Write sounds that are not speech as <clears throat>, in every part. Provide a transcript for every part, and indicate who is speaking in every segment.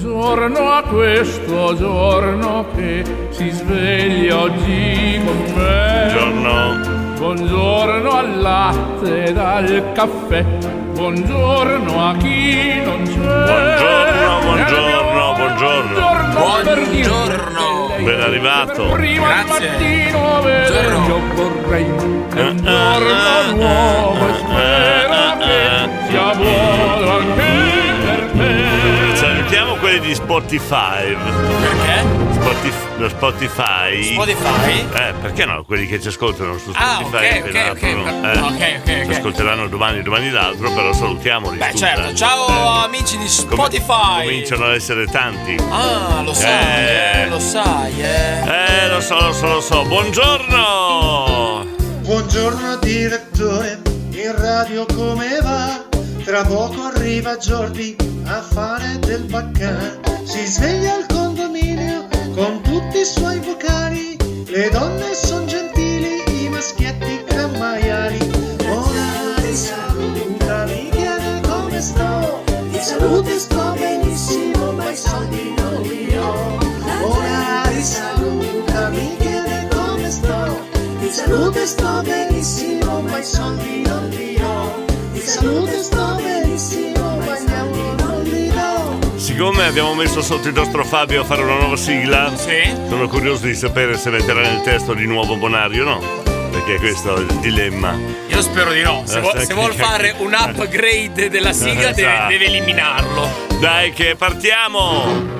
Speaker 1: Buongiorno a questo giorno che si sveglia oggi con me.
Speaker 2: Buongiorno.
Speaker 1: Buongiorno al latte e al caffè. Buongiorno a chi non c'è.
Speaker 2: Buongiorno, buongiorno, buongiorno.
Speaker 3: Buongiorno.
Speaker 2: Ben arrivato.
Speaker 1: Prima
Speaker 3: Grazie.
Speaker 1: al mattino vedo
Speaker 3: Buongiorno. Eh,
Speaker 1: io vorrei un
Speaker 2: ah,
Speaker 1: giorno
Speaker 2: ah,
Speaker 1: nuovo e
Speaker 2: ah,
Speaker 1: spero
Speaker 2: ah, ah.
Speaker 1: che sia buono anche per te.
Speaker 2: Salutiamo quelli di Spotify.
Speaker 3: Perché?
Speaker 2: Spotif- lo Spotify.
Speaker 3: Spotify?
Speaker 2: Eh, perché no? Quelli che ci ascoltano su
Speaker 3: Ah,
Speaker 2: Spotify.
Speaker 3: ok,
Speaker 2: appena
Speaker 3: ok, ok.
Speaker 2: aprono. Eh,
Speaker 3: Ok, ok,
Speaker 2: Ci
Speaker 3: ok.
Speaker 2: ascolteranno domani, domani l'altro, però salutiamoli.
Speaker 3: Beh
Speaker 2: tutta.
Speaker 3: certo, ciao amici di
Speaker 2: Come-
Speaker 3: Spotify.
Speaker 2: Cominciano ad essere tanti.
Speaker 3: Ah, lo sai,
Speaker 2: Eh.
Speaker 3: eh, lo sai, eh.
Speaker 2: Eh, lo so, lo so, lo so. Buongiorno.
Speaker 4: Buongiorno direttore, in radio come va? Tra poco arriva Jordi a fare del baccà. Si sveglia al condominio con tutti i suoi vocali. Le donne son gentili, i maschietti gran maiali. Ora ti saluta, mi chiede come sto. Ti saluti sto benissimo, ma i soldi non li ho. Ora ti saluta, mi chiede come sto. Ti salute sto benissimo, ma i soldi non li ho. Ti salute sto benissimo, ma i soldi non li ho.
Speaker 2: Siccome abbiamo messo sotto il nostro Fabio a fare una nuova sigla,
Speaker 3: Sì?
Speaker 2: sono curioso di sapere se metterà nel testo di nuovo Bonario o no. Perché questo è il dilemma.
Speaker 3: Io spero di no. Se, vuol- se vuol fare un upgrade della <laughs> sigla deve, deve eliminarlo.
Speaker 2: Dai che partiamo!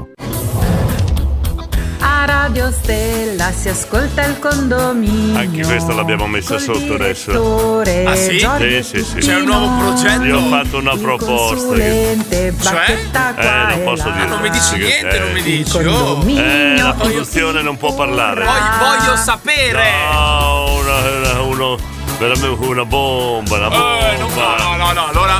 Speaker 5: A Radio Stella si ascolta il condominio.
Speaker 2: Anche questa l'abbiamo messa
Speaker 5: Col
Speaker 2: sotto adesso.
Speaker 5: direttore
Speaker 3: Ah, sì?
Speaker 5: Giorgio
Speaker 2: Sì, sì, sì.
Speaker 5: Pittino,
Speaker 3: C'è un nuovo progetto?
Speaker 2: Io ho fatto una
Speaker 5: il
Speaker 2: proposta che- Eh,
Speaker 5: consulente
Speaker 3: Cioè?
Speaker 5: Bacchetta qua
Speaker 2: non
Speaker 5: e
Speaker 2: posso
Speaker 5: là.
Speaker 2: dire.
Speaker 3: Ah, non mi dici
Speaker 2: Eh,
Speaker 3: niente, non mi
Speaker 2: il
Speaker 5: Il
Speaker 3: dici. Oh.
Speaker 5: condominio.
Speaker 2: Eh, la produzione non può parlare.
Speaker 3: Voglio, voglio sapere.
Speaker 2: No, Ah, una, una- uno, veramente una bomba, una bomba.
Speaker 3: Eh, no, no, no, no, no, allora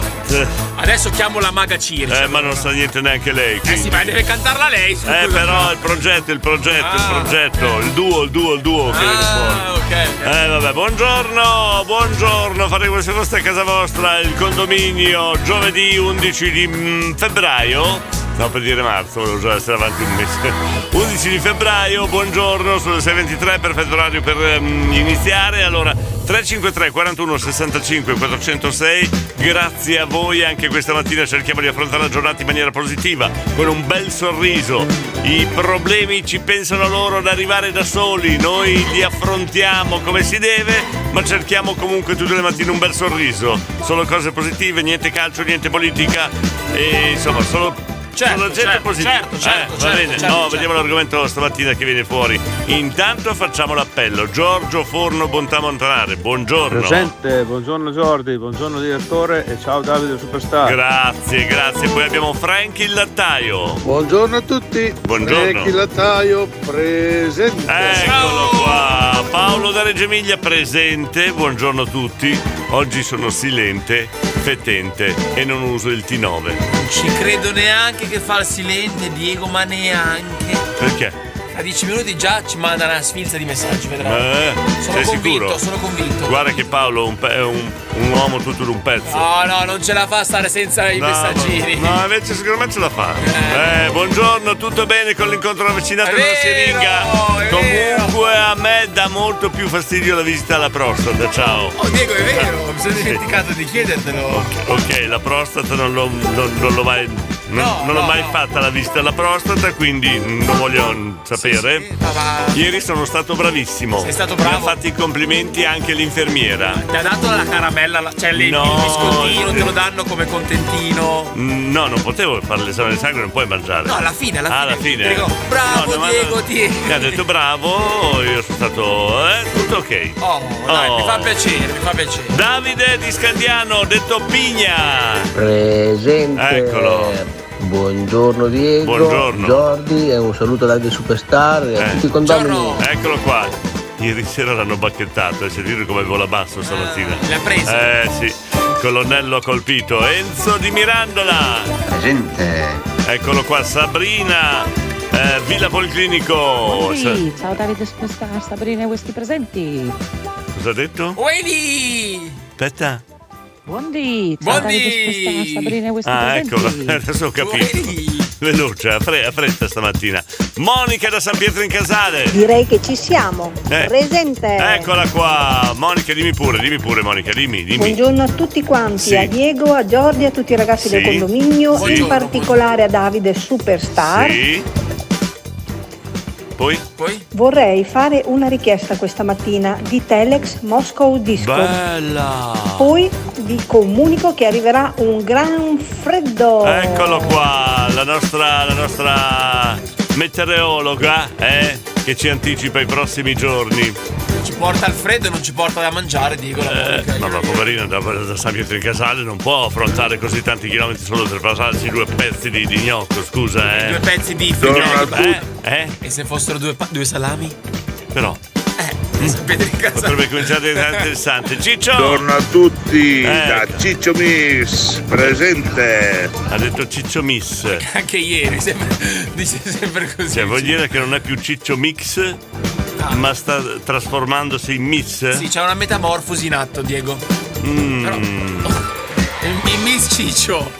Speaker 3: adesso chiamo la maga Circe.
Speaker 2: Eh, ma non sa niente neanche lei.
Speaker 3: Eh sì,
Speaker 2: quindi.
Speaker 3: ma deve cantarla lei. scusa.
Speaker 2: Eh, però il progetto, il progetto,
Speaker 3: Ah,
Speaker 2: il progetto, il duo, il duo, il duo che viene fuori.
Speaker 3: Ah, ok. ok.
Speaker 2: Eh vabbè, buongiorno, buongiorno, fate come se foste a casa vostra, il condominio, giovedì 11 di mm, febbraio, stavo per dire marzo, volevo già essere avanti un mese, <laughs> 11 di febbraio, buongiorno, sono le 6.23, perfetto orario per mm, iniziare, allora 353 41 65 406, grazie a voi anche questa mattina cerchiamo di affrontare la giornata in maniera positiva, con un bel sorriso, i problemi ci pensano loro ad arrivare da soli, noi li affrontiamo come si deve, ma cerchiamo comunque tutte le mattine un bel sorriso. Solo cose positive, niente calcio, niente politica e insomma solo...
Speaker 3: Certo,
Speaker 2: solo gente
Speaker 3: certo,
Speaker 2: positiva.
Speaker 3: certo, certo,
Speaker 2: Eh, va
Speaker 3: certo,
Speaker 2: bene.
Speaker 3: certo,
Speaker 2: no,
Speaker 3: certo.
Speaker 2: vediamo l'argomento stamattina che viene fuori. Intanto facciamo l'appello. Giorgio Forno Bontamontanare, buongiorno.
Speaker 6: Presente, buongiorno Jordi, buongiorno direttore e ciao Davide Superstar.
Speaker 2: Grazie, grazie. Poi abbiamo Franky il lattaio.
Speaker 6: buongiorno a tutti.
Speaker 2: Buongiorno. Ecco.
Speaker 6: Franchi Lattaio presente.
Speaker 2: Eccolo qua, Paolo da Reggio Emilia presente, buongiorno a tutti. Oggi sono silente, fetente e non uso il T9.
Speaker 3: Non ci credo neanche che fa il silente, Diego, ma neanche.
Speaker 2: Perché?
Speaker 3: A 10 minuti già ci manda una sfilza di messaggi, vedrai.
Speaker 2: Eh,
Speaker 3: sono
Speaker 2: sei
Speaker 3: convinto,
Speaker 2: sicuro?
Speaker 3: sono convinto.
Speaker 2: Guarda che Paolo è un, pe- è un- un uomo tutto d'un pezzo.
Speaker 3: No, no, non ce la fa stare senza i
Speaker 2: No,
Speaker 3: messaggini.
Speaker 2: ma- No, invece secondo me ce la fa. Eh, buongiorno, tutto bene con l'incontro ravvicinato
Speaker 3: È
Speaker 2: della
Speaker 3: vero,
Speaker 2: siringa.
Speaker 3: è
Speaker 2: Comunque a me dà molto più fastidio la visita alla prostata, ciao. Eh,
Speaker 3: Oh Diego, è vero, mi sono dimenticato di chiedertelo.
Speaker 2: Ok, la prostata non l'ho, non- non l'ho mai. non-
Speaker 3: No,
Speaker 2: non l'ho
Speaker 3: no,
Speaker 2: mai
Speaker 3: no.
Speaker 2: fatta la visita alla prostata, quindi non voglio mm, sapere.
Speaker 3: Sì, ma va.
Speaker 2: Ieri sono stato bravissimo.
Speaker 3: Sei stato bravo.
Speaker 2: Mi ha fatto i complimenti anche l'infermiera.
Speaker 3: Ti ha dato la caramella, la- cioè lì,
Speaker 2: No.
Speaker 3: il biscottino, te lo danno come contentino.
Speaker 2: Mm, No, non potevo fare l'esame del sangue, non puoi mangiare.
Speaker 3: No, alla fine, alla
Speaker 2: Ah, alla
Speaker 3: fine.
Speaker 2: fine.
Speaker 3: Dico, bravo,
Speaker 2: no,
Speaker 3: Diego,
Speaker 2: no.
Speaker 3: Diego.
Speaker 2: Mi ha detto bravo, io sono stato. Eh, tutto ok.
Speaker 3: Oh, dai,
Speaker 2: Oh.
Speaker 3: mi fa piacere, mi fa piacere.
Speaker 2: Davide di Scandiano, detto Pigna.
Speaker 7: Presente.
Speaker 2: Eccolo.
Speaker 7: Buongiorno Diego,
Speaker 2: Buongiorno. Eh.
Speaker 7: Jordi e un saluto da Superstar e a tutti i condomini.
Speaker 2: Eccolo qua. Ieri sera l'hanno bacchettato, c'è dire come vola basso stamattina.
Speaker 3: Ah, l'ha preso?
Speaker 2: Eh sì, colonnello ha colpito. Enzo di Mirandola. Presente. Eccolo qua, Sabrina. eh, Villa Policlinico. Sa-
Speaker 8: ciao Davide Sposta, Sabrina e questi presenti.
Speaker 2: cosa ha detto?
Speaker 8: Ueli!
Speaker 2: Aspetta.
Speaker 8: Buondì! Ciao Davide Sposta, Sabrina e questi
Speaker 2: Ah, ecco,
Speaker 8: presenti.
Speaker 2: <laughs> adesso ho capito. Veloce, a fre- a fretta stamattina. Monica da San Pietro in Casale.
Speaker 9: Direi che ci siamo.
Speaker 2: Eh.
Speaker 9: Presente.
Speaker 2: Eccola qua, Monica, dimmi pure, dimmi pure Monica, dimmi, dimmi.
Speaker 9: Buongiorno a tutti quanti,
Speaker 2: Sì.
Speaker 9: a Diego, a Giordi, a tutti i ragazzi
Speaker 2: Sì.
Speaker 9: del condominio,
Speaker 2: Buongiorno,
Speaker 9: in particolare a Davide Superstar.
Speaker 2: Sì. Poi? Poi?
Speaker 9: Vorrei fare una richiesta questa mattina di Telex Moscow Disco.
Speaker 2: Bella.
Speaker 9: Poi vi comunico che arriverà un gran freddo.
Speaker 2: Eccolo qua, la nostra, la nostra meteorologa, eh, che ci anticipa i prossimi giorni.
Speaker 3: Ci porta al freddo e non ci porta da mangiare, dico la
Speaker 2: Eh, ma la poverina da, da San Pietro in Casale non può affrontare così tanti chilometri solo per passarsi due pezzi di, di gnocco, scusa, eh.
Speaker 3: Due pezzi di
Speaker 2: Buongiorno a
Speaker 3: frignocchi.
Speaker 2: tutti. Eh?
Speaker 3: E se fossero due, pa- due salami? <laughs>
Speaker 2: Però.
Speaker 3: Eh,
Speaker 2: Potrebbe cominciare a
Speaker 3: <laughs>
Speaker 2: diventare interessante. Ciccio! Eh.
Speaker 10: Buongiorno a tutti da Ciccio Miss, presente.
Speaker 2: Ha detto Ciccio Miss.
Speaker 3: Anche ieri, sempre- dice sempre così. Ah.
Speaker 2: Cioè, vuol dire che non è più Ciccio Mix, ma sta trasformandosi in Miss?
Speaker 3: Sì, c'è una metamorfosi in atto, Diego.
Speaker 2: Mm.
Speaker 3: Però- oh, Il- il Miss Ciccio.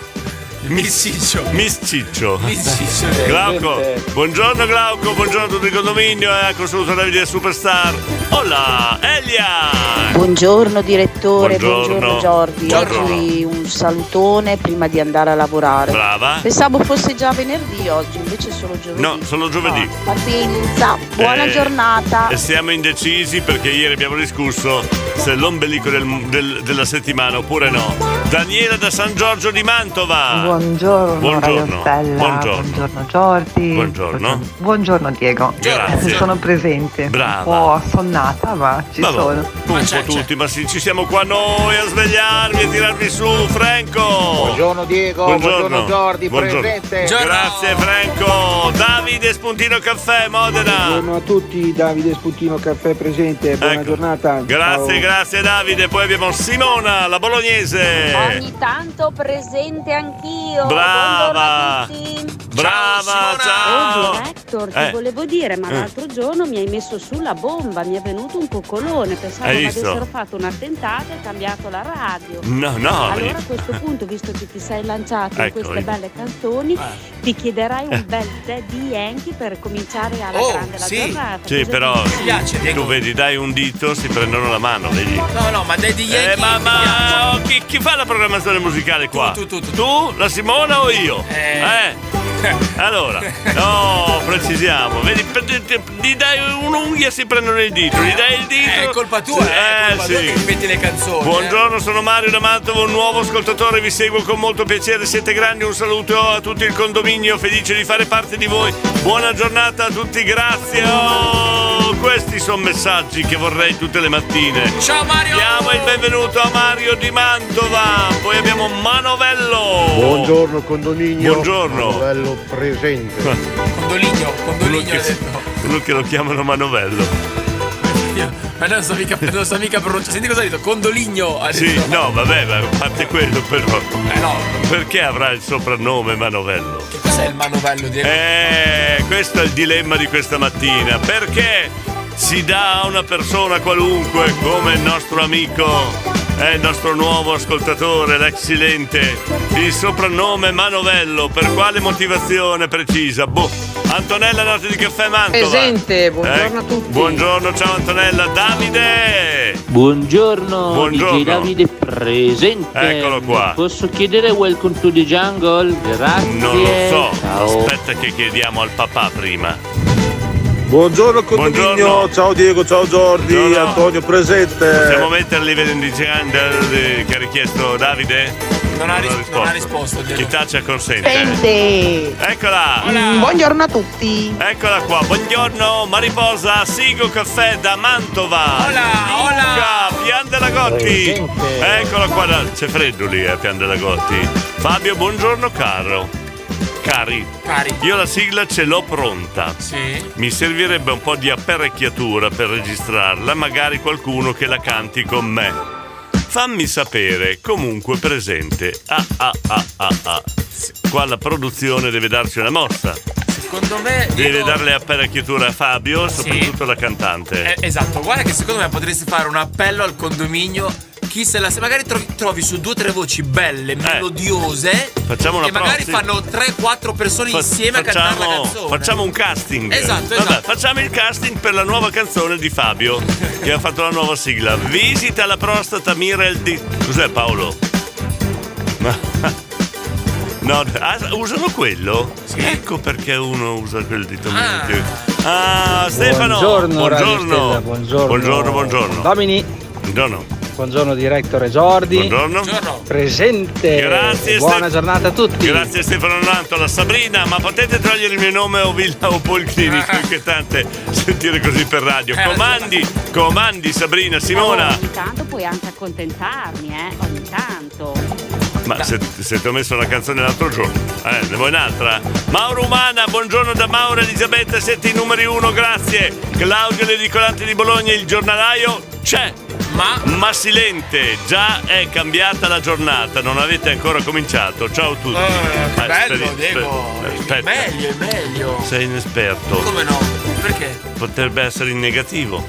Speaker 3: Il Miss Ciccio.
Speaker 2: Miss Ciccio.
Speaker 3: Miss Ciccio. eh.
Speaker 2: Glauco, buongiorno Glauco, buongiorno a tutto il condominio e ecco saluto Davide Superstar. Hola, Elia!
Speaker 11: Buongiorno direttore,
Speaker 2: Buongiorno.
Speaker 11: buongiorno, Giordi.
Speaker 2: Buongiorno.
Speaker 11: Oggi un salutone prima di andare a lavorare.
Speaker 2: Brava.
Speaker 11: Pensavo fosse già venerdì oggi, invece è solo giovedì.
Speaker 2: No, solo giovedì.
Speaker 11: Pazienza, buona
Speaker 2: Eh,
Speaker 11: giornata.
Speaker 2: E siamo indecisi perché ieri abbiamo discusso se l'ombelico del- del- della settimana oppure no. Daniela da San Giorgio di Mantova.
Speaker 12: Buongiorno,
Speaker 2: ah. Buongiorno.
Speaker 12: Radio Stella.
Speaker 2: Buongiorno.
Speaker 12: Buongiorno, Giordi.
Speaker 2: Buongiorno.
Speaker 12: Buongiorno, Diego. Eh,
Speaker 2: Grazie.
Speaker 12: Sono presente.
Speaker 2: Brava.
Speaker 12: Un po' assonnata, ma ci
Speaker 2: Ma
Speaker 12: sono.
Speaker 2: va, un po' tutti, ma sì, ci siamo qua noi a svegliarvi, a tirarvi su, Franco! Buongiorno
Speaker 13: Diego, buongiorno Jordi, presente. Buongiorno.
Speaker 2: Grazie Franco! Davide Spuntino Caffè, Modena!
Speaker 13: Buongiorno a tutti, Davide Sputino Caffè presente, buona giornata.
Speaker 2: Ecco. Grazie,
Speaker 13: Ciao.
Speaker 2: grazie Davide, poi abbiamo Simona, la bolognese!
Speaker 5: Ogni tanto presente anch'io.
Speaker 2: Brava! Brava, ciao!
Speaker 5: Buongiorno Hector, ti
Speaker 2: Eh.
Speaker 5: volevo dire, ma
Speaker 2: Eh.
Speaker 5: l'altro giorno mi hai messo sulla bomba, mi è venuto un coccolone, pensavo
Speaker 2: Hai
Speaker 5: che
Speaker 2: visto?
Speaker 5: avessero fatto un attentato e cambiato la radio.
Speaker 2: No, no,
Speaker 5: Allora
Speaker 2: io-
Speaker 5: a questo punto, visto che ti sei lanciato in
Speaker 2: Ecco, Eh.
Speaker 5: queste
Speaker 2: io-
Speaker 5: belle canzoni, ti chiederai un bel Daddy Yankee per cominciare alla grande la giornata.
Speaker 2: Oh, Sì,
Speaker 5: Cosa
Speaker 2: però
Speaker 5: ti piace?
Speaker 2: tu vedi, dai un dito, si prendono la mano, vedi?
Speaker 3: No, no, ma Daddy Yankee.
Speaker 2: Eh, ma, ma oh, chi, chi fa la programmazione musicale qua? Oh,
Speaker 3: Tu, tu, tu, tu.
Speaker 2: la Simona o io?
Speaker 3: Eh.
Speaker 2: Eh? <laughs> Allora, no, precisiamo. Vedi, per- te- te- gli dai un'unghia e si prendono il dito. Gli dai il dito.
Speaker 3: È colpa tua, eh, è colpa eh. tua che metti le canzoni.
Speaker 2: Buongiorno, sono Mario da Mantova, un nuovo ascoltatore, vi seguo con molto piacere, siete grandi, un saluto a tutto il condominio, felice di fare parte di voi. Buona giornata a tutti, grazie. Oh, questi sono messaggi che vorrei tutte le mattine.
Speaker 3: Ciao Mario!
Speaker 2: Diamo il benvenuto a Mario di Mantova, poi abbiamo Manovello.
Speaker 14: Buongiorno condominio.
Speaker 2: Buongiorno.
Speaker 15: Ah,
Speaker 14: Bello presente.
Speaker 3: Condoligno, condoligno. ha detto.
Speaker 2: <laughs> Quello che lo chiamano Manovello.
Speaker 3: Ma non so mica, non so mica pronunciare. Senti cosa ha detto? Condoligno. ha
Speaker 2: Sì,
Speaker 3: detto.
Speaker 2: no, vabbè, ma a parte quello però. Perché avrà il soprannome Manovello?
Speaker 3: Cos'è il manovello di
Speaker 2: Eh, questo è il dilemma di questa mattina. Perché si dà a una persona qualunque come il nostro amico, eh, il nostro nuovo ascoltatore, l'ex silente, il soprannome Manovello? Per quale motivazione precisa? Boh. Antonella Notte di Caffè Mantova.
Speaker 16: Presente, buongiorno
Speaker 2: a tutti. Buongiorno, ciao Antonella. Davide!
Speaker 17: Buongiorno,
Speaker 2: Buongiorno.
Speaker 17: DJ Davide presente.
Speaker 2: Eccolo qua.
Speaker 17: Posso chiedere Welcome to the Jungle? Grazie.
Speaker 2: Non lo so.
Speaker 17: Ciao.
Speaker 2: Aspetta che chiediamo al papà prima.
Speaker 1: Buongiorno condominio, ciao Diego, ciao Jordi, Antonio presente.
Speaker 2: Possiamo mettere il livello indicante eh, che ha richiesto Davide? Non ha, risposto. Non ha risposto Chi taccia consente.
Speaker 11: Mm,
Speaker 2: Eccola!
Speaker 16: Buongiorno a tutti.
Speaker 2: Eccola qua, buongiorno Mariposa, Sigo Caffè da Mantova.
Speaker 3: Ah,
Speaker 2: Hola, hola! Pian della Gotti. eh, Eccola qua, da- c'è freddo lì a Pian della Gotti. Fabio, buongiorno caro. Cari.
Speaker 3: Cari.
Speaker 2: Io la sigla ce l'ho pronta.
Speaker 3: Sì.
Speaker 2: Mi servirebbe un po' di apparecchiatura per registrarla, magari qualcuno che la canti con me. Fammi sapere, comunque presente. Ah ah ah ah ah. Qua la produzione deve darci una mossa.
Speaker 3: Secondo me.
Speaker 2: Deve
Speaker 3: Diego,
Speaker 2: darle apparecchiatura a Fabio, soprattutto la cantante.
Speaker 3: eh, esatto, guarda che secondo me potresti fare un appello al condominio. Chi se la. se Magari trovi, trovi su due o tre voci belle, melodiose.
Speaker 2: Eh. Facciamo una
Speaker 3: E magari
Speaker 2: prova, sì.
Speaker 3: fanno 3-4 persone insieme a cantare la
Speaker 2: facciamo,
Speaker 3: canzone.
Speaker 2: facciamo un casting.
Speaker 3: Esatto,
Speaker 2: Vabbè, facciamo il casting per la nuova canzone di Fabio, che ha fatto la nuova sigla. Visita la prostata Mirel di. Cos'è Paolo? Ma- <laughs> No, ah, usano quello? Ecco perché uno usa quel dito medio. Ah, Stefano!
Speaker 1: Buongiorno, Radio Stella,
Speaker 2: buongiorno.
Speaker 1: buongiorno.
Speaker 2: buongiorno, buongiorno.
Speaker 1: Domini.
Speaker 2: Buongiorno.
Speaker 1: Buongiorno direttore Jordi.
Speaker 2: Buongiorno.
Speaker 1: Presente.
Speaker 2: Grazie,
Speaker 1: Buona
Speaker 2: Ste-
Speaker 1: giornata a tutti.
Speaker 2: Grazie Stefano Nantola, Sabrina, ma potete togliere il mio nome o Villa o Polclinico? Inquietante sentire così per radio. Comandi, comandi Sabrina,
Speaker 18: Oh,
Speaker 2: Simona.
Speaker 18: Ogni tanto puoi anche accontentarmi, eh? Ogni tanto.
Speaker 2: Ma se, se ti ho messo una canzone l'altro giorno, eh, ne vuoi un'altra? Mauro Umana, buongiorno da Mauro Elisabetta, siete i numeri uno, grazie. Claudio Ledicolante di Bologna, il giornalaio c'è.
Speaker 3: Ma?
Speaker 2: Ma silente, già è cambiata la giornata, non avete ancora cominciato. Ciao a tutti.
Speaker 3: che Eh, bello,
Speaker 2: speri-
Speaker 3: Diego.
Speaker 2: sper- aspetta.
Speaker 3: Meglio, è meglio.
Speaker 2: Sei inesperto.
Speaker 3: Come no? Perché?
Speaker 2: Potrebbe essere in negativo.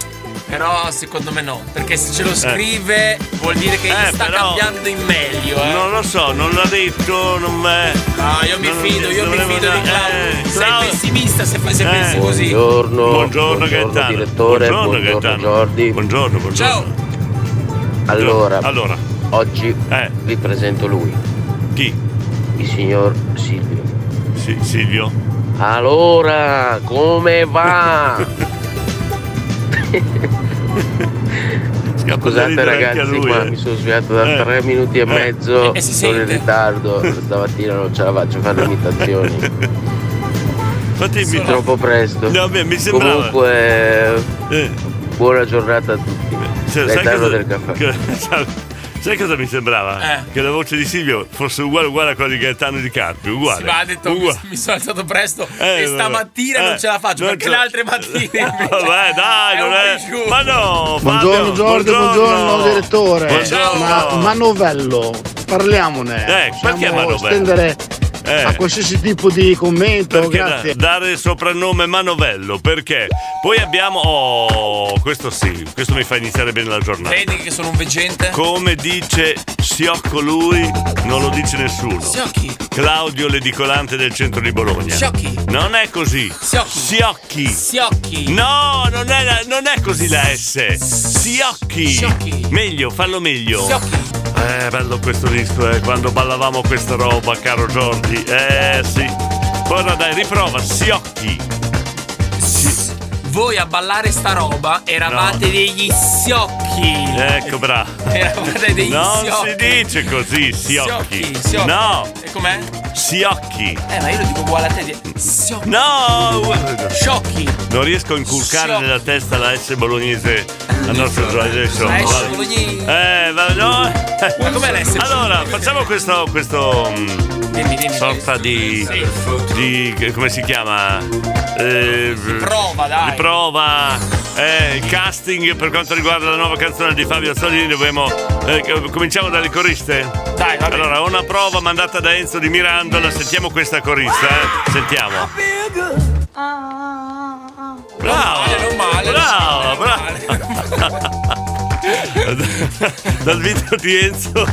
Speaker 3: Però secondo me no, perché se
Speaker 2: Eh.
Speaker 3: ce lo scrive vuol dire che sta cambiando in meglio, eh.
Speaker 2: Non lo so, non l'ha detto, non è.
Speaker 3: No, io mi fido, io mi fido di
Speaker 2: eh,
Speaker 3: Claudio. Sei pessimista se, fai- se pensi così.
Speaker 17: Buongiorno,
Speaker 2: buongiorno, Gaetano.
Speaker 17: direttore,
Speaker 2: Buongiorno,
Speaker 17: buongiorno,
Speaker 2: Gaetano.
Speaker 17: Jordi.
Speaker 2: Buongiorno, buongiorno.
Speaker 3: Ciao.
Speaker 17: Allora,
Speaker 2: Allora. Eh.
Speaker 17: oggi vi presento lui.
Speaker 2: Chi?
Speaker 17: Il signor Silvio.
Speaker 2: Sì, Silvio.
Speaker 17: Allora, come
Speaker 2: <laughs>
Speaker 17: va? Scusate
Speaker 2: ridere anche a
Speaker 17: ragazzi,
Speaker 2: lui,
Speaker 17: ma
Speaker 2: eh.
Speaker 17: mi sono svegliato da
Speaker 2: Eh.
Speaker 17: tre minuti e
Speaker 2: Eh.
Speaker 17: mezzo,
Speaker 2: Eh, si
Speaker 17: sono in
Speaker 2: sente.
Speaker 17: ritardo, stamattina non ce la faccio a fare
Speaker 2: Eh.
Speaker 17: le
Speaker 2: <laughs>
Speaker 17: imitazioni.
Speaker 2: Fatemi
Speaker 17: Troppo presto.
Speaker 2: No, beh, mi sembrava. Eh.
Speaker 17: Comunque, buona giornata a tutti.
Speaker 2: Cioè,
Speaker 17: Gaetano
Speaker 2: cosa-
Speaker 17: del caffè.
Speaker 2: <laughs> che- sai- sai cosa mi
Speaker 3: Eh.
Speaker 2: sembrava? Che la voce di Silvio fosse uguale, uguale a quella di Gaetano di Carpi, uguale.
Speaker 3: Sì, ma ha detto
Speaker 2: uguale.
Speaker 3: mi sono alzato presto
Speaker 2: Eh,
Speaker 3: e stamattina
Speaker 2: vabbè.
Speaker 3: non ce la faccio
Speaker 2: Eh,
Speaker 3: perché
Speaker 2: non
Speaker 3: le
Speaker 2: ce- <laughs>
Speaker 3: altre mattine invece
Speaker 2: Vabbè, dai,
Speaker 3: <laughs> è
Speaker 2: non
Speaker 3: un
Speaker 2: è-
Speaker 3: prosciutto.
Speaker 2: Ma no,
Speaker 19: Buongiorno
Speaker 2: Fabio,
Speaker 19: Giorgio, buongiorno, direttore.
Speaker 2: Buongiorno.
Speaker 19: Ma, ma novello, parliamone.
Speaker 2: Eh,
Speaker 19: Possiamo
Speaker 2: perché Manovello?
Speaker 19: estendere
Speaker 2: Eh.
Speaker 19: a qualsiasi tipo di commento,
Speaker 2: Perché da-
Speaker 19: grazie.
Speaker 2: dare il soprannome Manovello? Perché? Poi abbiamo. Oh, questo sì, questo mi fa iniziare bene la giornata.
Speaker 3: Vedi che sono un veggente?
Speaker 2: Come dice Siocco lui, non lo dice nessuno.
Speaker 3: Siocchi.
Speaker 2: Claudio l'edicolante del centro di Bologna.
Speaker 3: Siocchi.
Speaker 2: Non è così.
Speaker 3: Siocchi.
Speaker 2: Siocchi.
Speaker 3: Siocchi.
Speaker 2: No, non è, la- non è così la S. Siocchi.
Speaker 3: Siocchi.
Speaker 2: Meglio, fallo meglio.
Speaker 3: Siocchi.
Speaker 2: Eh, bello questo disco, eh, quando ballavamo questa roba, caro Jordi. Eh, sì. Ora dai, riprova, Siocchi.
Speaker 3: Voi a ballare sta roba eravate degli siocchi.
Speaker 2: Ecco, bravo.
Speaker 3: Eravate degli
Speaker 2: Non
Speaker 3: Eh, siocchi.
Speaker 2: si dice così, Siocchi.
Speaker 3: Siocchi, siocchi.
Speaker 2: No,
Speaker 3: E com'è?
Speaker 2: Siocchi.
Speaker 3: Eh, ma io lo dico uguale a te. di- Siocchi.
Speaker 2: No!
Speaker 3: Sciocchi.
Speaker 2: Non riesco a inculcare nella testa la S bolognese al nostro Giorgio. insomma,
Speaker 3: Ah, La S
Speaker 2: guarda.
Speaker 3: bolognese.
Speaker 2: Eh, ma no.
Speaker 3: Ma com'è la S
Speaker 2: Allora, facciamo questo. questo mm, sorta di, di. come si chiama? Eh,
Speaker 3: prova, dai.
Speaker 2: Di prova. Eh, il casting per quanto riguarda la nuova canzone di Fabio Solini dovremo. eh, cominciamo dalle coriste? Dai, Allora, una prova mandata da Enzo di Mirandola, sentiamo questa corista, eh. Sentiamo. Bravo, non male, bravo, bravo. <laughs> Dal video di Enzo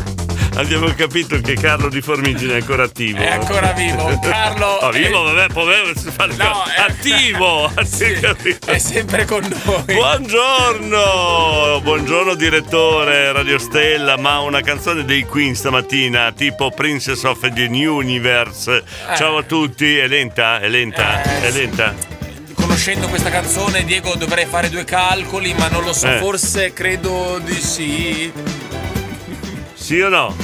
Speaker 2: abbiamo capito che Carlo di Formigine è ancora attivo. È
Speaker 3: ancora vivo. Carlo
Speaker 2: Ah, vivo,
Speaker 3: è-
Speaker 2: vabbè, povero. si fa-
Speaker 3: <laughs>
Speaker 2: attivo.
Speaker 3: È sempre con noi.
Speaker 2: <laughs> Buongiorno, buongiorno direttore Radio Stella, ma una canzone dei Queen stamattina, tipo Princess of the Universe. Ciao a tutti, è lenta, è lenta, è lenta.
Speaker 3: Conoscendo questa canzone, Diego, dovrei fare due calcoli, ma non lo so.
Speaker 2: Eh.
Speaker 3: Forse credo di sì.
Speaker 2: Sì o no?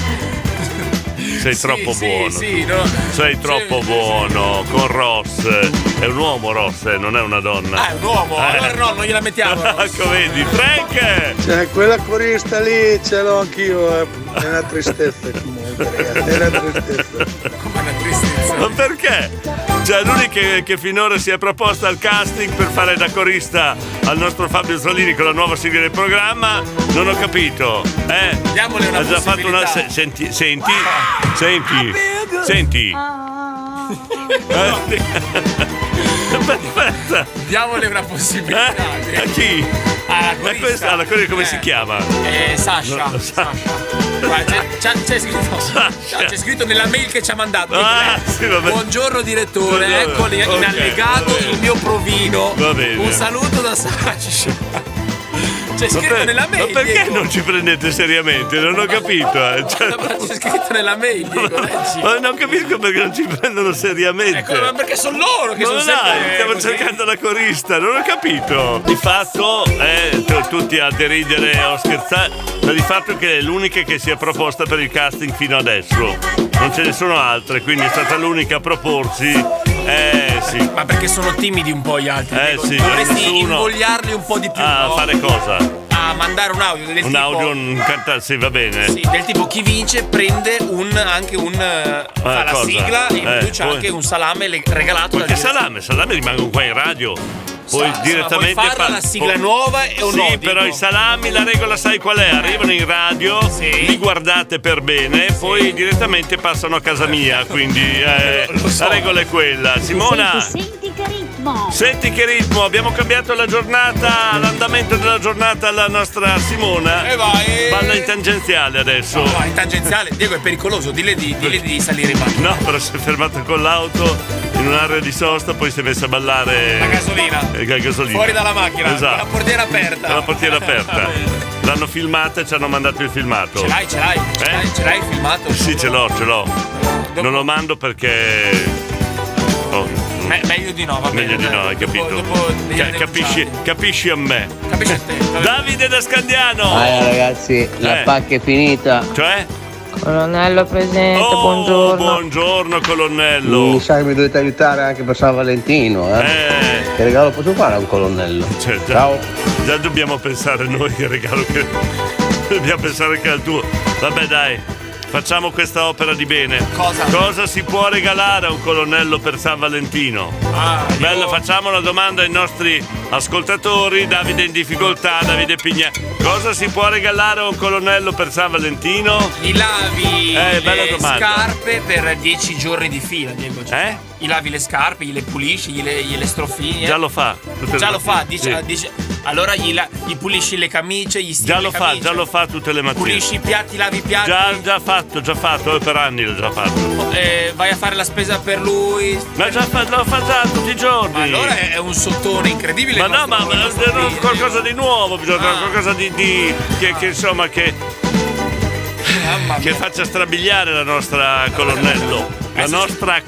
Speaker 2: Sei troppo
Speaker 3: sì,
Speaker 2: buono.
Speaker 3: sì, no.
Speaker 2: Sei troppo buono con Ross. È un uomo Ross, eh, non è una donna. Eh.
Speaker 3: Ah, è un uomo. Allora no, non gliela mettiamo.
Speaker 2: <laughs> Ecco, vedi, Frank!
Speaker 6: Cioè, quella corista lì ce l'ho anch'io, eh. è una tristezza comunque, ragazzi, è una tristezza.
Speaker 3: Come una tristezza.
Speaker 2: Ma perché? Cioè, l'unica che, che finora si è proposta al casting per fare da corista al nostro Fabio Zolini con la nuova sigla del programma, non ho capito. Eh?
Speaker 3: Diamole una
Speaker 2: Ha già fatto una. se- senti, senti, senti, senti. <laughs> Perfetta.
Speaker 3: Diamole una possibilità.
Speaker 2: Eh? A chi?
Speaker 3: Alla
Speaker 2: Ma questa, alla corista come si chiama?
Speaker 3: Eh, Sasha. Guarda, c'è, c'è- c'è scritto, c'è scritto nella mail che ci ha mandato.
Speaker 2: Ah,
Speaker 3: Nicolè,
Speaker 2: sì, vabbè.
Speaker 3: Buongiorno direttore,
Speaker 2: Buongiorno.
Speaker 3: ecco lì,
Speaker 2: Ok,
Speaker 3: in allegato
Speaker 2: va bene.
Speaker 3: il mio provino.
Speaker 2: Va bene.
Speaker 3: Un saluto da Sasha. C'è
Speaker 2: Ma
Speaker 3: scritto
Speaker 2: per-
Speaker 3: nella mail.
Speaker 2: Ma perché
Speaker 3: Diego.
Speaker 2: non ci prendete seriamente? Non ho capito. eh. Cioè,
Speaker 3: Ma C'è scritto nella mail, Diego, leggi.
Speaker 2: ma non capisco perché non ci prendono seriamente.
Speaker 3: Ecco, ma perché sono loro che
Speaker 2: Ma
Speaker 3: sono
Speaker 2: dai,
Speaker 3: sempre
Speaker 2: stiamo
Speaker 3: così.
Speaker 2: cercando la corista, non ho capito. Di fatto, eh, t- tutti a deridere o scherzare, ma di fatto che è l'unica che si è proposta per il casting fino adesso. Non ce ne sono altre, quindi è stata l'unica a proporsi. Eh sì.
Speaker 3: Ma perché sono timidi un po' gli altri?
Speaker 2: Eh
Speaker 3: Diego.
Speaker 2: sì,
Speaker 3: Dovresti
Speaker 2: nessuno.
Speaker 3: invogliarli un po' di più.
Speaker 2: A
Speaker 3: no?
Speaker 2: fare cosa?
Speaker 3: A mandare un audio del
Speaker 2: Un
Speaker 3: tipo,
Speaker 2: audio, un cantante, sì, va bene.
Speaker 3: sì, del tipo chi vince prende un, anche un. eh, fa la
Speaker 2: cosa?
Speaker 3: sigla e
Speaker 2: Eh,
Speaker 3: produce
Speaker 2: poi-
Speaker 3: anche un salame le- regalato
Speaker 2: Perché
Speaker 3: dal direttore.
Speaker 2: salame, salame rimangono qua in radio. Poi
Speaker 3: Sa-
Speaker 2: direttamente
Speaker 3: puoi farla
Speaker 2: fa-
Speaker 3: la sigla nuova e o
Speaker 2: Sì,
Speaker 3: no,
Speaker 2: però
Speaker 3: dico.
Speaker 2: i salami la regola sai qual è? Arrivano in radio, li guardate per bene, poi direttamente passano a casa mia, quindi
Speaker 3: <laughs>
Speaker 2: eh, la regola è quella. Simona,
Speaker 18: Senti, senti che ritmo.
Speaker 2: senti che ritmo, abbiamo cambiato la giornata, l'andamento della giornata alla nostra Simona.
Speaker 3: E vai.
Speaker 2: Balla in tangenziale adesso.
Speaker 3: No, in tangenziale, Diego è pericoloso, dille di, dille di salire in macchina.
Speaker 2: No, però si è fermata con l'auto in un'area di sosta, poi si è messa a ballare. La
Speaker 3: gasolina.
Speaker 2: La gasolina.
Speaker 3: Fuori dalla macchina,
Speaker 2: Esatto.
Speaker 3: con la portiera aperta.
Speaker 2: Con la portiera aperta.
Speaker 3: <laughs>
Speaker 2: L'hanno filmata e ci hanno mandato il filmato.
Speaker 3: Ce l'hai, ce l'hai, ce l'hai, ce l'hai il filmato?
Speaker 2: Eh? Sì, ce l'ho, ce l'ho. Non lo mando perché. oh, mm.
Speaker 3: Me- meglio di no, va bene.
Speaker 2: Meglio di no, hai capito. Ca- capisci, capisci a me.
Speaker 3: Capisci a te.
Speaker 2: Davide da Scandiano!
Speaker 7: Ah, ragazzi, la
Speaker 2: Eh.
Speaker 7: pacca è finita.
Speaker 2: Cioè?
Speaker 7: Colonnello presente,
Speaker 2: Oh,
Speaker 7: buongiorno.
Speaker 2: buongiorno colonnello.
Speaker 7: Mi sa che mi dovete aiutare anche per San Valentino, eh? Che regalo posso fare a un colonnello?
Speaker 2: Cioè, già, già dobbiamo pensare noi che regalo che. dobbiamo pensare anche al tuo. Vabbè dai, facciamo questa opera di bene.
Speaker 3: Cosa?
Speaker 2: si può regalare a un colonnello per San Valentino? Bella, facciamo una domanda ai nostri ascoltatori. Davide in difficoltà, Davide Pigna. Cosa si può regalare a un colonnello per San Valentino?
Speaker 3: I lavi
Speaker 2: Eh, bella
Speaker 3: le
Speaker 2: domanda.
Speaker 3: scarpe per 10 giorni di fila, Diego. Cioè,
Speaker 2: Eh?
Speaker 3: I lavi le scarpe, gliele pulisci, gliele, gliele strofini. eh.
Speaker 2: Già lo fa. Tutte
Speaker 3: Già
Speaker 2: le
Speaker 3: lo fa,
Speaker 2: mattine.
Speaker 3: dice,
Speaker 2: Sì.
Speaker 3: dice- allora gli, la- gli pulisci le camicie, gli stili
Speaker 2: Già
Speaker 3: le
Speaker 2: lo fa,
Speaker 3: camicie.
Speaker 2: già lo fa tutte le mattine.
Speaker 3: Pulisci i piatti, lavi i piatti.
Speaker 2: Già, già fatto, già fatto, eh, per anni l'ho già fatto.
Speaker 3: eh, vai a fare la spesa per lui.
Speaker 2: Ma già fa- l'ho fatto già tutti i giorni.
Speaker 3: Allora è, è un sottone incredibile.
Speaker 2: Ma
Speaker 3: il
Speaker 2: no, ma,
Speaker 3: nostro-
Speaker 2: ma-
Speaker 3: il nostro
Speaker 2: no,
Speaker 3: Diego.
Speaker 2: qualcosa di nuovo, bisogna
Speaker 3: Ah.
Speaker 2: trovare qualcosa di. di- che, che insomma che. Che faccia strabigliare la nostra colonnello. La nostra
Speaker 3: La nostra,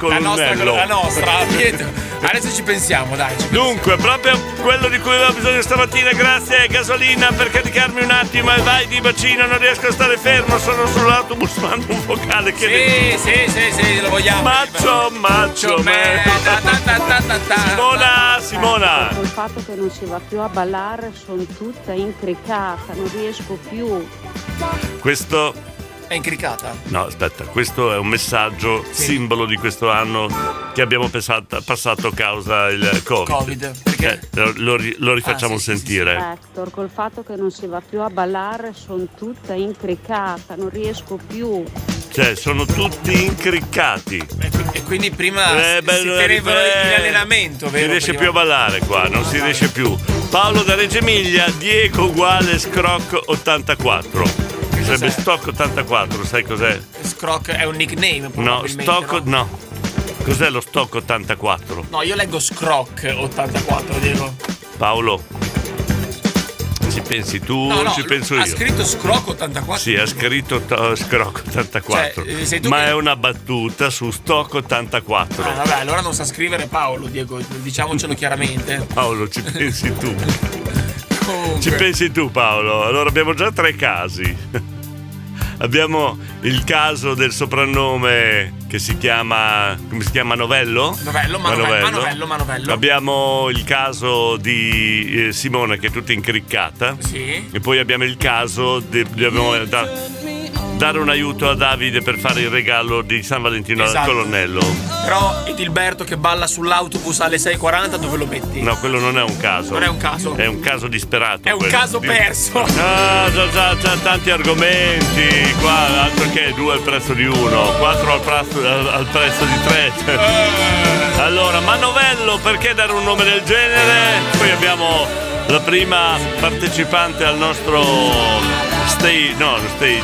Speaker 2: colonnello.
Speaker 3: la nostra, Pietro. Adesso ci pensiamo, dai. ci
Speaker 2: Dunque, proprio quello di cui avevo bisogno stamattina, grazie gasolina per caricarmi un attimo e vai di bacino, non riesco a stare fermo, sono sull'autobus, <laughs> mando un vocale che...
Speaker 3: Sì, sì, sì, sì, lo vogliamo.
Speaker 2: Maccio, maccio, me. Simona, Simona.
Speaker 18: Col Ecco, fatto che non si va più a ballare sono tutta intricata, non riesco più.
Speaker 2: Questo
Speaker 3: pensiamo. È incricata.
Speaker 2: No, aspetta, questo è un messaggio simbolo di questo anno che abbiamo pesata- passato causa il Covid.
Speaker 3: Covid,
Speaker 2: Eh, lo- lo, ri- lo rifacciamo
Speaker 18: Ah, sì, sì, sì,
Speaker 2: sentire.
Speaker 18: Hector, col fatto che non si va più a ballare sono tutta intricata, non riesco più.
Speaker 2: Cioè, sono tutti incriccati.
Speaker 3: E quindi prima
Speaker 2: Eh,
Speaker 3: si- si
Speaker 2: bello,
Speaker 3: tenevano
Speaker 2: eh,
Speaker 3: in allenamento,
Speaker 2: Non
Speaker 3: vero?
Speaker 2: riesce
Speaker 3: prima?
Speaker 2: più a ballare qua, non si riesce più. Paolo da Reggio Emilia, Diego uguale Scroc 84. Sarebbe Stock 84, sai cos'è?
Speaker 3: Scroc è un nickname.
Speaker 2: No,
Speaker 3: probabilmente,
Speaker 2: Stock
Speaker 3: no?
Speaker 2: no. Cos'è lo Stock 84?
Speaker 3: No, io leggo Scroc 84, Diego.
Speaker 2: Paolo, ci pensi tu,
Speaker 3: no, no,
Speaker 2: ci penso io.
Speaker 3: Ha scritto Scroc 84.
Speaker 2: Sì, ha scritto to- Scroc 84.
Speaker 3: Cioè, eh, sei tu
Speaker 2: ma
Speaker 3: che-
Speaker 2: è una battuta su Stock 84.
Speaker 3: Ah, vabbè, allora non sa scrivere Paolo, Diego, diciamocelo chiaramente.
Speaker 2: Paolo, ci pensi
Speaker 3: <laughs>
Speaker 2: tu.
Speaker 3: Comunque.
Speaker 2: Ci pensi tu, Paolo. Allora abbiamo già tre casi. <laughs> Abbiamo il caso del soprannome che si chiama. come si chiama? Novello?
Speaker 3: Novello, Manovello, Manovello, Manovello.
Speaker 2: Abbiamo il caso di eh, Simone che è tutta incriccata.
Speaker 3: Sì.
Speaker 2: E poi abbiamo il caso di. di- abbiamo da- dare un aiuto a Davide per fare il regalo di San Valentino
Speaker 3: Esatto.
Speaker 2: al colonnello.
Speaker 3: Però Edilberto che balla sull'autobus alle 6.40 dove lo metti?
Speaker 2: No, quello non è un caso.
Speaker 3: Non è un caso.
Speaker 2: È un caso disperato.
Speaker 3: È un
Speaker 2: quello.
Speaker 3: caso
Speaker 2: Di- <laughs>
Speaker 3: perso.
Speaker 2: Ah, già, già, già tanti argomenti. Qua, altro che due al prezzo di uno, quattro al, prazzo- al- al prezzo di tre.
Speaker 3: Eh.
Speaker 2: Allora, Manovello, perché dare un nome del genere? Poi abbiamo la prima partecipante al nostro stage, no, lo stage,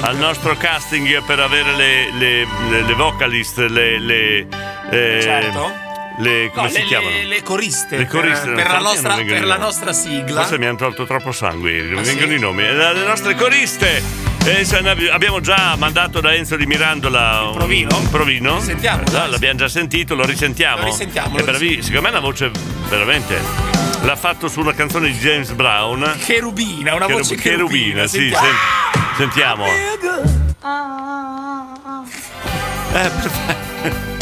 Speaker 2: al nostro
Speaker 3: casting,
Speaker 2: per avere le, le, le- le vocalist, le... le eh,
Speaker 3: Certo.
Speaker 2: le- come
Speaker 3: No,
Speaker 2: si
Speaker 3: le-
Speaker 2: chiamano?
Speaker 3: le- le coriste,
Speaker 2: Le
Speaker 3: per-
Speaker 2: coriste, non so
Speaker 3: per la
Speaker 2: perché
Speaker 3: nostra-
Speaker 2: non vengono
Speaker 3: per
Speaker 2: i
Speaker 3: la
Speaker 2: nomi.
Speaker 3: nostra sigla.
Speaker 2: Forse mi hanno tolto troppo sangue ieri, non
Speaker 3: Ah,
Speaker 2: vengono
Speaker 3: sì?
Speaker 2: i nomi. Eh, Le le nostre coriste. Eh, se ne abbi- abbiamo già mandato da Enzo di Mirandola un provino. Un provino. Sentiamo. l'abbiamo già sentito, lo risentiamo.
Speaker 3: Lo risentiamo,
Speaker 2: È
Speaker 3: lo
Speaker 2: bravi- Secondo me è una voce veramente. L'ha fatto su una canzone di James Brown.
Speaker 3: Cherubina, una voce cherubina, Ah,
Speaker 2: sì.
Speaker 3: sentiamo.
Speaker 2: sen- sentiamo.
Speaker 3: ah,
Speaker 2: Eh,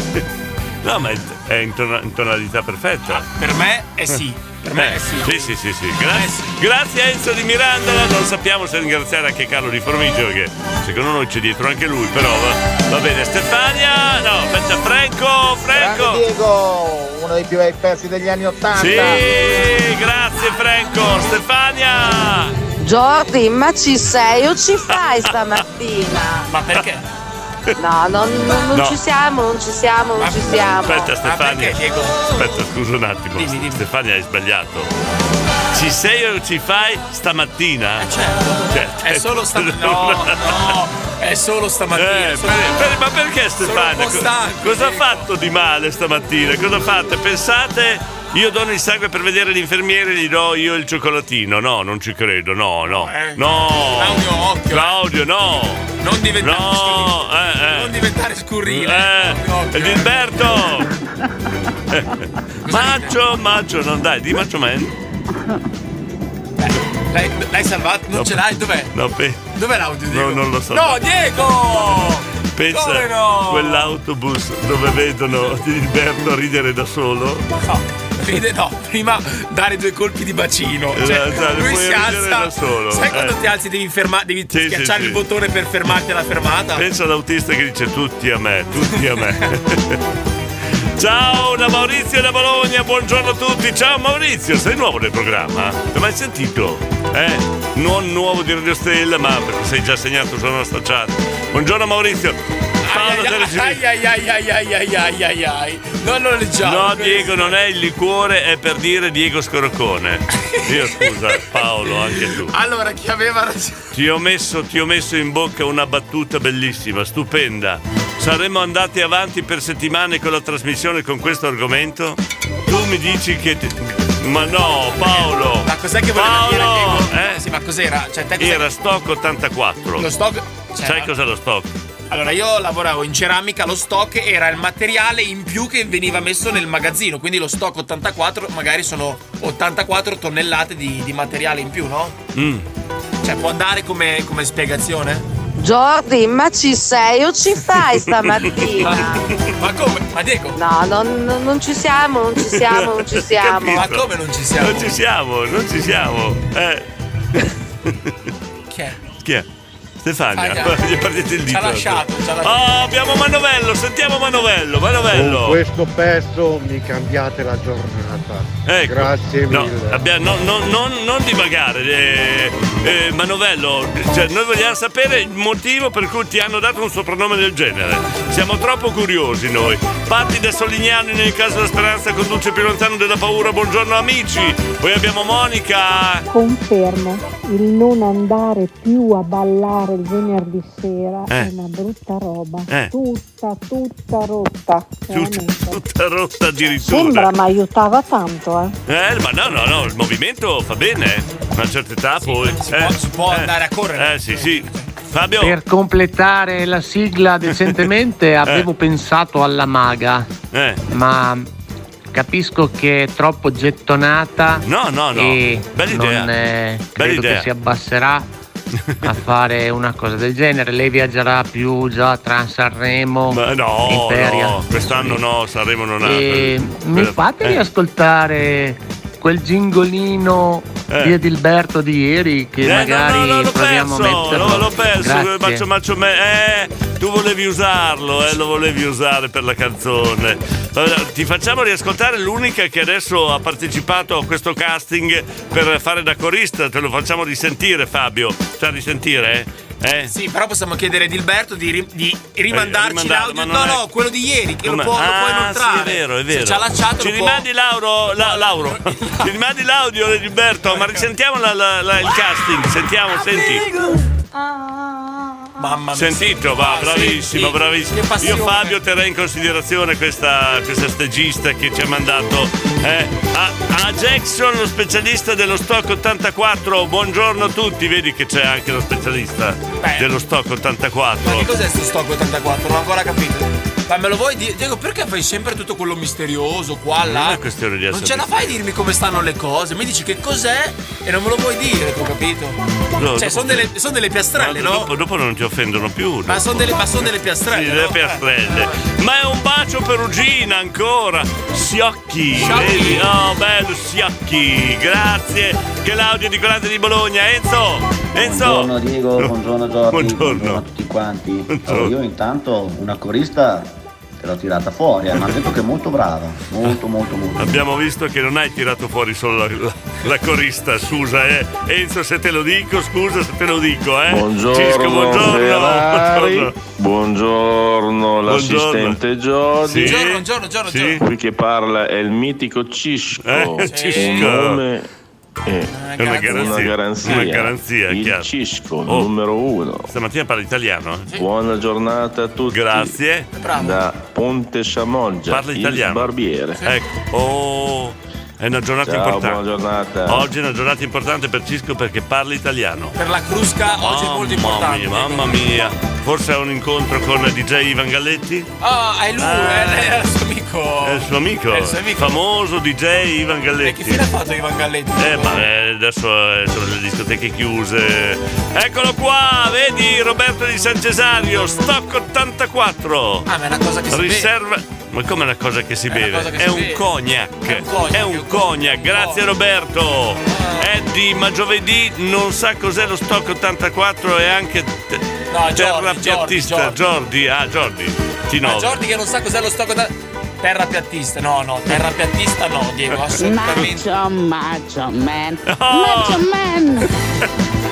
Speaker 2: <laughs> No, ma è, è in, tona- in tonalità perfetta.
Speaker 3: Ah,
Speaker 2: Eh,
Speaker 3: Per me è sì. Per me è sì. Eh,
Speaker 2: Sì, sì, sì, sì. Gra- grazie a Enzo di Mirandola. Non sappiamo se ringraziare anche Carlo di Formigio, che secondo noi c'è dietro anche lui, però va, va bene. Stefania, no, aspetta, Franco, Franco.
Speaker 4: Diego, uno dei più bei pezzi degli anni 80.
Speaker 2: Sì, grazie Franco. Stefania.
Speaker 20: Jordi, ma ci sei o ci fai stamattina?
Speaker 2: <laughs>
Speaker 3: Ma perché?
Speaker 20: No, non, non- non
Speaker 2: No.
Speaker 20: ci siamo, non ci siamo, non ci siamo.
Speaker 2: Aspetta Stefania. Aspetta, scusa un attimo. Stefania hai sbagliato. Ci sei o ci fai stamattina? certo.
Speaker 3: Eh, È solo stamattina. No, no, è solo stamattina.
Speaker 2: Eh, per- per- ma perché Stefania? Co- Cosa ha fatto di male stamattina? Cosa fate? Pensate, io dono il sangue per vedere l'infermiere e gli do io il cioccolatino. No, non ci credo, no, no.
Speaker 3: Eh.
Speaker 2: No! Claudio, occhio! Claudio, no! Non diventare no, eh, eh. Non diventare scurrile! Eh,
Speaker 3: <laughs>
Speaker 2: Gilberto! Maggio, Maggio, non dai, di Maggio Man.
Speaker 3: L'hai, l'hai salvato? Non
Speaker 2: No.
Speaker 3: ce l'hai? Dov'è?
Speaker 2: No, pe-
Speaker 3: Dov'è l'audio? Diego?
Speaker 2: No, non lo so.
Speaker 3: No, Diego!
Speaker 2: Pensa
Speaker 3: Come no?
Speaker 2: quell'autobus dove vedono Gilberto ridere da solo.
Speaker 3: Vede, no, prima dare due colpi di bacino. Cioè,
Speaker 2: Eh, cioè,
Speaker 3: lui
Speaker 2: puoi
Speaker 3: si
Speaker 2: ridere
Speaker 3: alza.
Speaker 2: da solo.
Speaker 3: Sai quando
Speaker 2: Eh.
Speaker 3: ti alzi devi, ferma- devi
Speaker 2: Sì,
Speaker 3: schiacciare
Speaker 2: sì,
Speaker 3: il
Speaker 2: sì.
Speaker 3: bottone per fermarti alla fermata?
Speaker 2: Pensa all'autista che dice tutti a me, tutti a me.
Speaker 3: <laughs>
Speaker 2: Ciao da Maurizio da Bologna, buongiorno a tutti. Ciao Maurizio, sei nuovo nel programma? Non l'hai mai sentito? Eh? Non nuovo di Radio Stella, ma perché sei già segnato sulla nostra chat. Buongiorno Maurizio. Paolo Teresini.
Speaker 3: Ai ai ai ai ai ai ai ai ai. Non lo leggiamo.
Speaker 2: No, Diego, non è il liquore, è per dire Diego Scorocone. Io scusa, Paolo, anche tu.
Speaker 3: Allora, chi aveva ragione?
Speaker 2: Ti ho, messo, ti ho messo in bocca una battuta bellissima, stupenda. Saremmo andati avanti per settimane con la trasmissione con questo argomento? Tu mi dici che. ti- Ma no, Paolo!
Speaker 3: Ma cos'è che voleva
Speaker 2: Paolo!
Speaker 3: dire Diego?
Speaker 2: Eh?
Speaker 3: Sì, ma cos'era? Cioè, te cos'è-
Speaker 2: Era stock 84.
Speaker 3: Lo stock. cioè,
Speaker 2: Sai cos'è lo stock?
Speaker 3: Allora, io lavoravo in ceramica, lo stock era il materiale in più che veniva messo nel magazzino, quindi lo stock 84 magari sono 84 tonnellate di, di materiale in più, no?
Speaker 2: Mm.
Speaker 3: Cioè, può andare come, come spiegazione?
Speaker 20: Jordi, ma ci sei o ci
Speaker 2: <laughs>
Speaker 20: fai stamattina?
Speaker 3: Ma come? Ma Diego?
Speaker 20: No, non, non- non ci siamo, non ci siamo, non ci siamo.
Speaker 2: Capito?
Speaker 3: non ci siamo?
Speaker 2: Non ci siamo, non ci siamo. Eh.
Speaker 3: Chi è?
Speaker 2: Chi è? Stefania, <laughs>
Speaker 3: Stefania.
Speaker 2: gli partite il
Speaker 3: Ci ha
Speaker 2: dito.
Speaker 3: lasciato, ci ha lasciato.
Speaker 2: Oh, abbiamo Manovello, sentiamo Manovello,
Speaker 15: Con
Speaker 2: Manovello.
Speaker 15: questo pezzo mi cambiate la giornata.
Speaker 2: Ecco.
Speaker 15: Grazie
Speaker 2: No,
Speaker 15: mille.
Speaker 2: abbia- no, no, non, non divagare, eh, eh, Manovello. Cioè, noi vogliamo sapere il motivo per cui ti hanno dato un soprannome del genere. Siamo troppo curiosi noi. Patti da Solignani nel caso la speranza conduce più lontano della paura. Buongiorno amici. Poi abbiamo Monica.
Speaker 9: Confermo, il non andare più a ballare il venerdì sera
Speaker 2: Eh.
Speaker 9: è una brutta roba,
Speaker 2: Eh.
Speaker 9: tutta, tutta rotta.
Speaker 2: Tutta, tutta rotta addirittura.
Speaker 9: Sembra, ma aiutava tanto, eh.
Speaker 2: Eh, ma no, no, no, il movimento fa bene. eh, Una certa età poi. Si può, andare a correre. Eh, sì, sì. Fabio.
Speaker 19: Per completare la sigla
Speaker 2: <laughs>
Speaker 19: decentemente avevo pensato alla maga,
Speaker 2: Eh.
Speaker 19: ma capisco che è troppo gettonata.
Speaker 2: No, no, no.
Speaker 19: E
Speaker 2: Bella idea.
Speaker 19: Non, eh,
Speaker 2: Bella
Speaker 19: credo
Speaker 2: idea.
Speaker 19: che si abbasserà
Speaker 2: <laughs>
Speaker 19: a fare una cosa del genere. Lei viaggerà più già tra Sanremo,
Speaker 2: Ma no,
Speaker 19: Imperia.
Speaker 2: Oh, no, eh. quest'anno no, Sanremo non ha.
Speaker 19: E
Speaker 2: quella-
Speaker 19: mi fate
Speaker 2: eh.
Speaker 19: riascoltare quel gingolino
Speaker 17: via Dilberto di ieri che
Speaker 2: Eh, no,
Speaker 17: magari
Speaker 2: no, no, l'ho
Speaker 17: proviamo a
Speaker 2: perso,
Speaker 17: metterlo.
Speaker 2: l'ho, l'ho perso,
Speaker 17: Grazie.
Speaker 2: Maccio Maccio Me- eh, tu volevi usarlo, eh, lo volevi usare per la canzone. Vabbè, Ti facciamo riascoltare l'unica che adesso ha partecipato a questo casting per fare da corista, te lo facciamo risentire Fabio, cioè risentire, eh? Eh?
Speaker 3: Sì, però possiamo chiedere a Dilberto di, ri- di rimandarci
Speaker 2: Eh, rimandarlo,
Speaker 3: l'audio.
Speaker 2: ma
Speaker 3: No,
Speaker 2: non è-
Speaker 3: no, quello di ieri che lo
Speaker 2: Come-
Speaker 3: può, lo può
Speaker 2: Ah,
Speaker 3: inoltrare.
Speaker 2: sì, è vero, è vero.
Speaker 3: Se c'ha la chat,
Speaker 2: Ci
Speaker 3: lo può-
Speaker 2: rimandi Lauro, la- Lauro. Ci rimandi l'audio Gilberto, ma risentiamo la- la- la- il casting, sentiamo, senti.
Speaker 3: Mamma mia.
Speaker 2: Sentito, va,
Speaker 3: Ah,
Speaker 2: bravissimo,
Speaker 3: sì, sì.
Speaker 2: bravissimo.
Speaker 3: Che passione.
Speaker 2: Io Fabio terrei in considerazione questa, questa stagista che ci ha mandato. eh, a, a Jackson, lo specialista dello stock 84. Buongiorno a tutti, vedi che c'è anche lo specialista dello stock 84.
Speaker 3: Che cos'è sto stock 84? Non ho ancora capito. Ma me lo vuoi dire? Diego, perché fai sempre tutto quello misterioso qua, là?
Speaker 2: Non è questione di
Speaker 3: Non
Speaker 2: essere
Speaker 3: ce la fai a dirmi come stanno le cose, mi dici che cos'è e non me lo vuoi dire, tu capito?
Speaker 2: No,
Speaker 3: cioè,
Speaker 2: dopo-
Speaker 3: sono delle, son delle piastrelle, no?
Speaker 2: Dopo, dopo non ti offendono più.
Speaker 3: Ma
Speaker 2: dopo.
Speaker 3: sono delle, ma son delle
Speaker 2: Sì,
Speaker 3: piastrelle.
Speaker 2: delle
Speaker 3: no?
Speaker 2: piastrelle. Ma è un bacio perugina ancora. Siocchi. Vedi? Oh, bello Siocchi. Grazie. Che l'audio di Colante di Bologna. Enzo. Enzo.
Speaker 15: Buongiorno Diego, buongiorno Giorgi, buongiorno, a tutti quanti. Oh, io intanto una corista te l'ho tirata fuori, eh, mi hanno detto che è molto brava, molto molto molto.
Speaker 2: Abbiamo visto che non hai tirato fuori solo la, la- la corista, scusa, eh. Enzo se te lo dico, scusa se te lo dico, eh. Cisco, buongiorno.
Speaker 21: Ferrari.
Speaker 2: buongiorno.
Speaker 21: Buongiorno, l'assistente Giordi.
Speaker 2: Buongiorno,
Speaker 3: buongiorno,
Speaker 21: Giordi. Qui che parla è il mitico Cisco.
Speaker 2: Eh, Cisco.
Speaker 21: Il nome è
Speaker 2: È una garanzia.
Speaker 21: Una garanzia.
Speaker 2: Una garanzia,
Speaker 21: il
Speaker 2: chiaro.
Speaker 21: Cisco,
Speaker 2: Oh.
Speaker 21: numero uno.
Speaker 2: Stamattina parla italiano. eh?
Speaker 21: Buona giornata a tutti.
Speaker 2: Grazie.
Speaker 21: Da Ponte Samoggia.
Speaker 2: Parla italiano.
Speaker 21: Il barbiere.
Speaker 2: Ecco. Oh, è una giornata
Speaker 21: Ciao,
Speaker 2: importante.
Speaker 21: buona giornata.
Speaker 2: Oggi è una giornata importante per Cisco perché parla italiano.
Speaker 3: Per la crusca oggi è molto importante.
Speaker 2: Mia, mamma mia. Forse ha un incontro con DJ Ivan Galletti?
Speaker 3: Ah, è lui, eh, è il suo amico.
Speaker 2: È il suo amico.
Speaker 3: È il suo amico.
Speaker 2: Famoso DJ Ivan Galletti.
Speaker 3: Che fine ha fatto Ivan Galletti?
Speaker 2: Eh, ma eh, adesso eh, sono le discoteche chiuse. Eccolo qua, vedi Roberto di San Cesario, stock 84.
Speaker 3: Ah, ma è una cosa che si beve.
Speaker 2: Riserva... Ma come è una cosa che si beve?
Speaker 3: cosa che
Speaker 2: è,
Speaker 3: si
Speaker 2: un
Speaker 3: beve.
Speaker 2: Cognac. è un cognac. grazie Roberto.
Speaker 3: Ah.
Speaker 2: Eddie, ma giovedì non sa cos'è lo stock 84 e anche te-
Speaker 3: No, Giordi,
Speaker 2: terrapiattista. Giordi, ah, Giordi. T9.
Speaker 3: Ma Giordi che non sa cos'è lo stock da... Terrapiattista, no, no, terrapiattista no, Diego, assolutamente.
Speaker 22: Macho, macho man. Macho
Speaker 2: Oh.
Speaker 22: man.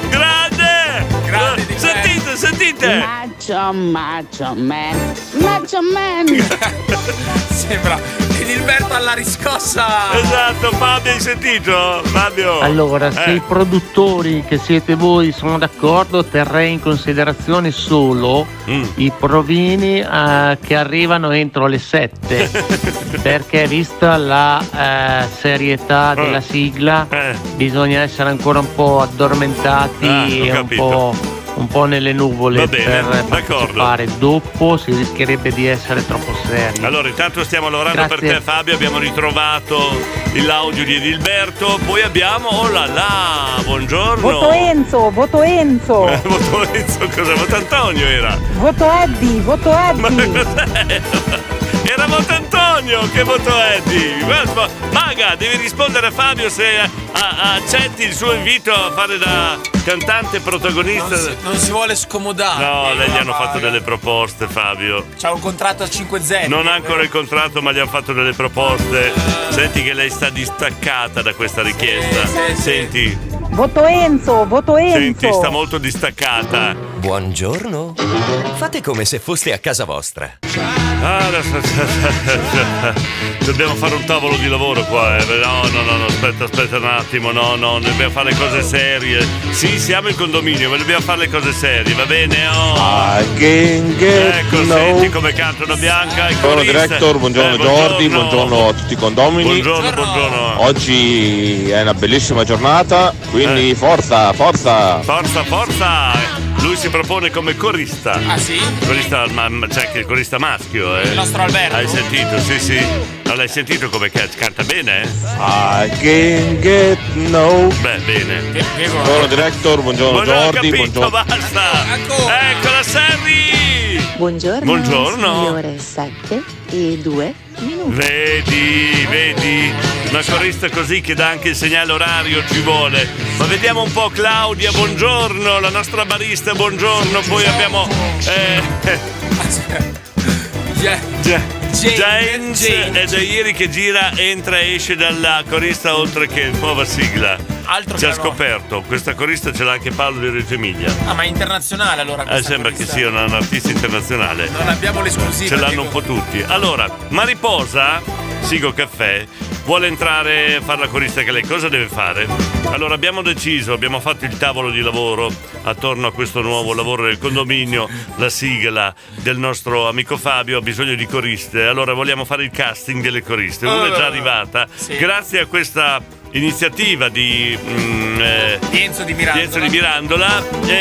Speaker 2: Grande!
Speaker 22: Grande di
Speaker 2: Sentite, sentite!
Speaker 22: Macho, macho man. Macho man.
Speaker 2: Eh.
Speaker 3: Sembra Edilberto alla riscossa.
Speaker 2: Esatto, Fabio, hai sentito? Fabio.
Speaker 17: Allora, se
Speaker 2: Eh.
Speaker 17: i produttori che siete voi sono d'accordo, terrei in considerazione solo
Speaker 2: Mm.
Speaker 17: i provini eh, che arrivano entro le
Speaker 2: <laughs>
Speaker 17: 7, perché vista la eh, serietà della sigla bisogna essere ancora un po' addormentati
Speaker 2: Eh. Ah, ho
Speaker 17: e un
Speaker 2: capito.
Speaker 17: po', un po' nelle nuvole
Speaker 2: Va bene,
Speaker 17: per partecipare. Dopo si rischierebbe di essere troppo seri.
Speaker 2: Allora, intanto stiamo lavorando
Speaker 17: Grazie.
Speaker 2: per te, Fabio. Abbiamo ritrovato l'audio di Edilberto. Poi abbiamo. Oh là là! Buongiorno!
Speaker 11: Voto Enzo, voto
Speaker 2: <laughs>
Speaker 11: Enzo,
Speaker 2: Eh, voto Enzo, cosa? Voto Antonio era! <laughs>
Speaker 11: voto Eddie, voto Eddie.
Speaker 2: Era voto Antonio! Che voto è di? Guarda, Maga, devi rispondere a Fabio se a- a- accetti il suo invito a fare da cantante protagonista.
Speaker 3: Non si, non si vuole scomodare.
Speaker 2: No,
Speaker 3: Diego,
Speaker 2: lei gli hanno
Speaker 3: ma-
Speaker 2: fatto delle proposte, Fabio.
Speaker 3: C'ha un contratto a 5-0.
Speaker 2: Non ha ancora il contratto, ma gli hanno fatto delle proposte. Senti che lei sta distaccata da questa richiesta. Senti,
Speaker 11: Voto Enzo, voto
Speaker 2: senti, sta
Speaker 11: Enzo.
Speaker 2: molto distaccata.
Speaker 19: Buongiorno. Fate come se foste a casa vostra.
Speaker 2: Ah, no, no, no, no. Dobbiamo fare un tavolo di lavoro qua. eh. No, no, no, no, aspetta, aspetta un attimo. No, no, dobbiamo fare le cose serie. Sì, siamo in condominio, ma dobbiamo fare le cose serie, va bene? Oh.
Speaker 1: Ah,
Speaker 2: ecco, senti come cantano Bianca e Eh,
Speaker 1: Buongiorno director, buongiorno Jordi, buongiorno a tutti i condomini.
Speaker 2: Buongiorno, buongiorno.
Speaker 1: Oggi è una bellissima giornata, quindi
Speaker 2: Eh.
Speaker 1: forza, forza.
Speaker 2: Forza, forza! Lui si propone come corista.
Speaker 3: Ah sì?
Speaker 2: Corista, ma, ma c'è anche il corista maschio, eh.
Speaker 3: Il nostro Alberto.
Speaker 2: Hai sentito, sì, sì. Non l'hai sentito come ca- canta bene? eh?
Speaker 3: Ah.
Speaker 1: I can get no.
Speaker 2: Beh, bene.
Speaker 1: Buongiorno director, buongiorno
Speaker 2: Buongiorno,
Speaker 1: Jordi,
Speaker 2: capito,
Speaker 1: buongiorno.
Speaker 2: basta! Ecco la Serri!
Speaker 23: Buongiorno.
Speaker 2: Buongiorno.
Speaker 23: Sono le ore 7 e 2 minuti.
Speaker 2: Vedi, vedi, Una corista così che dà anche il segnale orario ci vuole. Ma vediamo un po' Claudia, buongiorno, la nostra barista, buongiorno. Poi abbiamo... Eh, <laughs>
Speaker 3: Già,
Speaker 2: James è da ieri che gira, entra e esce dalla corista oltre che nuova sigla.
Speaker 3: Altro
Speaker 2: Ci ha
Speaker 3: che no.
Speaker 2: scoperto, questa corista ce l'ha anche Paolo di Reggio Emilia.
Speaker 3: Ah, ma è internazionale allora
Speaker 2: Eh,
Speaker 3: questa
Speaker 2: sembra che sia un, un artista internazionale.
Speaker 3: Non abbiamo l'esclusiva.
Speaker 2: Ce l'hanno un
Speaker 3: dico.
Speaker 2: po' tutti. Allora, Mariposa, Sigo Caffè, vuole entrare a fare la corista che lei cosa deve fare? Allora abbiamo deciso, abbiamo fatto il tavolo di lavoro attorno a questo nuovo lavoro del condominio, la sigla del nostro amico Fabio ha bisogno di coriste, allora vogliamo fare il casting delle coriste, una è già arrivata, grazie a questa iniziativa di... mm, eh,
Speaker 3: Enzo di Miranda.
Speaker 2: Pienso di Mirandola e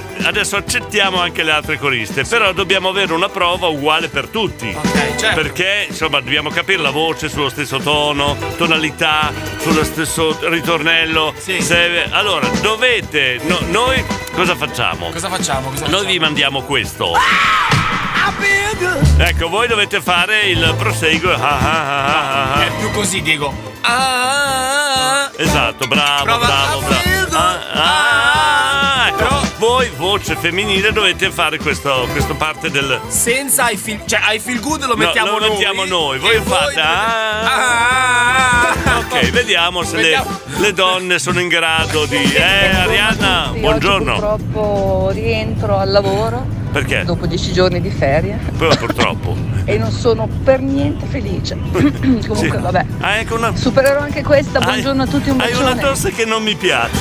Speaker 2: eh, adesso accettiamo anche le altre coriste, però dobbiamo avere una prova uguale per tutti.
Speaker 3: certo.
Speaker 2: Perché insomma dobbiamo capire la voce sullo stesso tono, tonalità, sullo stesso ritornello. Se- Allora, dovete no- noi cosa facciamo?
Speaker 3: Cosa facciamo? Ah! Cosa
Speaker 2: Noi vi mandiamo questo. Ecco, voi dovete fare il proseguo. Ah, ah, ah, ah, ah.
Speaker 3: È più così, Diego. Ah,
Speaker 2: Esatto, bravo,
Speaker 3: Prova-
Speaker 2: bravo, bravo. Ah, ah, ecco. Voi, voce femminile, dovete fare questo, questa parte del.
Speaker 3: senza I feel, cioè, I feel good lo
Speaker 2: No,
Speaker 3: mettiamo
Speaker 2: lo mettiamo noi. Voi
Speaker 3: E voi
Speaker 2: fate. ah. ok, vediamo se le- Le, donne sono in grado di. Eh, Arianna,
Speaker 11: Sì, Oggi
Speaker 2: buongiorno.
Speaker 11: purtroppo rientro al lavoro
Speaker 2: Perché?
Speaker 11: dopo dieci giorni di ferie
Speaker 2: Pur- Purtroppo.
Speaker 11: e non sono per niente felice. <clears throat> Comunque,
Speaker 2: Sì.
Speaker 11: vabbè.
Speaker 2: Ah, ecco una...
Speaker 11: Supererò anche questa. Buongiorno a tutti, un
Speaker 2: Hai
Speaker 11: bacione.
Speaker 2: una tosse che non mi piace. Io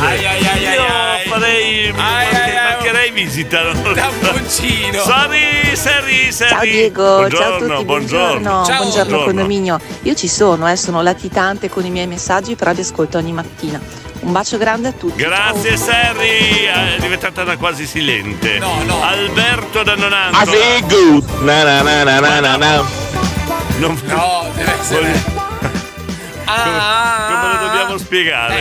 Speaker 2: farei. manche- mancherei visita. <laughs>
Speaker 3: Tamponcino.
Speaker 2: Sari, Sari, Sari.
Speaker 24: Ciao Diego, ciao a tutti, buongiorno,
Speaker 2: buongiorno.
Speaker 24: buongiorno, condominio. Io ci sono, eh, sono latitante con i miei messaggi, però vi ascolto ogni mattina. Un bacio grande a tutti.
Speaker 2: Grazie Serri, è diventata una quasi silente. No, no. Alberto da Nonantola.
Speaker 3: Ah,
Speaker 1: I feel good. Na na na na na na na.
Speaker 2: Non...
Speaker 3: No, deve essere.
Speaker 2: Come, come lo dobbiamo spiegare? Ah.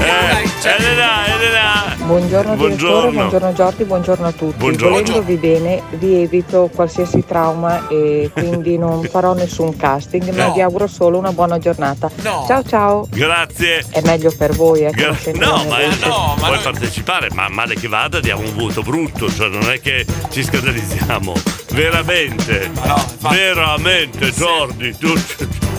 Speaker 2: Eh, Elena, Elena.
Speaker 11: Buongiorno,
Speaker 2: Eh, Buongiorno.
Speaker 11: direttore, buongiorno Giordi, buongiorno a tutti.
Speaker 2: Buongiorno.
Speaker 11: Volendovi bene vi evito qualsiasi trauma e
Speaker 2: <laughs>
Speaker 11: quindi non farò nessun casting, ma
Speaker 2: No.
Speaker 11: vi auguro solo una buona giornata. Ciao ciao!
Speaker 2: Grazie.
Speaker 11: È meglio per voi, eh, che non
Speaker 2: Gra-
Speaker 11: sentire la
Speaker 2: no,
Speaker 11: mia
Speaker 2: ma
Speaker 11: voce.
Speaker 2: no, puoi partecipare, ma male che vada diamo un voto brutto, cioè non è che ci scandalizziamo. Veramente. veramente, Giordi, tu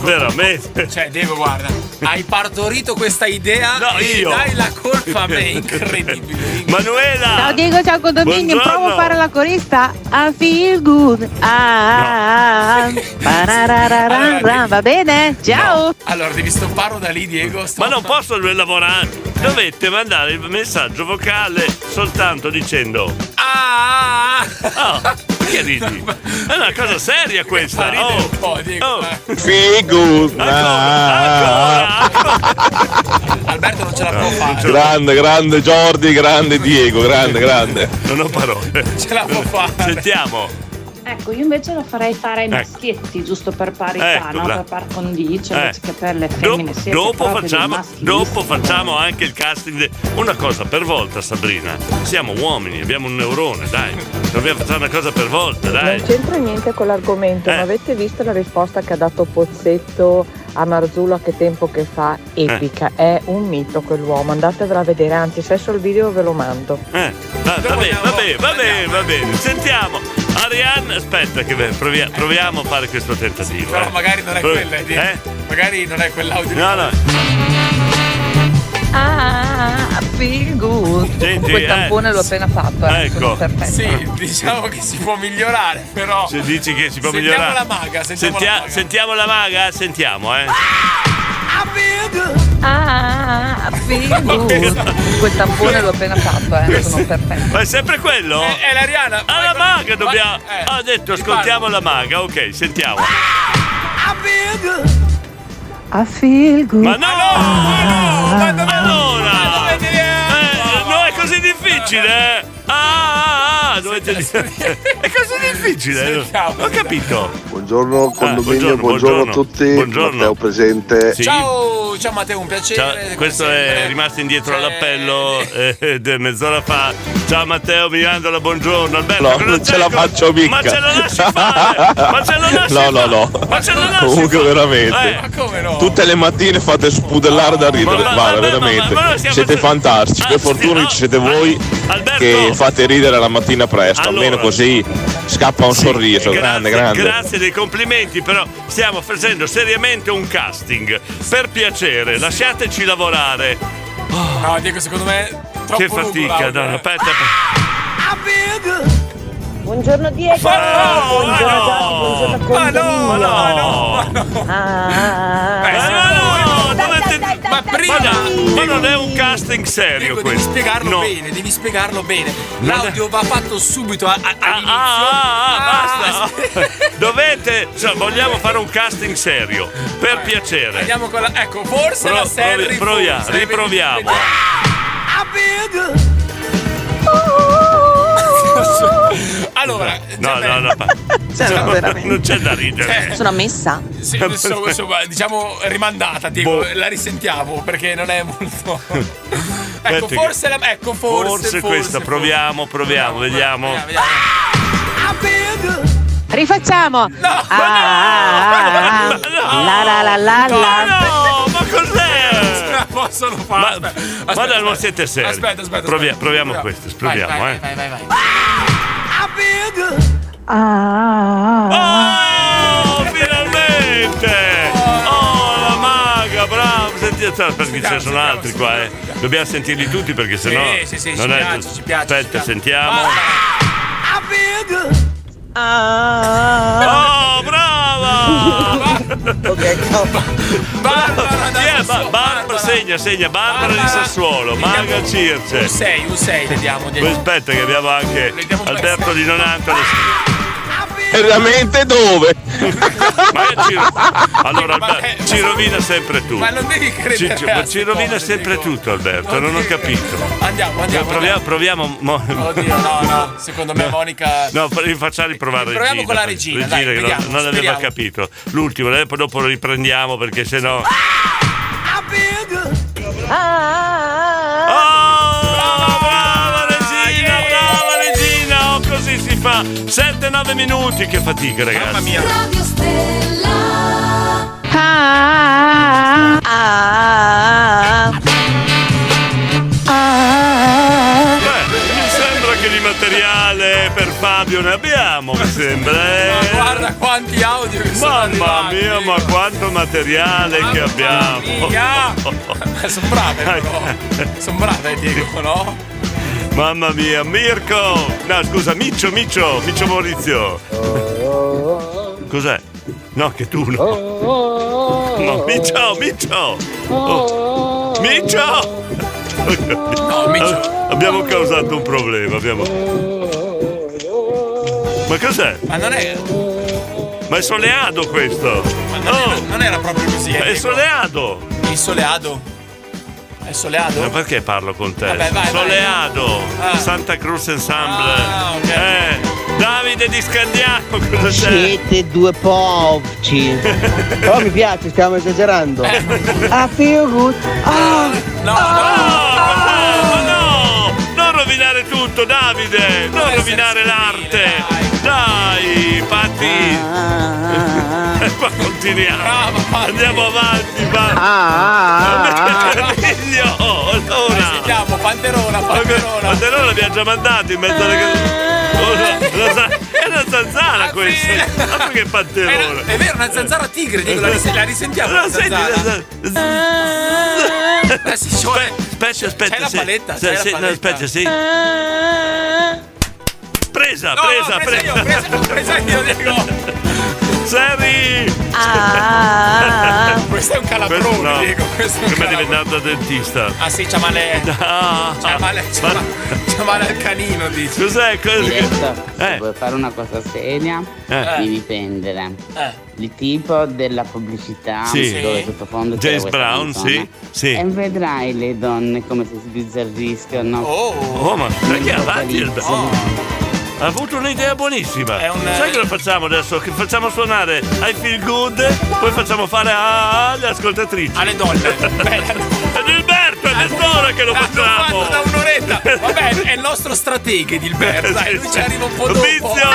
Speaker 2: veramente.
Speaker 3: Cioè, Devo, guarda, hai partorito questa idea
Speaker 2: No,
Speaker 3: e
Speaker 2: io.
Speaker 3: dai la colpa a me, incredibile.
Speaker 2: Manuela!
Speaker 24: Ciao Diego, ciao condominio,
Speaker 3: Buongiorno.
Speaker 24: provo a fare la corista. I feel good.
Speaker 2: <laughs>
Speaker 24: Ah, ah, ah. Pararararara.
Speaker 2: Ah,
Speaker 24: Va bene, ciao.
Speaker 3: Allora, devi stopparlo da lì, Diego.
Speaker 2: Ma non posso lavorare. Dovete mandare il messaggio vocale soltanto dicendo
Speaker 3: Ah!
Speaker 2: che ridi? È una cosa seria questa. Oh. Oh.
Speaker 3: eh,
Speaker 1: Feel good. Na, na, na. Grande, grande Jordi, grande Diego, grande, grande.
Speaker 2: Non ho parole.
Speaker 3: Ce la può fare.
Speaker 2: Sentiamo.
Speaker 25: Ecco, io invece lo farei fare ai
Speaker 2: Ecco.
Speaker 25: maschietti, giusto per parità,
Speaker 2: Ecco,
Speaker 25: no?
Speaker 2: bra-
Speaker 25: Per par condicio,
Speaker 2: Eh.
Speaker 25: invece che per le femmine siete
Speaker 2: dopo,
Speaker 25: proprio dei
Speaker 2: facciamo,
Speaker 25: maschi.
Speaker 2: dopo facciamo anche il casting. de- Una cosa per volta, Sabrina. Siamo uomini, abbiamo un neurone, dai. Dobbiamo fare una cosa per volta, dai.
Speaker 11: Non c'entra niente con l'argomento,
Speaker 2: Eh.
Speaker 11: ma avete visto la risposta che ha dato Pozzetto a Marzullo a che tempo che fa?
Speaker 2: Eh.
Speaker 11: Epica, è un mito quell'uomo, andatevela a vedere, anzi se è sul video ve lo mando.
Speaker 2: Eh, va, va bene, va bene, va bene, va bene. Sentiamo. Ariane, aspetta che ve- provia- proviamo a fare questo tentativo.
Speaker 3: Però
Speaker 2: eh.
Speaker 3: magari non è
Speaker 2: Provi-
Speaker 3: quella idea.
Speaker 2: Eh?
Speaker 3: Magari non è quell'audio.
Speaker 2: No, no.
Speaker 11: Ah, feel good.
Speaker 2: Senti,
Speaker 11: Comunque
Speaker 2: eh.
Speaker 11: il tampone l'ho appena fatto. eh,
Speaker 2: Ecco.
Speaker 11: sono perfetta.
Speaker 3: Sì, diciamo che si può migliorare, però.
Speaker 2: Se dici che si può
Speaker 3: Sentiamo
Speaker 2: migliorare.
Speaker 3: la maga, sentiamo
Speaker 2: Sentia-
Speaker 3: la maga.
Speaker 2: sentiamo la maga, sentiamo, eh.
Speaker 11: Ah,
Speaker 2: <laughs>
Speaker 11: feel good. Comunque il tampone l'ho appena fatto, eh, sono perfetta.
Speaker 2: Ma è sempre quello?
Speaker 3: Eh,
Speaker 11: È- è l'Ariana.
Speaker 2: Ah, la maga dobbiamo.
Speaker 11: Vai, eh,
Speaker 2: ha detto, ascoltiamo la maga, ok, sentiamo.
Speaker 24: I feel good.
Speaker 2: Ma no, no,
Speaker 3: Ah,
Speaker 2: no, allora. Eh, no, è così difficile, eh. Ah, ah, ah, dovete dire. È così difficile. Ho capito.
Speaker 26: Buongiorno condominio,
Speaker 2: Ah, buongiorno,
Speaker 26: buongiorno,
Speaker 2: buongiorno.
Speaker 26: a tutti,
Speaker 2: Buongiorno.
Speaker 26: Matteo presente.
Speaker 3: Oh, Ciao, ciao Matteo, un piacere. Cioè,
Speaker 2: Ciao, questo è rimasto indietro all'appello eh, de- eh, mezz'ora fa Ciao Matteo Mirandola, buongiorno. Alberto,
Speaker 1: No,
Speaker 2: cosa
Speaker 1: non
Speaker 2: c'è
Speaker 1: ce la
Speaker 2: con-
Speaker 1: faccio mica.
Speaker 2: Ma ce la lasci fare! Ma ce
Speaker 1: <laughs>
Speaker 2: la lasci
Speaker 1: No, no, no.
Speaker 2: Ma ce la lasci
Speaker 1: Comunque,
Speaker 2: fare?
Speaker 1: veramente.
Speaker 2: Eh, ma come no?
Speaker 1: Tutte le mattine fate spudellare da ridere.
Speaker 2: ma-
Speaker 1: Guarda, veramente. siete fantastici.
Speaker 2: Ah,
Speaker 1: Che fortuna ci siete voi che fate ridere la mattina presto. Almeno così scappa un sorriso. grande, grande.
Speaker 2: Grazie dei complimenti, però stiamo facendo seriamente un casting. Per piacere, lasciateci lavorare.
Speaker 3: No, Diego, secondo me è troppo
Speaker 2: che
Speaker 3: lungo
Speaker 2: fatica,
Speaker 3: l'audio,
Speaker 2: no,
Speaker 3: eh.
Speaker 2: aspetta. aspetta.
Speaker 4: Buongiorno Diego, buongiorno Giorgio, buongiorno Condomino. Ma no, ma no,
Speaker 3: Ma prima
Speaker 2: Ma non è un casting serio
Speaker 3: Diego, devi
Speaker 2: questo.
Speaker 3: spiegarlo
Speaker 2: No.
Speaker 3: bene, devi spiegarlo bene.
Speaker 2: Non è- Ah,
Speaker 3: L'audio va fatto subito a- a- all'inizio. Ah,
Speaker 2: <laughs> Dovete, cioè, vogliamo fare un casting serio, per piacere.
Speaker 3: Andiamo con la. Ecco, forse
Speaker 2: Pro-
Speaker 3: la Serri
Speaker 2: provi- provia-
Speaker 3: forse,
Speaker 2: riproviamo.
Speaker 3: vedi- Ah, vedi- allora,
Speaker 2: No, no, no, pa-
Speaker 3: Cioè,
Speaker 2: no,
Speaker 3: no, veramente.
Speaker 2: non c'è da ridere. Cioè,
Speaker 3: eh,
Speaker 27: Sono ammessa?
Speaker 3: sì,
Speaker 2: <laughs>
Speaker 3: insomma, insomma, diciamo rimandata, Diego,
Speaker 2: Boh.
Speaker 3: la risentiamo perché non è molto.
Speaker 2: <laughs>
Speaker 3: ecco,
Speaker 2: che-
Speaker 3: forse, la, ecco, forse, forse,
Speaker 2: questa, proviamo, proviamo, vediamo.
Speaker 11: Rifacciamo. Ah, ah, ah, la la la la la.
Speaker 2: No, ma cos'è?
Speaker 3: Non possono fare. Ma,
Speaker 2: ma dai, non siete seri.
Speaker 3: Aspetta, aspetta.
Speaker 2: Provia-
Speaker 3: aspetta.
Speaker 2: proviamo questo, esplodiamo,
Speaker 3: vai, vai,
Speaker 2: eh.
Speaker 3: Vai, vai, vai. Ah,
Speaker 11: Ah.
Speaker 2: Oh, finalmente! Oh, la maga, bravo! Senti, aspetta, perché ce ne sono altri qua, eh. Dobbiamo sentirli tutti perché sennò.
Speaker 3: sì, sì,
Speaker 2: non
Speaker 3: ci
Speaker 2: è
Speaker 3: piace,
Speaker 2: giusto.
Speaker 3: ci piace,
Speaker 2: Aspetta,
Speaker 3: ci piace.
Speaker 2: sentiamo.
Speaker 3: Ah.
Speaker 2: Oh, brava! Barbara, yeah, ba- Barbara, segna, segna, Barbara di Sassuolo, Maga Circe.
Speaker 3: Un 6, un 6 le diamo,
Speaker 2: Poi
Speaker 3: Diego.
Speaker 2: Aspetta che abbiamo anche Alberto di Nonantola.
Speaker 1: Veramente dove?
Speaker 2: <laughs> Ma ci, allora, Alberto, ci rovina sempre tutto.
Speaker 3: eh, ma non devi credere
Speaker 2: Ci, ci-
Speaker 3: a
Speaker 2: ma
Speaker 3: ste
Speaker 2: ci rovina
Speaker 3: cose,
Speaker 2: sempre tutto, Alberto. Non ho capito.
Speaker 3: Andiamo, andiamo.
Speaker 2: Proviamo, proviamo. mo-
Speaker 3: Oddio, no, no, secondo me Monica.
Speaker 2: No, per- facciali provare
Speaker 3: Proviamo
Speaker 2: Regina,
Speaker 3: con la Regina,
Speaker 2: Regina
Speaker 3: dai,
Speaker 2: che non-
Speaker 3: vediamo,
Speaker 2: non, aveva
Speaker 3: speriamo.
Speaker 2: capito. L'ultimo, eh, poi dopo lo riprendiamo perché sennò. Ah. Regina, brava Regina, oh, così si fa. 7-9 minuti, che fatica, ragazzi. Mamma mia.
Speaker 11: Ah, ah, ah, ah.
Speaker 2: mi sembra che di materiale per Fabio ne abbiamo, mi sembra. eh.
Speaker 3: <laughs> Ma guarda quanti audio che sono
Speaker 2: Mamma
Speaker 3: arrivati. eh.
Speaker 2: mia, ma quanto materiale che abbiamo!
Speaker 3: mia. Sono brave, però. Sono brave, Diego, no?
Speaker 2: Mamma mia, Mirko! No, scusa, Miccio, Miccio, Miccio Maurizio! Cos'è? No, che tu no! No,
Speaker 3: Oh.
Speaker 2: Miccio, Miccio! Oh. Miccio!
Speaker 3: Oh,
Speaker 2: No, Miccio! Abbiamo causato un problema, abbiamo... Ma cos'è?
Speaker 3: Ma non è.
Speaker 2: Ma è soleado questo!
Speaker 3: Non, era, non era proprio così. eh,
Speaker 2: È
Speaker 3: Diego.
Speaker 2: soleado!
Speaker 3: Il soleado. È soleado?
Speaker 2: Ma perché parlo con te?
Speaker 3: Vabbè, vai, Ah. vai.
Speaker 2: Soleado, Santa Cruz Ensemble.
Speaker 3: Ah,
Speaker 2: Eh, Davide di Scandiano, cosa c'è?
Speaker 7: Siete due povci. Però mi piace, stiamo esagerando.
Speaker 2: Eh.
Speaker 7: I feel good. Ah,
Speaker 3: No,
Speaker 2: no, no, no! Non rovinare tutto, Davide! Non rovinare l'arte! Dai, Patti! <laughs> Ma continuiamo! Andiamo avanti, va!
Speaker 3: ah, ah, ah.
Speaker 2: Meraviglio! Allora!
Speaker 3: Sentiamo, Panterona, Panterona.
Speaker 2: Ma te noi l'abbiamo già mandato in mezzo alle cose.
Speaker 3: Eh.
Speaker 2: Oh, la- la za- È una zanzara questa! Altro che panterone!
Speaker 3: Ah, È vero, una zanzara tigre, Diego, la, ris- la risentiamo.
Speaker 2: La
Speaker 3: la
Speaker 2: senti,
Speaker 3: zanzara.
Speaker 2: la zanzara?
Speaker 3: Eh, sì, cioè,
Speaker 2: Aspetta, aspetta,
Speaker 3: C'è la
Speaker 2: sì.
Speaker 3: paletta,
Speaker 2: Sì,
Speaker 3: c'è la
Speaker 2: sì, no,
Speaker 3: paletta.
Speaker 2: aspetta, sì. Presa,
Speaker 3: No,
Speaker 2: presa,
Speaker 3: no, presa
Speaker 2: presa.
Speaker 3: io, presa, l'ho presa io, Diego.
Speaker 2: Seri!
Speaker 3: Ah. Questo è un calabrone, Diego, questo è un
Speaker 2: Come è diventato da dentista?
Speaker 3: Ah sì, c'ha male.
Speaker 2: No.
Speaker 3: C'ha male, c'ha male, c'ha male al canino, dici.
Speaker 2: Cos'è?
Speaker 22: se vuoi fare una cosa seria,
Speaker 3: Eh.
Speaker 22: devi prendere
Speaker 3: Eh.
Speaker 22: il tipo della pubblicità
Speaker 2: Sì.
Speaker 22: dove sottofondo c'è
Speaker 2: James
Speaker 22: questa
Speaker 2: Brown,
Speaker 22: canzone,
Speaker 2: sì, sì.
Speaker 22: E vedrai le donne come si sbizzarriscono.
Speaker 2: Oh, ma perché avanti il
Speaker 22: Sì.
Speaker 2: Ha avuto un'idea buonissima. Sai
Speaker 3: eh,
Speaker 2: che lo facciamo adesso? Che facciamo suonare I feel <laughs> good, poi facciamo fare a- alle ascoltatrici. Alle donne. Ed Alberto, è mezz'ora che lo facciamo!
Speaker 3: Ah, da un'oretta! Vabbè, è il nostro stratega
Speaker 2: <laughs>
Speaker 3: Dilberto, dai, lui ci arriva un po' dopo.
Speaker 2: Vizio!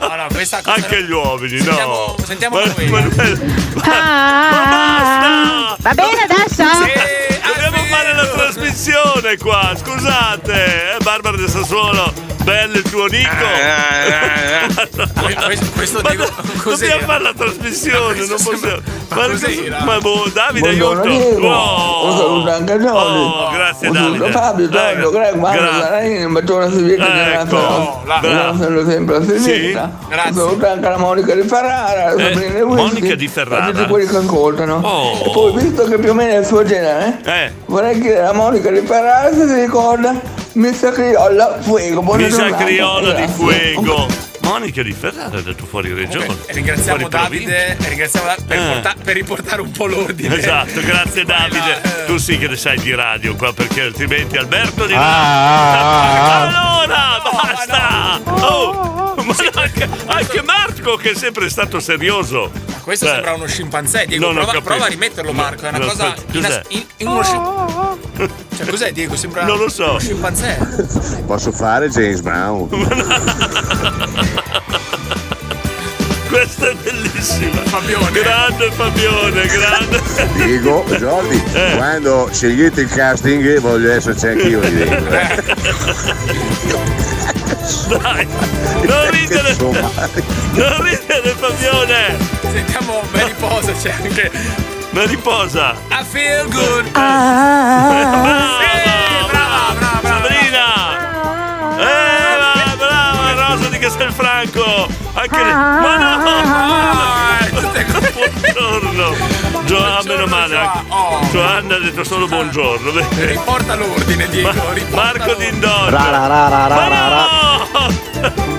Speaker 3: No, no, questa cosa
Speaker 2: Anche gli uomini, no!
Speaker 3: Sentiamo
Speaker 2: Ma-
Speaker 3: come
Speaker 2: ma-
Speaker 28: Ah, va bene adesso?
Speaker 2: Dobbiamo fare la trasmissione qua, scusate! Eh, Barbara del Sassuolo, bello il tuo Nico!
Speaker 3: <laughs> questo, eh.
Speaker 2: ma do- dobbiamo fare la trasmissione, non possiamo. Ma, cos- ma boh, Davide,
Speaker 7: Buongiorno,
Speaker 2: aiuto!
Speaker 7: Diego.
Speaker 2: Oh,
Speaker 7: Buongiorno, Angagnoli.
Speaker 2: Oh, grazie Davide.
Speaker 7: Buongiorno, Fabio, Giorgio, Greg, Mario,
Speaker 2: Gra-
Speaker 7: Zaranini, un bacione a Silvia che è
Speaker 2: Ecco, la-
Speaker 7: sono sempre a sinistra. Un saluto anche alla Monica di Ferrara,
Speaker 2: Eh,
Speaker 7: Sabrina Winski,
Speaker 2: Monica di Ferrara.
Speaker 7: a tutti quelli che ascoltano.
Speaker 2: Oh.
Speaker 7: E poi, visto che più o meno è il suo genere,
Speaker 2: Eh.
Speaker 7: vorrei chiedere a Monica di Ferrara se si ricorda Missa Criolla Fuego. Buona
Speaker 2: Misa
Speaker 7: giornata.
Speaker 2: Criola di
Speaker 7: Grazie.
Speaker 2: Fuego. Monica di Ferrara ha detto fuori regione.
Speaker 3: Ringraziamo
Speaker 2: Fuori provincia.
Speaker 3: Davide, ringraziamo Davide per,
Speaker 2: Eh.
Speaker 3: porta- per riportare un po' l'ordine.
Speaker 2: Esatto, grazie Davide. Tu sì che ne sai di radio qua perché altrimenti Alberto di ah, Allora, basta! Oh, ma anche, anche Marco che è sempre stato serioso.
Speaker 3: Questo
Speaker 2: Beh,
Speaker 3: sembra uno scimpanzé, Diego.
Speaker 2: non ho
Speaker 3: Prova,
Speaker 2: capito.
Speaker 3: prova a rimetterlo, Marco. È una
Speaker 2: No,
Speaker 3: cosa.
Speaker 2: aspetta,
Speaker 3: inas-
Speaker 2: cos'è?
Speaker 3: in, in uno scim-
Speaker 2: <laughs>
Speaker 3: Cioè, cos'è, Diego? Sembra.
Speaker 2: Non lo so.
Speaker 3: Uno scimpanzé.
Speaker 15: Posso fare James Brown?
Speaker 2: <laughs> Questa è bellissima. Fabione. Grande Fabione, grande.
Speaker 15: Diego, Jordi,
Speaker 2: Eh.
Speaker 15: quando scegliete il casting voglio esserci anch'io lì
Speaker 2: <laughs>
Speaker 15: dentro. eh.
Speaker 2: Dai, non ridere. <laughs> Non ridere Fabione.
Speaker 3: Sentiamo, ma riposa c'è anche.
Speaker 2: Ma riposa.
Speaker 3: I feel good.
Speaker 2: Sabrina! Eh, la brava Rosa di Castelfranco! Anche lei- Ma no! Buongiorno! Gio- ah, meno male, anche- Giovanna ha detto solo buongiorno.
Speaker 3: Riporta l'ordine, Diego.
Speaker 2: Marco Dindoro.
Speaker 15: Ra, ra, ra, ra, ra, ra, ra.
Speaker 2: Ma no!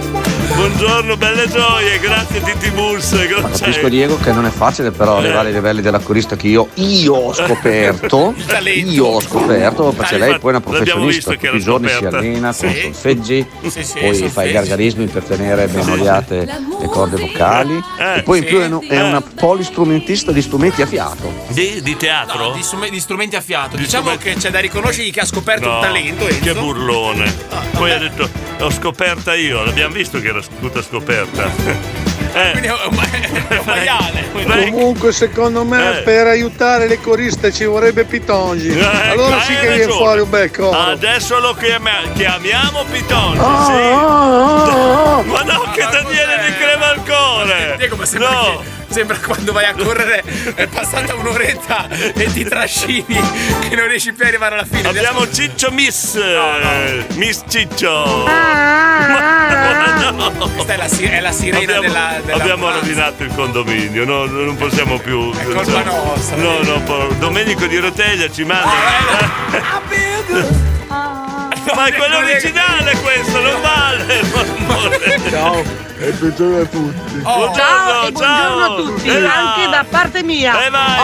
Speaker 2: Buongiorno, belle gioie, grazie Titi Bus.
Speaker 15: Capisco Diego che non è facile però
Speaker 3: Eh.
Speaker 15: arrivare ai livelli dell'acquarista che io, io
Speaker 3: <laughs>
Speaker 15: ho scoperto, io ho scoperto perché lei poi è una professionista, tutti i giorni si allena con solfeggi,
Speaker 3: Sì, sì,
Speaker 15: poi fa
Speaker 3: solfeggi.
Speaker 15: i gargarismi per tenere ben oliate le corde vocali e poi in
Speaker 3: Eh, sì.
Speaker 15: più è, no- è una polistrumentista di strumenti a fiato.
Speaker 2: Di, di teatro?
Speaker 3: di, strume- di strumenti a fiato. diciamo che c'è da riconoscergli che ha scoperto
Speaker 2: No,
Speaker 3: un talento. Enzo.
Speaker 2: Che burlone.
Speaker 3: Ah,
Speaker 2: Poi ha detto, l'ho scoperta io, l'abbiamo visto che era tutta
Speaker 3: <laughs>
Speaker 2: scoperta. Eh.
Speaker 3: Quindi oh, è un, è un maiale.
Speaker 26: Comunque, secondo me,
Speaker 2: Eh.
Speaker 26: per aiutare le coriste ci vorrebbe Pitongi.
Speaker 2: Eh,
Speaker 26: allora
Speaker 2: ecco,
Speaker 26: sì
Speaker 2: hai
Speaker 26: che viene
Speaker 2: ragione. Ah,
Speaker 26: fuori un bel coro.
Speaker 2: Adesso lo chiama- chiamiamo Pitongi,
Speaker 26: Oh,
Speaker 2: sì.
Speaker 26: oh, oh.
Speaker 2: Ma no, che Daniele di crema al cuore.
Speaker 3: <laughs> Diego, ma sembra,
Speaker 2: No.
Speaker 3: che- sembra quando vai a correre è passata un'oretta e ti trascini che non riesci più a arrivare alla fine.
Speaker 2: Abbiamo Ciccio Miss. eh, Miss Ciccio. Ma no.
Speaker 3: Questa è la, si- è la sirena
Speaker 2: abbiamo,
Speaker 3: della, della-
Speaker 2: abbiamo rovinato il condominio, no, no, non possiamo più. È
Speaker 3: colpa nostra.
Speaker 2: No, no, po- Domenico di Roteglia ci manda.
Speaker 3: Ah,
Speaker 2: Eh. <laughs> Ma è quello originale questo, non vale!
Speaker 3: <laughs>
Speaker 26: Ciao e buongiorno a tutti.
Speaker 2: Oh, Buongiorno,
Speaker 4: ciao e buongiorno a tutti,
Speaker 2: Eh,
Speaker 4: anche da parte mia.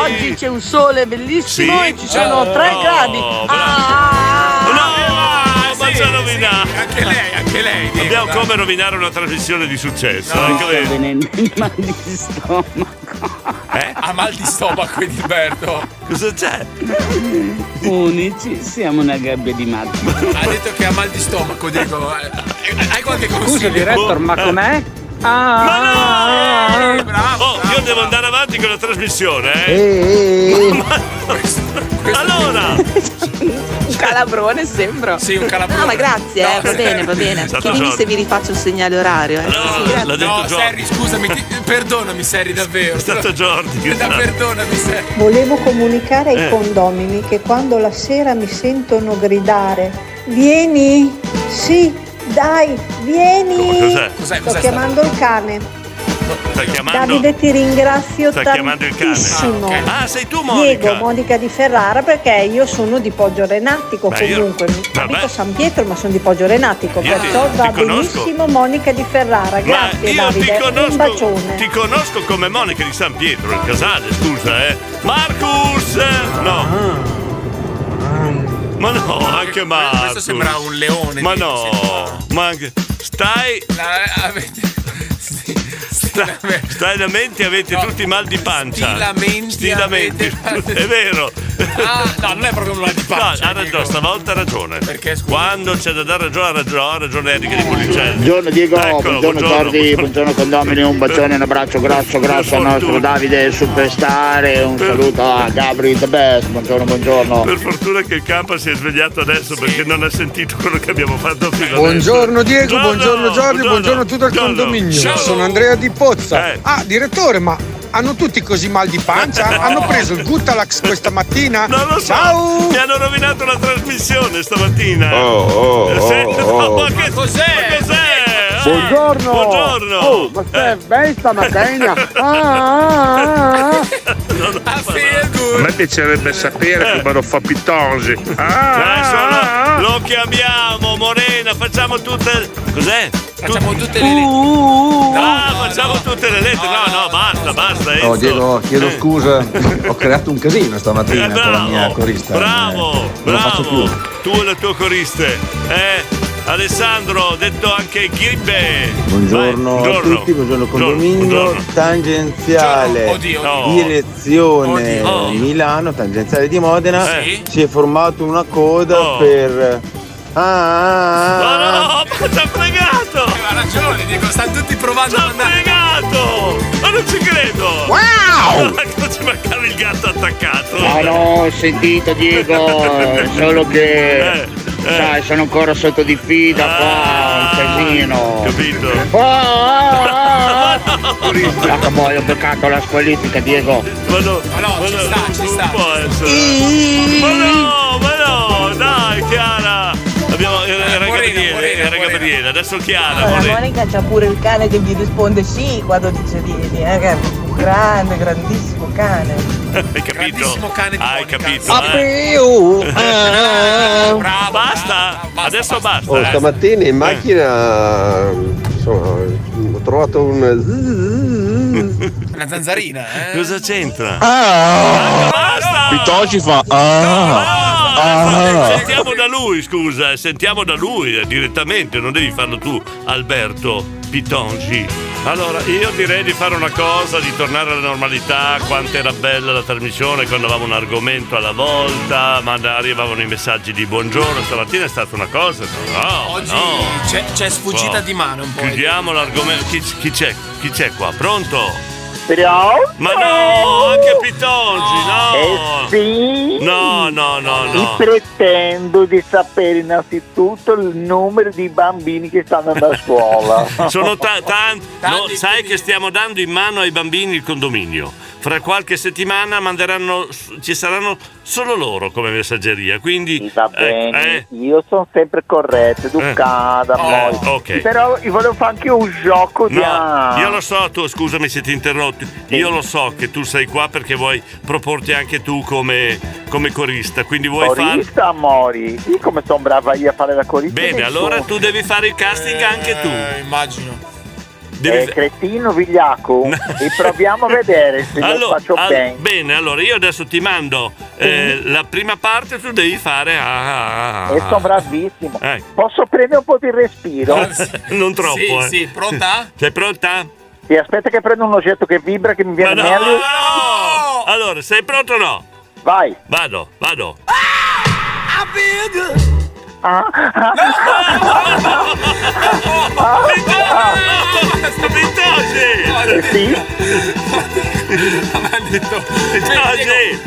Speaker 4: Oggi c'è un sole bellissimo
Speaker 2: Sì.
Speaker 4: e ci sono
Speaker 2: Oh,
Speaker 4: 3 gradi.
Speaker 2: bravo.
Speaker 4: Ah,
Speaker 2: ma ci ha rovinato!
Speaker 3: anche lei, anche lei!
Speaker 2: Abbiamo come rovinare una trasmissione di successo.
Speaker 22: No,
Speaker 2: anche
Speaker 22: sto
Speaker 2: lei.
Speaker 22: venendo il mal di stomaco.
Speaker 3: Eh, Ha mal di stomaco Edilberto.
Speaker 2: Cosa c'è?
Speaker 22: Unici, siamo una gabbia di matti.
Speaker 3: Ha detto che ha mal di
Speaker 2: <laughs>
Speaker 3: stomaco, Diego. Eh, eh, Hai qualche
Speaker 22: Scusa,
Speaker 3: consiglio?
Speaker 22: direttore, ma com'è?
Speaker 2: Ah.
Speaker 3: eh,
Speaker 2: Ma no! Oh, io devo andare avanti con la trasmissione, eh! Ma- Allora!
Speaker 11: Un calabrone sembra.
Speaker 3: Sì, un calabrone.
Speaker 11: No, ma grazie, eh, va bene, va bene.
Speaker 2: Esatto,
Speaker 11: Chiedimi
Speaker 2: Giorgio.
Speaker 11: se vi rifaccio il segnale orario. Eh.
Speaker 2: L'ha detto
Speaker 3: no,
Speaker 2: Jordi.
Speaker 3: Serri, scusami, ti- perdonami, Serri, davvero. È stato
Speaker 2: Jordi.
Speaker 3: Perdonami, Serri.
Speaker 9: Volevo comunicare ai
Speaker 2: Eh.
Speaker 9: condomini che quando la sera mi sentono gridare Vieni, sì, dai, vieni
Speaker 2: Cos'è? Cos'è,
Speaker 9: Sto
Speaker 2: cos'è
Speaker 9: chiamando il cane
Speaker 2: Sta chiamando.
Speaker 9: Davide ti ringrazio
Speaker 2: Sta chiamando il cane.
Speaker 9: tantissimo
Speaker 2: Ah, ok. Ah, sei tu, Monica?
Speaker 9: Diego, Monica di Ferrara perché io sono di Poggio Renatico
Speaker 2: Ma io-
Speaker 9: comunque mi
Speaker 2: vabbè.
Speaker 9: abito a San Pietro ma sono di Poggio Renatico
Speaker 2: Io
Speaker 9: perciò
Speaker 2: ti- ti
Speaker 9: va
Speaker 2: conosco.
Speaker 9: benissimo Monica di Ferrara
Speaker 2: Ma
Speaker 9: grazie
Speaker 2: io ti
Speaker 9: Davide un
Speaker 2: conosco,
Speaker 9: bacione
Speaker 2: ti conosco come Monica di San Pietro, il casale, scusa, eh. Marcus! No. Ma no, anche Marcus.
Speaker 3: Ah. questo sembra un leone,
Speaker 2: Ma
Speaker 3: Diego,
Speaker 2: no, ma anche... Stai... Sta- Stai lamenti avete tutti mal di pancia.
Speaker 3: Sti lamenti
Speaker 2: Sti lamenti. <laughs> È vero.
Speaker 3: Ah, no, non è proprio un mal di pancia.
Speaker 2: ha ragione, stavolta ha ragione. Perché Quando c'è da dare ragione, ha ragione, ha ragione Enrico di Policelli.
Speaker 29: Buongiorno Diego,
Speaker 2: Eccolo,
Speaker 29: buongiorno Jordi, buongiorno condomini, un bacione, un abbraccio grosso grosso al nostro Davide Superstar e un saluto a Gabri The Best, buongiorno buongiorno.
Speaker 2: Per fortuna che il campo si è svegliato adesso perché non ha sentito quello che abbiamo fatto fino
Speaker 4: Buongiorno
Speaker 2: adesso.
Speaker 4: Diego, buongiorno Giorgio, buongiorno, a tutto il
Speaker 2: Buongiorno.
Speaker 4: condominio.
Speaker 2: Ciao. Eh.
Speaker 4: Sono Andrea Di Pozza. Ah, direttore, ma hanno tutti così mal
Speaker 2: <laughs>
Speaker 4: di pancia? hanno preso il Gutalax questa mattina?
Speaker 2: Non lo so,
Speaker 4: Ciao!
Speaker 2: mi hanno rovinato la trasmissione stamattina.
Speaker 4: Oh,
Speaker 2: Eh,
Speaker 4: oh,
Speaker 2: se-
Speaker 4: oh,
Speaker 2: ma che eh. cos'è? Ma cos'è?
Speaker 15: Buongiorno!
Speaker 2: Buongiorno!
Speaker 15: Oh, ma sei bella
Speaker 2: <laughs>
Speaker 15: stamattina! Ah, ah, ah.
Speaker 2: A me piacerebbe sapere come lo fa Ah! Pitongi. Adesso lo, lo chiamiamo, Morena, facciamo tutte. Cos'è? Facciamo
Speaker 3: tutte
Speaker 2: le
Speaker 15: Uh,
Speaker 2: lettere. no, facciamo tutte le lettere. No, no, basta, basta.
Speaker 6: Oh
Speaker 2: Enzo.
Speaker 6: Diego,
Speaker 3: Eh.
Speaker 6: chiedo
Speaker 3: <laughs>
Speaker 6: scusa, ho creato un casino stamattina con la mia corista.
Speaker 2: Bravo, bravo. Tu e le tue coriste. Eh? Alessandro, detto anche Ghibbe.
Speaker 15: Buongiorno
Speaker 2: Vai,
Speaker 15: a tutti, buongiorno condominio, tangenziale,
Speaker 2: Buongiorno, oddio.
Speaker 15: direzione
Speaker 2: Oddio. Oh.
Speaker 15: eh, Milano, tangenziale di Modena,
Speaker 2: Sì. Oh.
Speaker 15: si è formata una coda per... Ah, ah, ah.
Speaker 2: Ma no, ma ci ha fregato!
Speaker 3: Eh, Ha ragione, dico, stanno tutti provando. Ci ha
Speaker 2: fregato! Ma non ci credo!
Speaker 3: Wow!
Speaker 2: <laughs> Non ci mancava il gatto attaccato!
Speaker 29: Ah no, ho sentito
Speaker 2: <laughs>
Speaker 29: Diego, solo
Speaker 2: Eh,
Speaker 29: che sai, sono ancora sotto diffida qua, un casino.
Speaker 2: Ah,
Speaker 29: Oh,
Speaker 2: Capito? <laughs>
Speaker 29: Porca boia, ho beccato la squalifica Diego.
Speaker 2: Ma no, ma no, non può essere. Ma no, ma no, dai Chiara! Abbiamo, era, era Gabriele, era Gabriele, adesso Chiara,
Speaker 7: La
Speaker 2: Morena.
Speaker 7: Monica c'ha pure il cane che gli risponde sì quando dice vieni, eh, che è un grande, grandissimo cane.
Speaker 2: Hai capito? Hai capito? eh?
Speaker 15: oh,
Speaker 7: Apiu!
Speaker 2: Brava, basta, adesso basta.
Speaker 15: Oh,
Speaker 2: eh.
Speaker 15: stamattina in macchina insomma, ho trovato un
Speaker 2: <laughs>
Speaker 3: Una zanzarina, eh?
Speaker 2: Cosa c'entra?
Speaker 30: Pitoci fa. Ah, ah.
Speaker 2: Sentiamo da lui, scusa, sentiamo da lui eh, direttamente, non devi farlo tu, Alberto Pitongi. Allora, io direi di fare una cosa, di tornare alla normalità, quanto era bella la trasmissione quando avevamo un argomento alla volta, ma da- arrivavano i messaggi di buongiorno, stamattina è stata una cosa, no,
Speaker 3: Oggi
Speaker 2: no.
Speaker 3: c'è, c'è sfuggita
Speaker 2: Oh.
Speaker 3: di mano un po'.
Speaker 2: Chiudiamo l'argomento, chi, chi c'è? Chi c'è qua? Pronto? Ma no,
Speaker 3: Ciao.
Speaker 2: anche Pitongi, no! No, no, no, no.
Speaker 18: Pretendo di sapere innanzitutto il numero di bambini che stanno andando
Speaker 2: <laughs>
Speaker 18: a scuola.
Speaker 2: Sono ta- tan- no, sai che stiamo dando in mano ai bambini il condominio. Fra qualche settimana manderanno, ci saranno solo loro come messaggeria. Quindi ecco, eh, va
Speaker 18: bene. Eh, Io sono sempre corretto, educata,
Speaker 2: Eh,
Speaker 18: poi.
Speaker 2: ok.
Speaker 18: Però io volevo fare anche un gioco di...
Speaker 2: No, io lo so, tu scusami se ti interrotto. Io lo so che tu sei qua perché vuoi proporti anche tu come, come corista. Quindi vuoi fare.
Speaker 18: Corista, Mori. Sì, come sono brava io a fare la corista.
Speaker 2: Bene,
Speaker 18: nessuno.
Speaker 2: allora tu devi fare il casting anche tu.
Speaker 3: immagino.
Speaker 18: Eh, cretino, vigliaco.
Speaker 2: <laughs>
Speaker 18: e proviamo a vedere se lo
Speaker 2: Allora,
Speaker 18: faccio
Speaker 2: al-
Speaker 18: bene.
Speaker 2: bene, allora io adesso ti mando eh, la prima parte, tu devi fare. ah, ah, ah,
Speaker 18: E
Speaker 2: <laughs>
Speaker 18: sono
Speaker 2: ah.
Speaker 18: bravissimo.
Speaker 2: Eh.
Speaker 18: Posso prendere un po' di respiro?
Speaker 2: <laughs> non troppo.
Speaker 18: Sì,
Speaker 2: eh.
Speaker 18: sì, pronta?
Speaker 2: <laughs> Sei pronta?
Speaker 18: E aspetta che prendo un oggetto che vibra, che mi
Speaker 2: Ma
Speaker 18: viene
Speaker 2: no,
Speaker 18: meglio.
Speaker 2: Ah, no! Allora, sei pronto o no?
Speaker 18: Vai.
Speaker 2: Vado, vado.
Speaker 18: Ah,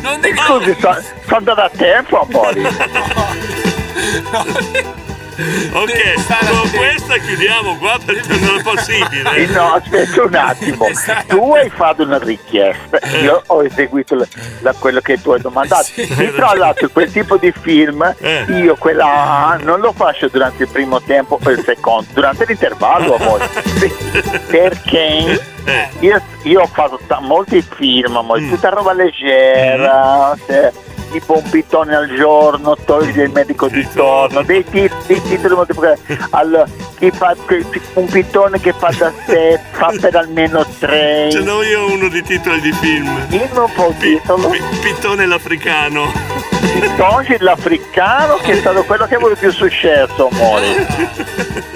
Speaker 18: Non Scusi, so- sono andato a tempo a Bori.
Speaker 2: <laughs> Ok, con questa chiudiamo qua perché non è
Speaker 18: Eh,
Speaker 2: possibile.
Speaker 18: <laughs> No, aspetta un attimo. Tu hai fatto una richiesta. Io ho eseguito la- la- quello che tu
Speaker 2: <laughs>
Speaker 18: hai domandato. E
Speaker 2: esatto.
Speaker 18: tra l'altro quel tipo di film
Speaker 2: Eh.
Speaker 18: io quella A non lo faccio durante il primo tempo o il secondo, durante l'intervallo amore.
Speaker 2: <laughs>
Speaker 18: Sì, Perché
Speaker 2: Eh.
Speaker 18: io, io ho fatto ta- molti film, amore,
Speaker 2: Mm.
Speaker 18: tutta roba leggera.
Speaker 2: Mm-hmm.
Speaker 18: se- tipo un pitone al giorno, togli il medico di
Speaker 2: certo.
Speaker 18: torno, dei, ti- dei titoli molto popolari. Allora, chi fa che- un pitone che fa da sé, fa per almeno tre.
Speaker 2: Ce n'ho io uno di titoli di film.
Speaker 18: Dimmi un po' il titolo.
Speaker 2: Pitone l'africano.
Speaker 18: Pitone l'africano che è stato quello che ha avuto più successo, amore.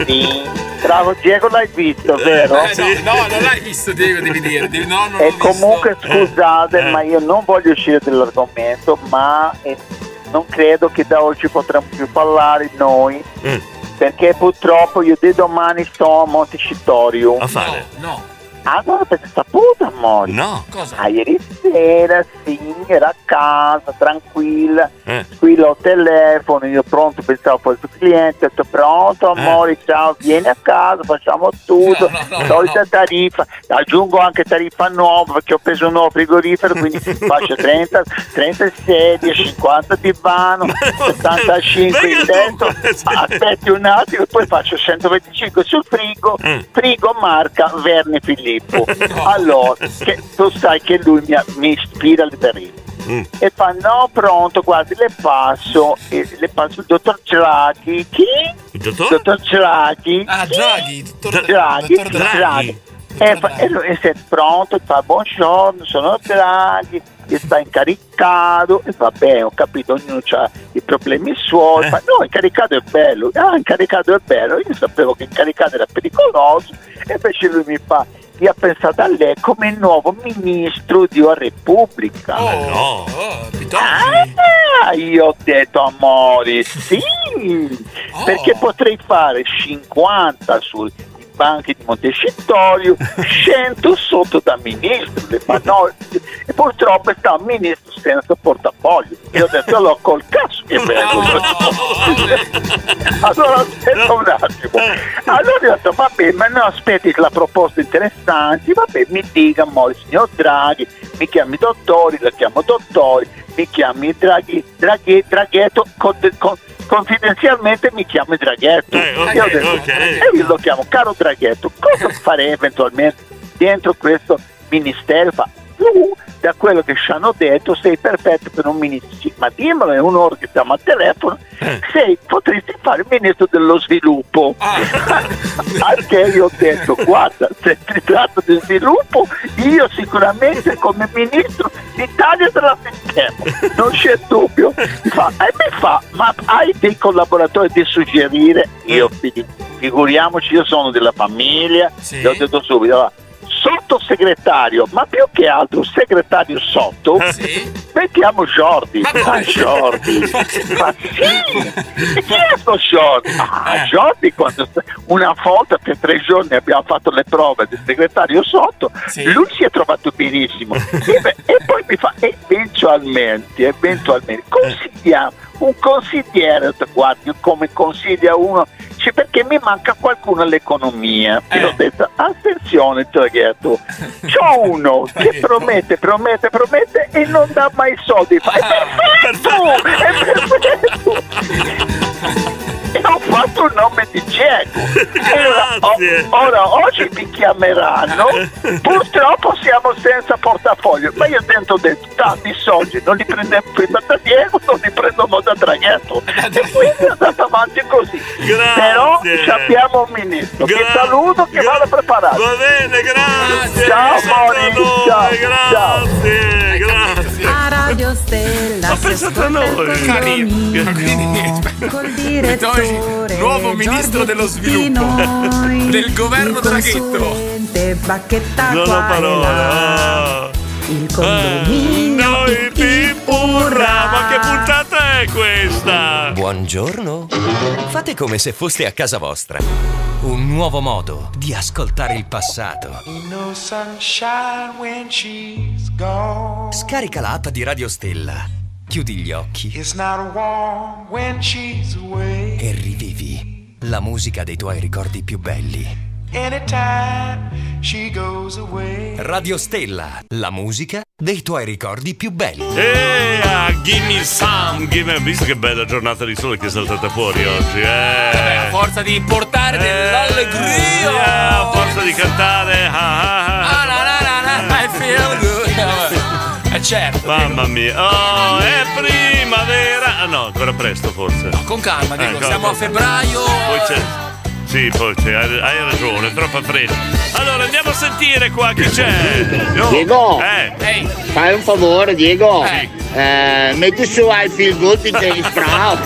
Speaker 18: Sì. Bravo Diego, l'hai visto, vero?
Speaker 3: Eh, no, no, non l'hai visto, Diego, devi dire. Devi- no, non l'ho
Speaker 18: E
Speaker 3: visto. Eh.
Speaker 18: comunque scusate, ma io non voglio uscire dall'argomento, ma eh, non credo che da oggi potremo più parlare noi,
Speaker 2: Mm.
Speaker 18: perché purtroppo io di domani sto a Montecitorio.
Speaker 2: A fare?
Speaker 3: No.
Speaker 18: Ah, non avete saputo, amore?
Speaker 2: No.
Speaker 3: Cosa?
Speaker 18: Ah, ieri sera, sì, era a casa, tranquilla.
Speaker 2: Eh.
Speaker 18: Qui l'ho telefono, io pronto, pensavo fosse il cliente, ho detto pronto amore, ciao, vieni a casa, facciamo tutto, solita tariffa, aggiungo anche tariffa nuova perché ho preso un nuovo frigorifero, quindi faccio 30, 30 sedie, 50 divano, 75 in tetto, aspetti un attimo e poi faccio 125 sul frigo, frigo marca Verne Filippo. Allora, che- tu sai che lui mi, mi ispira le tariffe
Speaker 2: mm.
Speaker 18: e fa no pronto guardi le passo eh, le passo il dottor Draghi chi? il
Speaker 2: dottor?
Speaker 18: Draghi
Speaker 3: ah Draghi
Speaker 18: dottor Draghi
Speaker 3: dottor Draghi.
Speaker 18: E, fa- e lui e se è pronto fa buongiorno sono Draghi e sta incaricato e vabbè ho capito ognuno ha i problemi
Speaker 3: Eh.
Speaker 18: suoi ma no incaricato è bello ah incaricato è bello io sapevo che incaricato era pericoloso e invece lui mi fa io ho pensato a lei come nuovo ministro della Repubblica
Speaker 2: No.
Speaker 18: Ah, io ho detto amore, sì, perché potrei fare 50 sui banchi di Montecitorio, 100 sotto da ministro, ma no, e purtroppo sta un ministro senza portafoglio. Io ho detto allora col cazzo che vengo. allora aspetta un attimo.
Speaker 2: Eh,
Speaker 18: Allora io ho detto vabbè, ma no, aspetti che la proposta è interessante, vabbè, mi dica amore, signor Draghi, mi chiami dottori, la chiamo dottori, mi chiami Draghi, Draghi, Draghetto, con- con- confidenzialmente mi chiami Draghetto.
Speaker 2: Eh, ok,
Speaker 18: Io ho detto,
Speaker 2: ok.
Speaker 18: E io lo chiamo caro Draghetto, cosa farei eventualmente dentro questo ministero? Fa, tu, da quello che ci hanno detto, sei perfetto per un ministro. Sì, Ma dimmelo, è un'ora che stiamo al telefono, sei, potresti fare il ministro dello sviluppo. <laughs> Anche io ho detto, guarda, se si tratta di sviluppo, io sicuramente come ministro l'Italia te la mettiamo, non c'è dubbio. Mi fa, e mi fa, ma hai dei collaboratori di suggerire? Io fi- figuriamoci, io sono della famiglia, gli ho detto subito, "Allora, sottosegretario, ma più che altro segretario sotto, mettiamo Jordi. Ma Jordi, <laughs> ma sì, e chi è sto Jordi? Certo, Ah, Jordi quando sta- una volta per tre giorni abbiamo fatto le prove del segretario sotto, lui si è trovato benissimo. Sì, beh, e poi mi fa, eventualmente, eventualmente, consigliamo un consigliere, Ho detto, guardi come consiglia uno, dice, perché mi manca qualcuno all'economia. E ho detto, attenzione traghetto, c'ho uno che promette, promette, promette e non dà mai soldi. Fa, è perfetto, è perfetto. E ho fatto il nome di Diego. E ora- o- ora oggi mi chiameranno. Purtroppo siamo senza portafoglio. Ma io dentro ho detto, tanti soldi, non li prendevo prima da Diego, non li prendono da Traghetto. E quindi è andato avanti così. Però ci abbiamo un ministro. Che saluto che vado preparato.
Speaker 2: Va bene, grazie.
Speaker 18: Ciao Mori, ciao. ciao.
Speaker 2: Grazie, grazie.
Speaker 26: A Radio Stella
Speaker 2: Ha
Speaker 26: si
Speaker 2: pensato a
Speaker 26: ascolta il
Speaker 2: noi.
Speaker 26: condominio Col direttore
Speaker 3: Nuovo ministro dello sviluppo del governo Draghetto.
Speaker 26: Consulente Bacchetta
Speaker 3: Non ho
Speaker 26: qua e
Speaker 3: parole.
Speaker 2: Ah.
Speaker 26: là. Il condominio
Speaker 2: Noi pipurra, ma che puntata è questa?
Speaker 19: Buongiorno. Fate come se foste a casa vostra. Un nuovo modo di ascoltare il passato.
Speaker 11: No sunshine when she's gone.
Speaker 19: Scarica la app di Radio Stella. Chiudi gli occhi
Speaker 11: It's not warm when she's away.
Speaker 19: e rivivi la musica dei tuoi ricordi più belli.
Speaker 11: Anytime she goes away.
Speaker 19: Radio Stella, la musica dei tuoi ricordi più belli.
Speaker 2: E ah, gimme some, gimme. Visto che bella giornata di sole che è saltata fuori oggi,
Speaker 3: A
Speaker 2: eh.
Speaker 3: forza di portare dell'allegria.
Speaker 2: A forza di cantare, ah, ah, ah.
Speaker 3: I feel
Speaker 2: <laughs>
Speaker 3: good. Eh, certo.
Speaker 2: Mamma mia, oh, è primavera! Ah no, ancora presto forse.
Speaker 3: Con calma, Diego,
Speaker 2: Ecco,
Speaker 3: siamo a
Speaker 2: ecco.
Speaker 3: febbraio.
Speaker 2: Poi c'è. Sì, poi c'è, hai hai ragione, è troppa fredda. Allora andiamo a sentire qua chi c'è. Oh,
Speaker 11: Diego,
Speaker 2: Eh.
Speaker 11: fai un favore, Diego.
Speaker 29: Eh, metti su I feel good di
Speaker 2: <laughs>
Speaker 29: James Brown.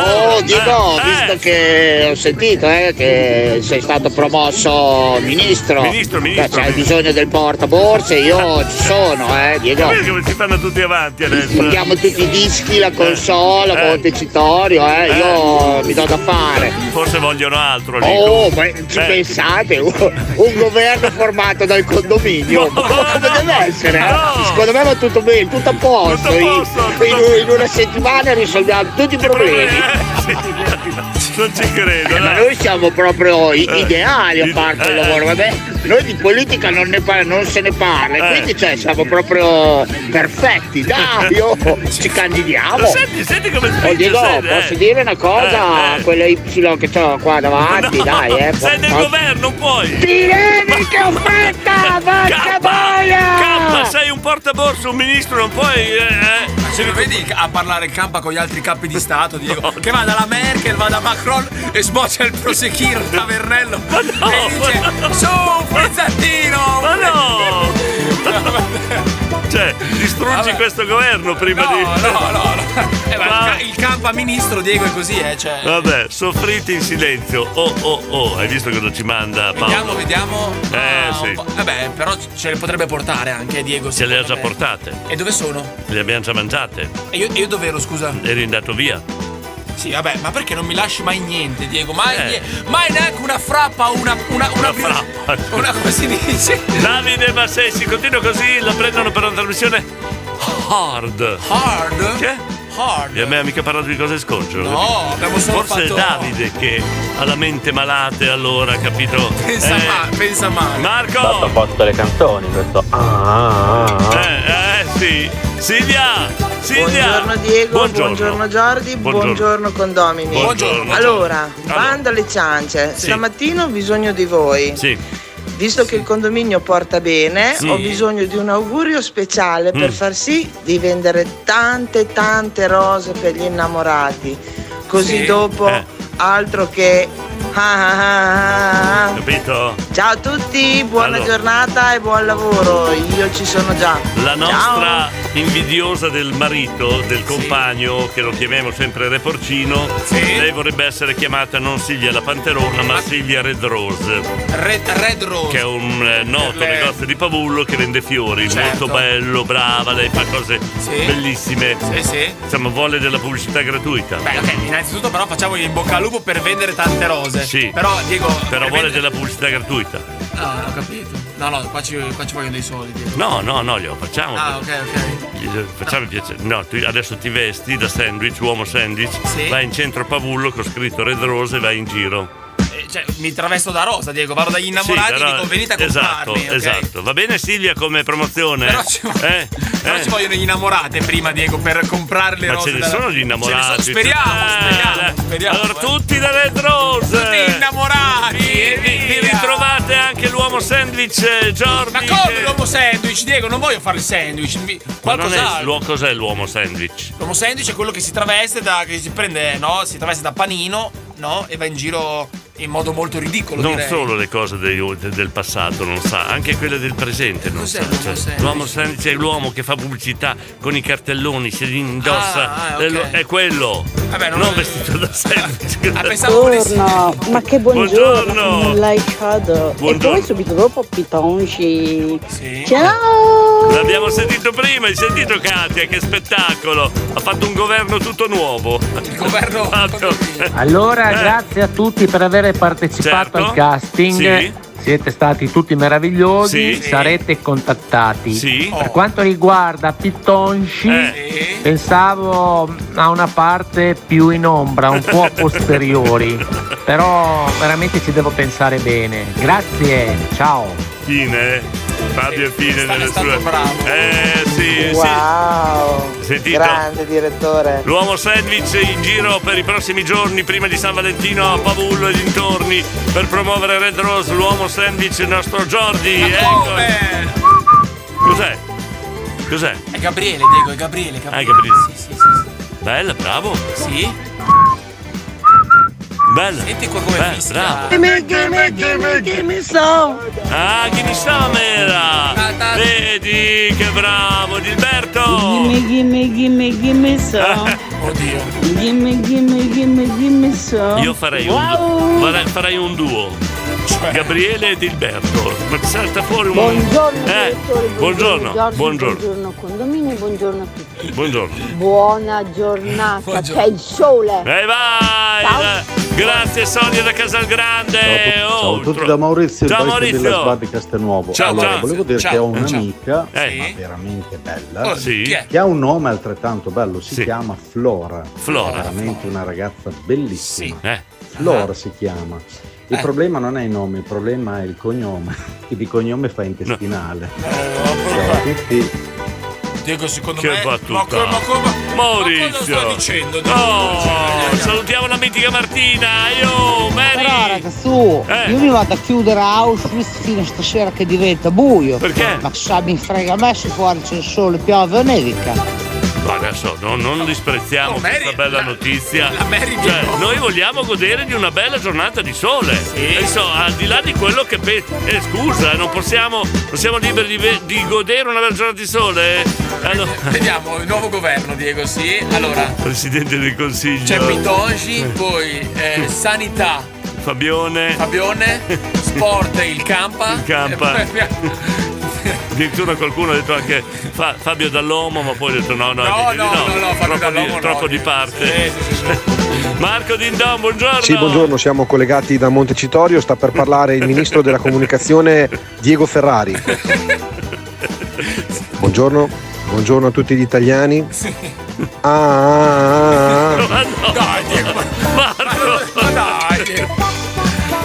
Speaker 29: Oh, Diego,
Speaker 2: Eh.
Speaker 29: ho visto che ho sentito eh, che sei stato promosso ministro.
Speaker 2: Ministro, ministro,
Speaker 29: Beh, se hai
Speaker 2: ministro.
Speaker 29: bisogno del portaborse, io ci sono, eh, Diego.
Speaker 2: Capite come si fanno tutti avanti adesso?
Speaker 29: Portiamo tutti i dischi, la consola,
Speaker 2: Eh.
Speaker 29: Montecitorio, eh, io mi do da fare.
Speaker 2: Forse vogliono altro, dico.
Speaker 29: Oh, ma ci
Speaker 2: Eh.
Speaker 29: pensate, un, un governo formato dal condominio,
Speaker 2: No,
Speaker 29: come
Speaker 2: no,
Speaker 29: deve essere? eh?
Speaker 2: no.
Speaker 29: Secondo me va tutto bene, tutto a posto,
Speaker 2: Tutto a
Speaker 29: in-
Speaker 2: posto, tutto
Speaker 29: in,
Speaker 2: a posto.
Speaker 29: in una settimana risolviamo tutti i problemi. Eh,
Speaker 2: Non ci credo.
Speaker 29: ma noi siamo proprio i-
Speaker 2: esatto. Eh.
Speaker 29: ideali a parte
Speaker 2: Eh.
Speaker 29: il lavoro, vabbè, noi di politica non, ne par- non se ne parla,
Speaker 2: Eh.
Speaker 29: quindi cioè, siamo proprio perfetti, dai, io ci candidiamo.
Speaker 2: Senti, senti come spinge,
Speaker 29: Oh Diego,
Speaker 2: senti, eh.
Speaker 29: posso dire una cosa?
Speaker 2: Eh, eh.
Speaker 29: Quella Y che ho qua
Speaker 2: <laughs>
Speaker 29: davanti,
Speaker 2: No,
Speaker 29: dai, eh.
Speaker 2: Sei del
Speaker 29: porca-
Speaker 2: governo, non puoi!
Speaker 29: Tireni che
Speaker 2: <laughs>
Speaker 29: ho fatta, vacca
Speaker 2: K,
Speaker 29: boia!
Speaker 2: sei un portaborso, un ministro, non puoi. eh, eh.
Speaker 3: Ma se lo vedi a parlare in campo con gli altri capi di Stato, Diego, che va dalla Merkel, va da Macron e sboccia il prosecchino, il tavernello e dice su frizzantino!
Speaker 2: Ma no! Cioè, distruggi questo governo prima di.
Speaker 3: No, no, no. Eh, ma il ca- il campo a ministro, Diego, è così, eh, cioè...
Speaker 2: Vabbè, soffritti in silenzio. Oh oh oh, hai visto cosa ci manda Paolo?
Speaker 3: Vediamo, vediamo.
Speaker 2: Eh
Speaker 3: Ah,
Speaker 2: sì.
Speaker 3: un po'- Vabbè, però ce le potrebbe portare anche Diego.
Speaker 2: Ce le ha già
Speaker 3: me.
Speaker 2: portate,
Speaker 3: E dove sono?
Speaker 2: le abbiamo già mangiate,
Speaker 3: E io, e io dove ero, scusa?
Speaker 2: eri andato via.
Speaker 3: Sì, vabbè, ma perché non mi lasci mai niente, Diego? Mai,
Speaker 2: Eh.
Speaker 3: nie- mai neanche una frappa o una. Una, una,
Speaker 2: frappa.
Speaker 3: <laughs> Una come si dice?
Speaker 2: Davide, ma se si continua così la prendono per una trasmissione hard.
Speaker 3: Hard?
Speaker 2: Che?
Speaker 3: Hard.
Speaker 2: E a me ha mica parlato di cose sconcio.
Speaker 3: No, abbiamo solo
Speaker 2: Forse
Speaker 3: fatto-
Speaker 2: è Davide che ha la mente malata allora, capito?
Speaker 3: Pensa,
Speaker 2: Eh,
Speaker 3: ma- pensa male.
Speaker 2: Marco!
Speaker 31: a posto le canzoni questo ah, ah, ah.
Speaker 2: Eh, eh sì. Silvia! Silvia!
Speaker 32: Buongiorno Diego, buongiorno, Jordi,
Speaker 2: Buongiorno.
Speaker 32: buongiorno, condomini.
Speaker 2: Buongiorno.
Speaker 32: Allora,
Speaker 2: Allora.
Speaker 32: bando alle ciance,
Speaker 2: Sì.
Speaker 32: stamattina ho bisogno di voi.
Speaker 2: Sì.
Speaker 32: Visto che il condominio porta bene,
Speaker 2: Sì.
Speaker 32: ho bisogno di un augurio speciale per
Speaker 2: Mm.
Speaker 32: far sì di vendere tante tante rose per gli innamorati. Così
Speaker 2: Sì.
Speaker 32: dopo
Speaker 2: Eh.
Speaker 32: altro che ah, ah, ah, ah.
Speaker 2: Capito?
Speaker 32: Ciao a tutti, buona
Speaker 2: Allora.
Speaker 32: giornata e buon lavoro. Io ci sono già.
Speaker 2: La
Speaker 32: Ciao.
Speaker 2: nostra invidiosa del marito, del compagno, che lo chiamiamo sempre Re Porcino, lei vorrebbe essere chiamata non Silvia la Panterona, ma Silvia Red Rose.
Speaker 3: Red, Rose.
Speaker 2: Che è un eh, noto negozio di Pavullo che vende fiori.
Speaker 3: Certo.
Speaker 2: Molto bello, brava, lei fa cose
Speaker 3: Sì.
Speaker 2: bellissime.
Speaker 3: Sì, sì.
Speaker 2: Insomma, vuole della pubblicità gratuita.
Speaker 3: Beh, ok, innanzitutto però facciamo in bocca al lupo per vendere tante rose.
Speaker 2: Sì.
Speaker 3: Però Diego.
Speaker 2: Però
Speaker 3: per
Speaker 2: vuole
Speaker 3: vend-
Speaker 2: della pubblicità gratuita.
Speaker 3: No, non Ah, ho capito. No, no, qua ci, qua ci vogliono dei soldi. Diego.
Speaker 2: No, no, no, glielo facciamo.
Speaker 3: Ah, ok, ok.
Speaker 2: Gli- Facciamo il piacere. No, tu adesso ti vesti da sandwich, uomo sandwich, vai in centro a Pavullo con scritto Red Rose e vai in giro.
Speaker 3: Eh, Cioè, mi travesto da rosa, Diego, vado dagli innamorati
Speaker 2: però-
Speaker 3: e dico venite a
Speaker 2: Esatto,
Speaker 3: comprarmi, ok?
Speaker 2: esatto. Va bene Silvia come promozione?
Speaker 3: Però ci, vo-
Speaker 2: Eh?
Speaker 3: però
Speaker 2: Eh?
Speaker 3: ci vogliono gli innamorate prima, Diego, per comprare le
Speaker 2: Ma
Speaker 3: rose.
Speaker 2: ce ne
Speaker 3: dalla-
Speaker 2: sono gli innamorati?
Speaker 3: Ce ne sono- Speriamo,
Speaker 2: Eh,
Speaker 3: speriamo, speriamo. eh.
Speaker 2: Allora, tutti da Red Rose!
Speaker 3: Tutti innamorati! e
Speaker 2: Vi ritrovate anche l'uomo sandwich eh, Jordi.
Speaker 3: Ma come l'uomo sandwich, Diego? Non voglio fare il sandwich. mi-
Speaker 2: Ma non è,
Speaker 3: Qualcos'altro.
Speaker 2: l'uo- cos'è l'uomo sandwich?
Speaker 3: L'uomo sandwich è quello che si traveste da. che si prende, no? Si traveste da panino, no? E va in giro in modo molto ridicolo.
Speaker 2: Non
Speaker 3: direi.
Speaker 2: solo le cose dei- del passato non sa, anche quelle del presente non
Speaker 3: Cos'è
Speaker 2: sa.
Speaker 3: l'uomo
Speaker 2: cioè,
Speaker 3: sandwich?
Speaker 2: l'uomo sandwich è l'uomo che fa pubblicità con i cartelloni, se li indossa.
Speaker 3: Ah, ah,
Speaker 2: eh,
Speaker 3: ok.
Speaker 2: lo- È quello. non vestito da
Speaker 3: <laughs>
Speaker 2: sandwich.
Speaker 22: Buongiorno, ma che buongiorno,
Speaker 2: Buongiorno.
Speaker 22: come l'hai fatto? E
Speaker 2: Buongiorno.
Speaker 22: poi subito dopo Pitonci.
Speaker 2: Ciao! L'abbiamo sentito prima, hai sentito Katia, che spettacolo! Ha fatto un governo tutto nuovo. Il
Speaker 3: governo
Speaker 2: <laughs> fatto...
Speaker 17: Allora,
Speaker 2: Eh,
Speaker 17: grazie a tutti per aver partecipato
Speaker 2: Certo.
Speaker 17: al casting.
Speaker 2: Sì.
Speaker 17: Siete stati tutti meravigliosi,
Speaker 2: Sì.
Speaker 17: sarete contattati. Per quanto riguarda Pittonci,
Speaker 2: Eh.
Speaker 17: pensavo mm, a una parte più in ombra, un
Speaker 2: <laughs>
Speaker 17: po' a posteriori. Però veramente ci devo pensare bene. Grazie, ciao.
Speaker 2: Fine, eh. Fabio è fine nelle sue. Eh sì,
Speaker 22: Wow,
Speaker 2: sì. Sentito?
Speaker 22: grande direttore.
Speaker 2: L'uomo sandwich in giro per i prossimi giorni, prima di San Valentino a Pavullo e dintorni, per promuovere Red Rose, l'uomo sandwich, il nostro Jordi. ecco. Cos'è? Cos'è?
Speaker 3: È Gabriele, Diego, è Gabriele. Gabriele.
Speaker 2: Ah, Gabriele. Bella, bravo.
Speaker 3: Sì.
Speaker 2: Bello.
Speaker 3: Senti qua come
Speaker 2: Bello, bravo.
Speaker 4: Gimme, gimme, gimme, gimme some.
Speaker 2: Ah, chi mi sta mera? Vedi che bravo, Gilberto.
Speaker 4: Gimme, gimme, gimme, gimme some.
Speaker 2: <laughs> Oddio.
Speaker 4: Gimme, gimme, gimme, gimme some.
Speaker 2: Io farei un, du- farei, farei un duo.
Speaker 4: Cioè.
Speaker 2: Gabriele e Dilberto. Ma Salta fuori un
Speaker 4: Buongiorno,
Speaker 2: Eh,
Speaker 4: direttore,
Speaker 2: buongiorno,
Speaker 4: Giorgio,
Speaker 2: buongiorno.
Speaker 4: buongiorno condominio, buongiorno a tutti.
Speaker 2: Buongiorno.
Speaker 4: Buona giornata,
Speaker 2: Buongiorno.
Speaker 4: c'è il sole.
Speaker 2: E Eh, vai! eh, Grazie Sonia da Casalgrande.
Speaker 15: Ciao a
Speaker 2: Oh,
Speaker 15: tutti da Maurizio, il
Speaker 2: Ciao,
Speaker 15: barista della
Speaker 2: Maurizio.
Speaker 15: SBA di Castelnuovo.
Speaker 2: Ciao,
Speaker 15: allora,
Speaker 2: ciao.
Speaker 15: volevo dire
Speaker 2: Ciao,
Speaker 15: che ho un'amica,
Speaker 2: ciao. Eh.
Speaker 15: ma veramente bella,
Speaker 2: Oh, sì? Chi è?
Speaker 15: che ha un nome altrettanto bello, si chiama Flora.
Speaker 2: Flora.
Speaker 15: Veramente una ragazza bellissima.
Speaker 2: eh.
Speaker 15: Flora si chiama. Il problema non è il nome, il problema è il cognome, <laughs> che di cognome fa intestinale.
Speaker 2: Eh,
Speaker 15: Ciao a tutti.
Speaker 3: Diego, secondo
Speaker 15: Che
Speaker 3: me.
Speaker 15: battuta.
Speaker 3: Ma come, ma come, ma cosa sta
Speaker 2: Maurizio.
Speaker 3: dicendo?
Speaker 2: Oh, salutiamo la mitica Martina. Io, Mary.
Speaker 11: Però ragazzu,
Speaker 2: Eh.
Speaker 11: io mi vado a chiudere a Auschwitz fino a stasera che diventa buio.
Speaker 2: Perché?
Speaker 11: Ma sa, mi frega a me se fuori c'è il sole, piove o nevica.
Speaker 2: Ma adesso no- non disprezziamo questa bella notizia. Cioè, noi vogliamo godere di una bella giornata di sole. Adesso, al di là di quello che pe- eh, scusa, non possiamo. Non siamo liberi di, ve- di godere una bella giornata di sole? Allora,
Speaker 3: Vediamo il nuovo governo, Diego, sì. Allora,
Speaker 2: Presidente del Consiglio.
Speaker 3: c'è Pitongi, poi eh, sanità,
Speaker 2: Fabione.
Speaker 3: Fabione, sport e
Speaker 2: <laughs>
Speaker 3: il campa. Il <laughs>
Speaker 2: campa. Addirittura qualcuno ha detto anche Fa- Fabio Dall'Omo, ma poi ho detto no, no,
Speaker 3: No,
Speaker 2: eh,
Speaker 3: no, no, no, eh. Fabio
Speaker 2: troppo, di, troppo di parte. <laughs> Marco Dindon, buongiorno.
Speaker 13: Sì, buongiorno, siamo collegati da Montecitorio, sta per parlare il ministro della comunicazione Diego Ferrari. Buongiorno, buongiorno a tutti gli italiani. Ah, ah, ah, ah.
Speaker 2: Dai, Diego, ma, ma dai, Diego.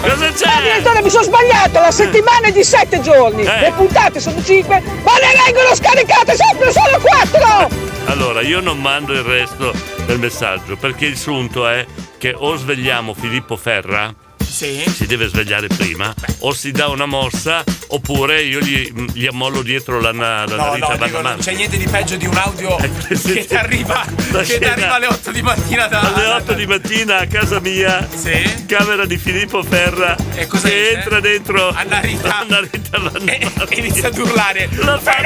Speaker 2: Cosa c'è?
Speaker 11: Ah, direttore, mi sono sbagliato,
Speaker 2: Eh.
Speaker 11: la settimana è di 7 giorni, le puntate sono 5, ma le vengono scaricate sempre solo
Speaker 2: Eh.
Speaker 11: 4!
Speaker 2: Allora, io non mando il resto del messaggio perché il sunto è che o svegliamo Filippo Ferra, si deve svegliare prima, o si dà una mossa, oppure io gli, gli ammollo dietro la, na- la narice
Speaker 3: No, no,
Speaker 2: a
Speaker 3: Diego, non
Speaker 2: bandamano.
Speaker 3: c'è niente di peggio di
Speaker 2: <laughs>
Speaker 3: un audio
Speaker 2: Eh,
Speaker 3: che ti arriva, che ti
Speaker 2: scena.
Speaker 3: arriva alle 8 di mattina da.
Speaker 2: alle 8 di mattina a casa mia, camera di Filippo Ferra, che entra dentro Annarita, e,
Speaker 3: <laughs> inizia ad urlare
Speaker 2: la, fa-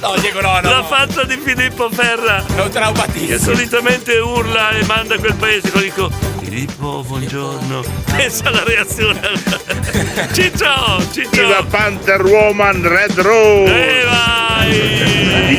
Speaker 3: No, Diego, no, no.
Speaker 2: la faccia di Filippo Ferra,
Speaker 3: lo
Speaker 2: che solitamente urla e manda a quel paese, lo dico Filippo, buongiorno, pensa alla
Speaker 3: <laughs>
Speaker 2: reazione, Ciccio, Ciccio,
Speaker 33: da Panther Woman Red Rose.
Speaker 2: E vai!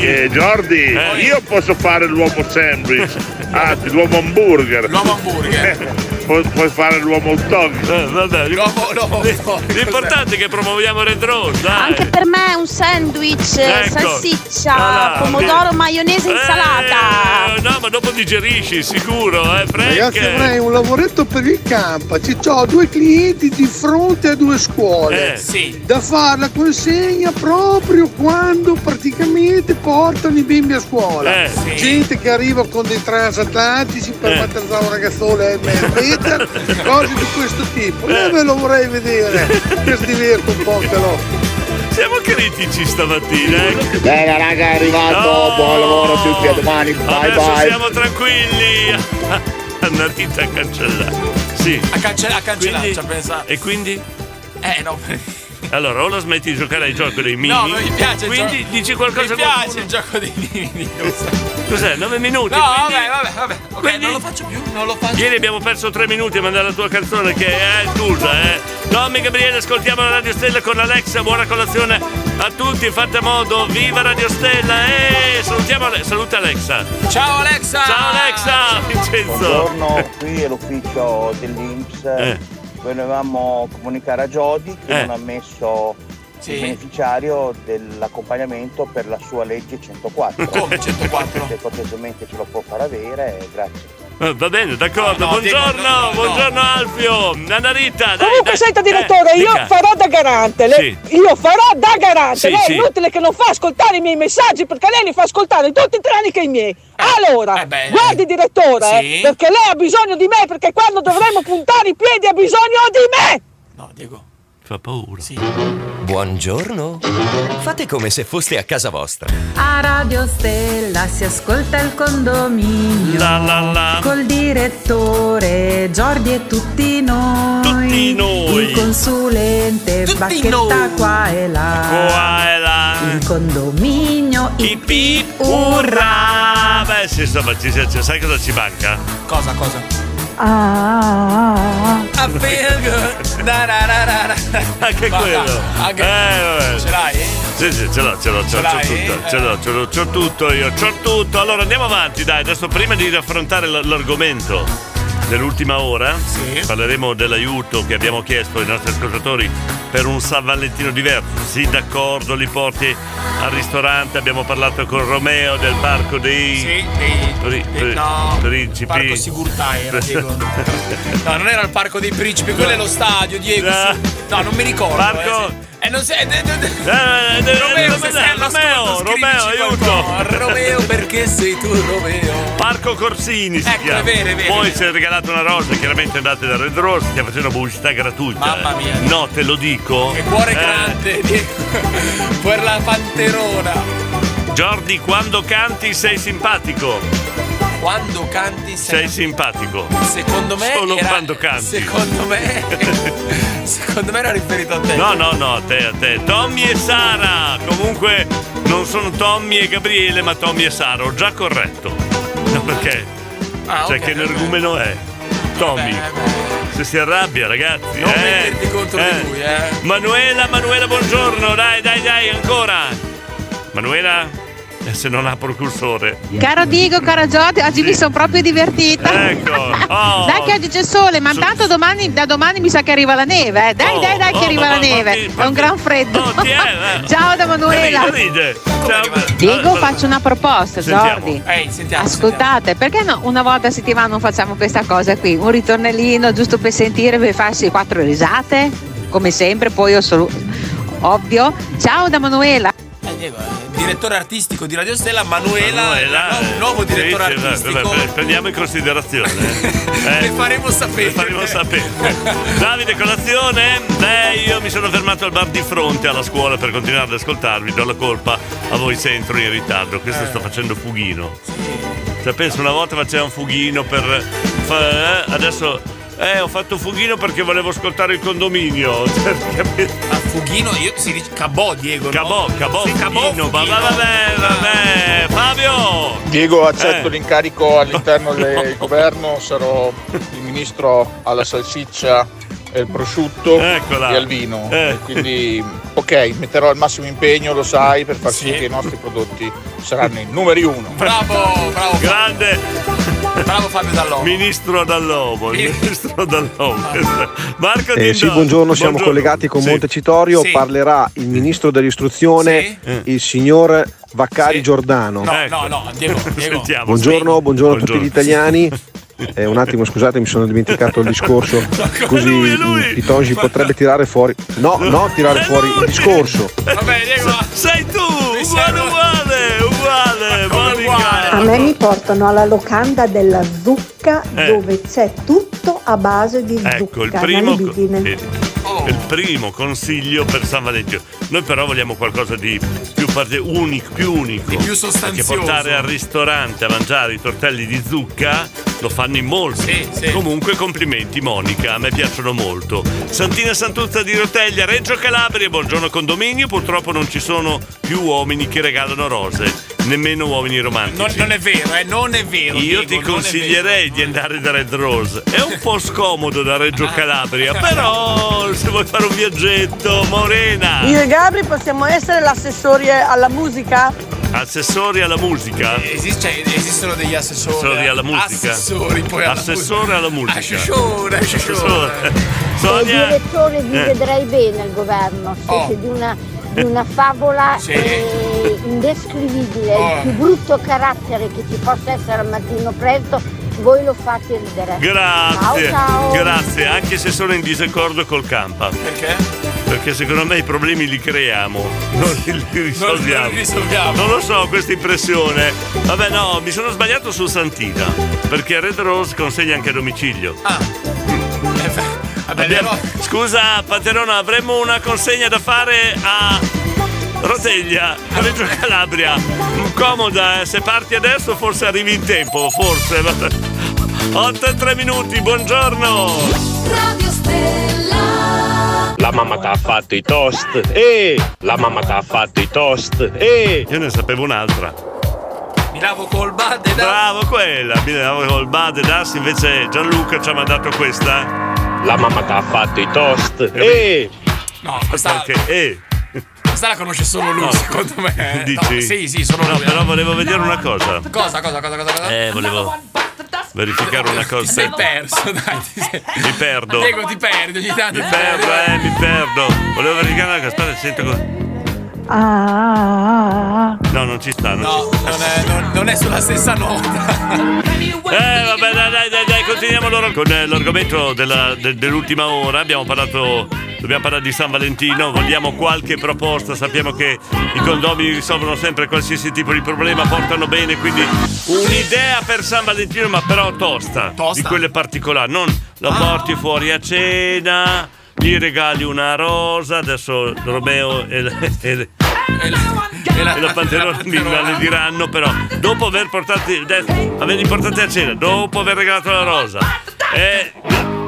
Speaker 33: Eh, Jordi, io posso fare l'uomo
Speaker 2: <laughs>
Speaker 33: Ah. sandwich, anzi l'uomo hamburger. Eh,
Speaker 3: L'uomo hamburger.
Speaker 33: Puoi, puoi fare l'uomo hot dog.
Speaker 2: Eh, vabbè, l'importante è che promuoviamo Red Rose, dai.
Speaker 4: Anche per me un sandwich, eh,
Speaker 2: Ecco. Eh.
Speaker 4: salsiccia,
Speaker 2: Ah,
Speaker 4: pomodoro,
Speaker 2: sì.
Speaker 4: maionese, insalata.
Speaker 2: Eh, no, ma dopo digerisci, sicuro, eh, Frank.
Speaker 26: Ragazzi, avrei un lavoretto per il campo. Ci ho due clienti di fronte a due scuole.
Speaker 2: Eh, sì.
Speaker 26: Da fare la consegna proprio quando praticamente portano i bimbi a scuola.
Speaker 6: Eh, sì.
Speaker 26: Gente che arriva con dei transatlantici per
Speaker 6: Eh.
Speaker 26: battezzare un ragazzone merda, cose di questo tipo. Io ve lo vorrei vedere per diverto un po' però.
Speaker 2: Siamo critici stamattina, eh.
Speaker 33: Bella raga, è arrivato,
Speaker 2: No!
Speaker 33: buon lavoro a tutti, a domani, bye
Speaker 2: Adesso
Speaker 33: bye.
Speaker 2: siamo tranquilli. <laughs> Annarita a cancellare. Sì.
Speaker 3: A, cancella- a cancellare,
Speaker 2: Quindi-
Speaker 3: ci ha pensato.
Speaker 2: E quindi?
Speaker 3: Eh, no.
Speaker 2: Allora, o la smetti di giocare ai giochi dei mini.
Speaker 3: No, ma mi piace il
Speaker 2: Quindi
Speaker 3: gioco-
Speaker 2: dici qualcosa
Speaker 3: Mi piace il gioco dei mini.
Speaker 2: Cos'è? 9 minuti?
Speaker 3: No,
Speaker 2: Quindi-
Speaker 3: vabbè, vabbè, vabbè. Ok, non lo faccio più, non lo faccio.
Speaker 2: Ieri abbiamo perso tre minuti a mandare la tua canzone che è scusa, eh. Tommy Gabriele, ascoltiamo la Radio Stella con Alexa, buona colazione a tutti, fate a modo, viva Radio Stella e salutiamo Ale- saluta Alexa.
Speaker 3: Ciao Alexa!
Speaker 2: Ciao Alexa! Vincenzo!
Speaker 29: Buongiorno, qui è l'ufficio dell'Inps.
Speaker 2: Eh.
Speaker 29: Volevamo comunicare a Jody che
Speaker 2: Eh.
Speaker 29: non ha messo
Speaker 3: Sì.
Speaker 29: il beneficiario dell'accompagnamento per la sua legge 104. Come
Speaker 3: 104?
Speaker 29: Se cortesemente ce lo può far avere, eh, grazie.
Speaker 2: Eh, Va bene, d'accordo,
Speaker 3: Ah,
Speaker 29: No, no,
Speaker 2: buongiorno,
Speaker 29: Diego, no, no, no.
Speaker 2: buongiorno Alfio, Nanna Rita, dai,
Speaker 11: Comunque
Speaker 2: dai,
Speaker 11: senta
Speaker 2: eh,
Speaker 11: direttore, io
Speaker 2: dica.
Speaker 11: farò da garante, lei- io farò da garante,
Speaker 2: Sì,
Speaker 11: lei
Speaker 2: sì.
Speaker 11: è inutile che non fa ascoltare i miei messaggi perché lei li fa ascoltare tutti tranne che i miei.
Speaker 2: Ah, eh
Speaker 11: Allora, guardi direttore,
Speaker 3: Sì.
Speaker 11: eh, perché lei ha bisogno di me perché quando dovremo puntare i piedi ha bisogno di me!
Speaker 3: No, Diego.
Speaker 2: fa paura.
Speaker 19: Buongiorno. Fate come se foste a casa vostra.
Speaker 34: A Radio Stella si ascolta il condominio.
Speaker 2: La, la, la. Ah,
Speaker 34: Col direttore Giordi e tutti noi.
Speaker 2: Tutti noi.
Speaker 34: Il consulente Bacchetta
Speaker 2: noi.
Speaker 34: qua e là.
Speaker 2: Qua e là.
Speaker 34: Il condominio
Speaker 2: Ip ip urrà. Beh, sì, insomma, ci- ci- sai cosa ci manca?
Speaker 3: Cosa, cosa?
Speaker 2: <laughs>
Speaker 34: Ah,
Speaker 3: I feel good. Da, da, da, da, da.
Speaker 2: Anche
Speaker 3: Guarda,
Speaker 2: quello.
Speaker 3: anche- Cioè,
Speaker 2: Eh,
Speaker 3: Ce l'hai?
Speaker 2: Sì, sì, ce l'ho, ce l'ho, ce l'ho, c'ho
Speaker 3: Ce l'hai? Eh.
Speaker 2: tutto, ce l'ho, ce l'ho, c'ho tutto io, c'ho tutto. Allora andiamo avanti, dai, adesso prima di raffrontare l- l'argomento dell'ultima ora, parleremo dell'aiuto che abbiamo chiesto ai nostri ascoltatori per un San Valentino diverso. Sì, d'accordo, li porti al ristorante, abbiamo parlato con Romeo del parco dei...
Speaker 3: Sì, dei-
Speaker 2: Pri-
Speaker 3: dei- no,
Speaker 2: principi.
Speaker 3: Parco Sigurtà era, Diego. No, non era il parco dei principi, quello è lo stadio, Diego.
Speaker 2: No.
Speaker 3: su- No, non mi ricordo.
Speaker 2: Eh. Parco-
Speaker 3: Eh, sì. Eh, non sei. eh,
Speaker 2: <laughs>
Speaker 3: eh, eh.
Speaker 2: eh, eh,
Speaker 3: Romeo, se
Speaker 2: eh,
Speaker 3: sei all'ascolto,
Speaker 2: Romeo,
Speaker 3: scrivici
Speaker 2: Romeo,
Speaker 3: qualcosa.
Speaker 2: aiuto.
Speaker 3: Romeo, perché sei tu, Romeo?
Speaker 2: Parco Corsini si
Speaker 3: Ecco,
Speaker 2: chiama.
Speaker 3: è vero, è vero, è
Speaker 2: Poi
Speaker 3: vero.
Speaker 2: si è regalato una rosa, chiaramente andate da Red Rose, stiamo facendo pubblicità gratuita. eh.
Speaker 3: Mamma mia.
Speaker 2: No, te lo dico.
Speaker 3: Che cuore
Speaker 2: Eh,
Speaker 3: grande, Diego. <laughs> Per la panterona.
Speaker 2: Jordi, quando canti sei simpatico.
Speaker 3: Quando canti
Speaker 2: Sei simpatico.
Speaker 3: Secondo me
Speaker 2: Solo
Speaker 3: era-
Speaker 2: quando canti.
Speaker 3: Secondo
Speaker 2: <laughs>
Speaker 3: me Secondo me era riferito a te.
Speaker 2: No, no, no, a te, a te. Tommy e Sara. Comunque non sono Tommy e Gabriele, ma Tommy e Sara. Ho già corretto. No, perché?
Speaker 3: Ah,
Speaker 2: cioè,
Speaker 3: ok,
Speaker 2: che energumeno è? Tommy. Se si arrabbia, ragazzi.
Speaker 3: Non
Speaker 2: eh.
Speaker 3: metterti contro di
Speaker 2: eh.
Speaker 3: lui, eh.
Speaker 2: Manuela, Manuela, buongiorno. Dai, dai, dai, ancora. Manuela, eh, se non ha procursore.
Speaker 11: Caro Diego, caro Giorgio, oggi mi sono proprio divertita.
Speaker 2: Ecco. Oh.
Speaker 11: Dai che oggi c'è sole, ma intanto domani, da domani mi sa che arriva la neve. eh. Dai,
Speaker 2: Oh,
Speaker 11: dai, dai
Speaker 2: oh,
Speaker 11: che arriva
Speaker 2: ma-
Speaker 11: la
Speaker 2: ma- ma
Speaker 11: neve.
Speaker 2: che-
Speaker 11: È un gran freddo.
Speaker 2: eh.
Speaker 11: <laughs> Ciao da Manuela.
Speaker 2: Ride, ride. Ciao. Ah,
Speaker 11: Diego, faccio una proposta,
Speaker 2: Eh, Sentiamo.
Speaker 11: Giordi. Ascoltate, perché no, una volta a settimana non facciamo questa cosa qui? Un ritornellino giusto per sentire, per farsi quattro risate? Come sempre, poi assolut- Ovvio. Ciao da Manuela.
Speaker 3: Eh, Diego, eh, direttore artistico di Radio Stella, Manuela,
Speaker 2: Manuela, eh,
Speaker 3: il nuovo direttore
Speaker 2: sì, sì,
Speaker 3: artistico.
Speaker 2: vabbè, pre- prendiamo in considerazione. Eh.
Speaker 3: <laughs> Le faremo sapere.
Speaker 2: Le faremo sapere. Davide, colazione? Beh, io mi sono fermato al bar di fronte alla scuola per continuare ad ascoltarvi. Do la colpa a voi se entro in ritardo.
Speaker 3: Eh.
Speaker 2: Questo sto facendo fughino. Cioè, penso una volta faceva un fughino per. fa- eh, adesso. Eh, ho fatto fughino perché volevo ascoltare il condominio. <laughs> Cioè, A
Speaker 3: Ah, fughino io si dice cabò, Diego.
Speaker 2: Cabò, cabò, fughino, ma va- vabbè, vabbè. Fabio!
Speaker 1: Diego, accetto
Speaker 2: Eh. <laughs>
Speaker 1: l'incarico all'interno del governo, sarò il ministro alla salsiccia e al prosciutto e al vino.
Speaker 2: Eh.
Speaker 1: E Quindi, ok, metterò il massimo impegno, lo sai, per far sì, che i nostri prodotti saranno i numeri uno.
Speaker 3: Bravo, bravo.
Speaker 2: Grande.
Speaker 3: Bravo Fabio Dall'Omo.
Speaker 2: Ministro Dall'Omo, il ministro Dall'Omo.
Speaker 3: Ah.
Speaker 2: Marco
Speaker 13: Eh,
Speaker 2: Dindon.
Speaker 13: sì, buongiorno, siamo collegati con Montecitorio.
Speaker 2: Sì.
Speaker 13: Parlerà il ministro dell'istruzione, il signor Vaccari Giordano.
Speaker 3: No,
Speaker 1: Ecco.
Speaker 3: no, no,
Speaker 1: <laughs>
Speaker 3: Diego, Diego.
Speaker 13: Ah, Buongiorno, buongiorno, a tutti gli <laughs> italiani. Eh, un attimo, scusate, mi sono dimenticato il <laughs> discorso. Così mh, Pitongi potrebbe tirare fuori. No, no, Ah. tirare fuori il discorso.
Speaker 3: Vabbè, Diego.
Speaker 2: Sei tu, uguale, uguale, uguale, Monica. Ecco.
Speaker 9: A me mi portano alla locanda della zucca
Speaker 2: Certo. Eh.
Speaker 9: dove c'è tutto a base di
Speaker 2: Ecco, il
Speaker 9: zucca,
Speaker 2: primo,
Speaker 9: la libidine.
Speaker 2: vedi,
Speaker 3: Oh.
Speaker 2: il primo consiglio per San Valentino. Noi però vogliamo qualcosa di più parte- unico, più unico.
Speaker 3: più sostanzioso.
Speaker 2: Perché portare al ristorante a mangiare i tortelli di zucca lo fanno in molti. Comunque complimenti Monica, a me piacciono molto. Santina Santuzza di Roteglia, Reggio Calabria, buongiorno condominio. Purtroppo non ci sono più uomini che regalano rose, nemmeno uomini romantici.
Speaker 3: Non, non è vero, eh, non è vero.
Speaker 2: Io ti
Speaker 3: Diego, non è
Speaker 2: consiglierei di andare da Red Rose. È un po' scomodo da Reggio Calabria, però se vuoi fare un viaggetto, Morena.
Speaker 35: Io e Gabri possiamo essere l'assessori alla musica?
Speaker 2: Assessori alla musica.
Speaker 3: Esiste- cioè, esistono degli assessori.
Speaker 2: Assessori alla musica.
Speaker 3: Assessori, poi alla
Speaker 2: Assessore alla musica.
Speaker 3: Assessore, assessore.
Speaker 4: Se il
Speaker 2: Sonia.
Speaker 4: direttore vi
Speaker 2: Eh.
Speaker 4: vedrai bene al governo, siete di, una, di una favola
Speaker 2: Oh. Sì.
Speaker 4: eh, indescrivibile,
Speaker 2: Oh.
Speaker 4: il più brutto carattere che ci possa essere al mattino presto, voi lo fate ridere.
Speaker 2: Grazie,
Speaker 4: Ciao, ciao.
Speaker 2: grazie, anche se sono in disaccordo col Campa.
Speaker 3: Perché?
Speaker 2: Perché secondo me i problemi li creiamo, non li, li risolviamo.
Speaker 3: li risolviamo.
Speaker 2: Non lo so, questa impressione. Vabbè no, mi sono sbagliato su Santina, perché Red Rose consegna anche a domicilio.
Speaker 3: Ah.
Speaker 2: Abbiamo- Scusa Paterona, avremmo una consegna da fare a Roteglia, a Reggio Calabria. Comoda, eh, se parti adesso forse arrivi in tempo, forse. <laughs> 8 e 3 minuti, buongiorno!
Speaker 30: Radio Stella.
Speaker 2: La mamma ti ha fatto i toast. E la mamma ti ha fatto i toast. Eh. E io ne sapevo un'altra.
Speaker 3: Mi lavo col bad e
Speaker 2: Bravo quella, mi lavo col Bud e Das, invece Gianluca ci ha mandato questa. La mamma ti ha fatto i toast. Eh. E
Speaker 3: No, questa,
Speaker 2: eh.
Speaker 3: questa la conosce solo lui,
Speaker 2: No.
Speaker 3: secondo
Speaker 2: <laughs>
Speaker 3: me. No,
Speaker 2: Dici?
Speaker 3: sì, sì, sono
Speaker 2: No,
Speaker 3: lui. eh.
Speaker 2: però volevo vedere una cosa.
Speaker 3: Cosa, cosa, cosa, cosa? cosa?
Speaker 2: Eh, volevo verificare una cosa.
Speaker 3: Ti sei perso, dai. Ti sei...
Speaker 2: Mi perdo.
Speaker 3: Diego, ti perdi ogni tanto.
Speaker 2: Mi perdo, eh, mi perdo. Volevo verificare una cosa. Aspetta, sento co-
Speaker 36: Ah,
Speaker 2: No, non ci sta, non ci sta.
Speaker 3: Non è, non- non è sulla stessa nota.
Speaker 2: Eh, vabbè, dai, dai, dai, dai, continuiamo allora con eh, l'argomento della- de- dell'ultima ora. Abbiamo parlato. Dobbiamo parlare di San Valentino, vogliamo qualche proposta, sappiamo che i condomini risolvono sempre qualsiasi tipo di problema, portano bene, quindi un'idea per San Valentino, ma però tosta, di quelle particolari, non
Speaker 3: Ah.
Speaker 2: la porti fuori a cena, gli regali una rosa, adesso Romeo e, e- e la, Panterona mi le diranno però dopo aver portato de- averli portati a cena dopo aver regalato la rosa eh,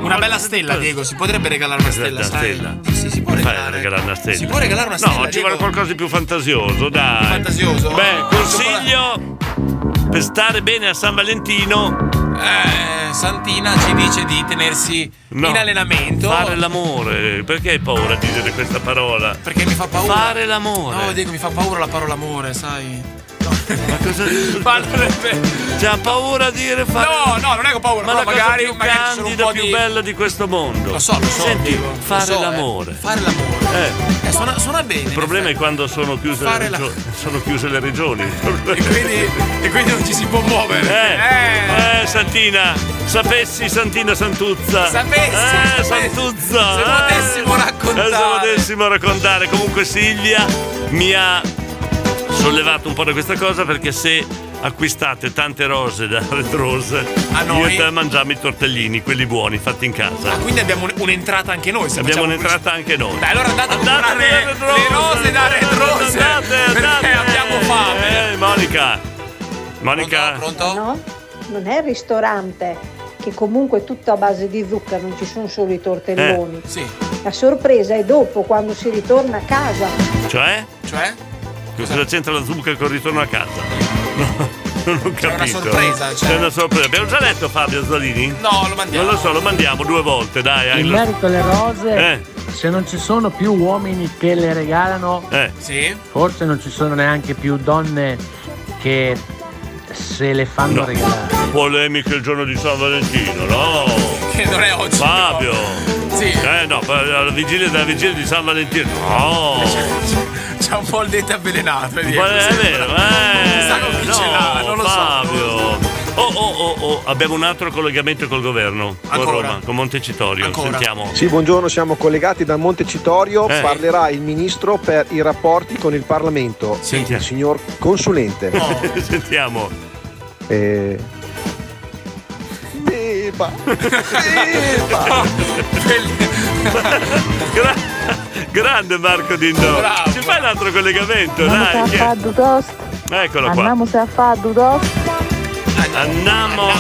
Speaker 3: Una bella stella, Diego. Si potrebbe regalare una stella,
Speaker 2: una
Speaker 3: sai?
Speaker 2: stella.
Speaker 3: Sì, sì, si può
Speaker 2: fai
Speaker 3: regalare.
Speaker 2: a regalare una stella
Speaker 3: Si può regalare una stella,
Speaker 2: no ci
Speaker 3: Diego?
Speaker 2: vuole qualcosa di più fantasioso dai
Speaker 3: Fantasioso?
Speaker 2: beh consiglio per stare bene a San Valentino
Speaker 3: Eh, Santina ci dice di tenersi
Speaker 2: no,
Speaker 3: in allenamento.
Speaker 2: fare l'amore perché hai paura di dire questa parola
Speaker 3: Perché mi fa paura.
Speaker 2: Fare l'amore.
Speaker 3: No, Diego, mi fa paura la parola amore, sai.
Speaker 2: ma
Speaker 3: <laughs>
Speaker 2: cosa
Speaker 3: Ma non è vero.
Speaker 2: c'ha paura di dire fare
Speaker 3: No, no, non è che ho paura,
Speaker 2: ma
Speaker 3: però
Speaker 2: la cosa
Speaker 3: magari-
Speaker 2: più
Speaker 3: magari ci sono un
Speaker 2: candida
Speaker 3: po'
Speaker 2: più
Speaker 3: di-
Speaker 2: bella di questo mondo
Speaker 3: Lo so, lo so,
Speaker 2: senti
Speaker 3: Diego, lo
Speaker 2: fare
Speaker 3: so, eh.
Speaker 2: l'amore
Speaker 3: Fare l'amore. Eh, suona, suona bene.
Speaker 2: Il problema è quando sono chiuse, le,
Speaker 3: Fare la-
Speaker 2: regio- sono chiuse le
Speaker 3: <laughs>
Speaker 2: regioni.
Speaker 3: E quindi non ci si può muovere.
Speaker 2: Eh, eh, Santina, sapessi Santina Santuzza.
Speaker 3: Sapessi,
Speaker 2: eh,
Speaker 3: sapessi.
Speaker 2: Santuzza.
Speaker 3: Se
Speaker 2: eh.
Speaker 3: potessimo raccontare.
Speaker 2: Eh, se potessimo raccontare. Comunque Silvia mi ha sollevato un po' da questa cosa perché se acquistate tante rose da <laughs> Red Rose, io
Speaker 3: noi?
Speaker 2: e te mangiamo i tortellini, quelli buoni fatti in casa.
Speaker 3: Ah, quindi abbiamo un- un'entrata anche noi. Se
Speaker 2: Abbiamo
Speaker 3: facciamo
Speaker 2: un'entrata anche noi.
Speaker 3: Dai, allora andate a comprare le, rose da Red Rose. perché abbiamo fame.
Speaker 2: Eh, Monica. Monica.
Speaker 5: No? Non è il ristorante, che comunque è tutto a base di zucca, non ci sono solo i tortelloni.
Speaker 2: Eh, sì.
Speaker 5: La sorpresa è dopo, quando si ritorna a casa.
Speaker 2: Cioè?
Speaker 3: Cioè?
Speaker 2: Cosa c'entra la zucca col ritorno a casa? <laughs> No, non ho capito. C'è una
Speaker 3: sorpresa, cioè.
Speaker 2: C'è una sorpresa. Abbiamo già letto Fabio Zolini?
Speaker 3: No, lo mandiamo.
Speaker 2: Non lo so, lo mandiamo due volte, dai. hai
Speaker 17: In
Speaker 2: Eh, lo-
Speaker 17: merito alle rose,
Speaker 2: Eh.
Speaker 17: se non ci sono più uomini che le regalano,
Speaker 2: Eh.
Speaker 3: Sì.
Speaker 17: forse non ci sono neanche più donne che se le fanno regalare.
Speaker 2: Polemiche il giorno di San Valentino, no?
Speaker 3: Che <laughs> non è oggi.
Speaker 2: Fabio.
Speaker 3: Sì.
Speaker 2: Eh no, per- alla vigilia della vigilia di San Valentino.
Speaker 3: <laughs>
Speaker 2: No.
Speaker 3: C'è un po' il dente avvelenato. eh, Diego.
Speaker 2: Ma è vero, eh.
Speaker 3: Sa con chi ce l'ha, non lo so.
Speaker 2: Fabio. Oh, oh, oh, oh, abbiamo un altro collegamento col governo, con
Speaker 13: Ancora?
Speaker 2: Roma, con Montecitorio. Sentiamo.
Speaker 13: Sì, buongiorno, siamo collegati da Montecitorio.
Speaker 2: Eh.
Speaker 13: Parlerà il ministro per i rapporti con il Parlamento, il signor consulente.
Speaker 2: <laughs> Sentiamo.
Speaker 13: Eh,
Speaker 2: <laughs> Beba. grande Marco Dindò. Ci fai un altro collegamento, dai. che- Eccolo qua.
Speaker 36: a fare dudost.
Speaker 2: Andiamo a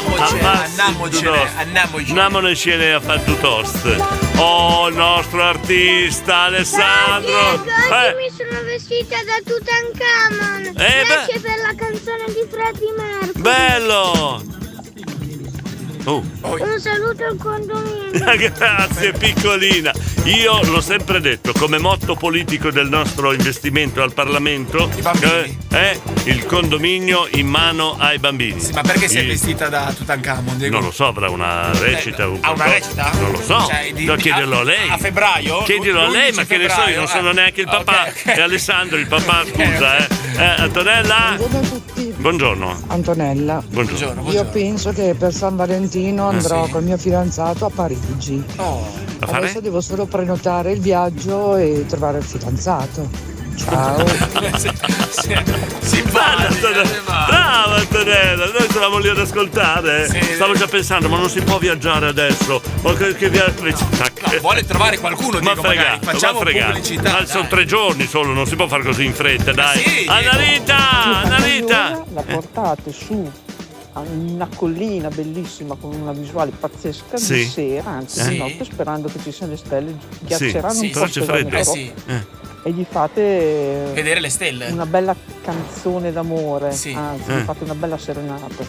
Speaker 2: Andiamocene, andiamocene a fare tu toast. Oh, il nostro artista Alessandro. Eh,
Speaker 29: mi sono vestita da Tutankhamon.
Speaker 2: Eh,
Speaker 29: Grazie per la canzone di Freddy Mercury.
Speaker 2: bello. Oh.
Speaker 29: Un saluto al condominio.
Speaker 2: <laughs> Grazie piccolina. Io l'ho sempre detto, come motto politico del nostro investimento al Parlamento eh, è il condominio in mano ai bambini.
Speaker 3: Ma perché sei
Speaker 2: Il-
Speaker 3: vestita da Tutankhamon? Diego? Eh,
Speaker 2: Non lo so, avrà una recita. un
Speaker 3: ha una
Speaker 2: qualcosa.
Speaker 3: recita?
Speaker 2: Non lo so.
Speaker 3: Cioè, di-
Speaker 2: No, chiederlo
Speaker 3: a-
Speaker 2: a lei.
Speaker 3: a febbraio?
Speaker 2: Chiederlo a lei, ma
Speaker 3: L'11
Speaker 2: che ne so, io non
Speaker 3: febbraio,
Speaker 2: sono
Speaker 3: ah.
Speaker 2: neanche il papà. È Alessandro il
Speaker 3: <laughs>
Speaker 2: papà, scusa. Eh. Eh, Antonella.
Speaker 22: Buongiorno a tutti.
Speaker 2: Buongiorno.
Speaker 22: Antonella.
Speaker 2: Buongiorno.
Speaker 22: Io penso che per San
Speaker 2: Ah,
Speaker 22: Valentino andrò col mio fidanzato a Parigi.
Speaker 2: A Oh. fare?
Speaker 22: Adesso devo solo prenotare il viaggio e trovare il fidanzato. Ciao.
Speaker 3: <laughs> eh,
Speaker 2: Brava Antonella, brava Antonella, noi siamo la voglio ascoltare. Stavo già pensando, ma non si può viaggiare adesso. Ma che, che viaggio invece- tac.
Speaker 3: Vuole trovare qualcuno,
Speaker 2: Ma
Speaker 3: dico, magari.
Speaker 2: fregato,
Speaker 3: Facciamo
Speaker 2: ma fregato.
Speaker 3: pubblicità.
Speaker 2: Ma sono tre giorni solo, non si può fare così in fretta, dai. Ah, Annalita, Annalita.
Speaker 31: La portate su a una collina bellissima con una visuale pazzesca
Speaker 2: Sì.
Speaker 31: di sera, anzi
Speaker 2: Sì.
Speaker 31: di notte, sperando che ci siano le stelle, ghiacceranno
Speaker 2: Sì,
Speaker 31: un
Speaker 2: però
Speaker 31: po'
Speaker 2: c'è
Speaker 31: sto
Speaker 2: freddo. Eh.
Speaker 31: vetro e gli fate
Speaker 3: Vedere le stelle.
Speaker 31: una bella canzone d'amore, anzi
Speaker 2: Eh.
Speaker 31: gli fate una bella serenata.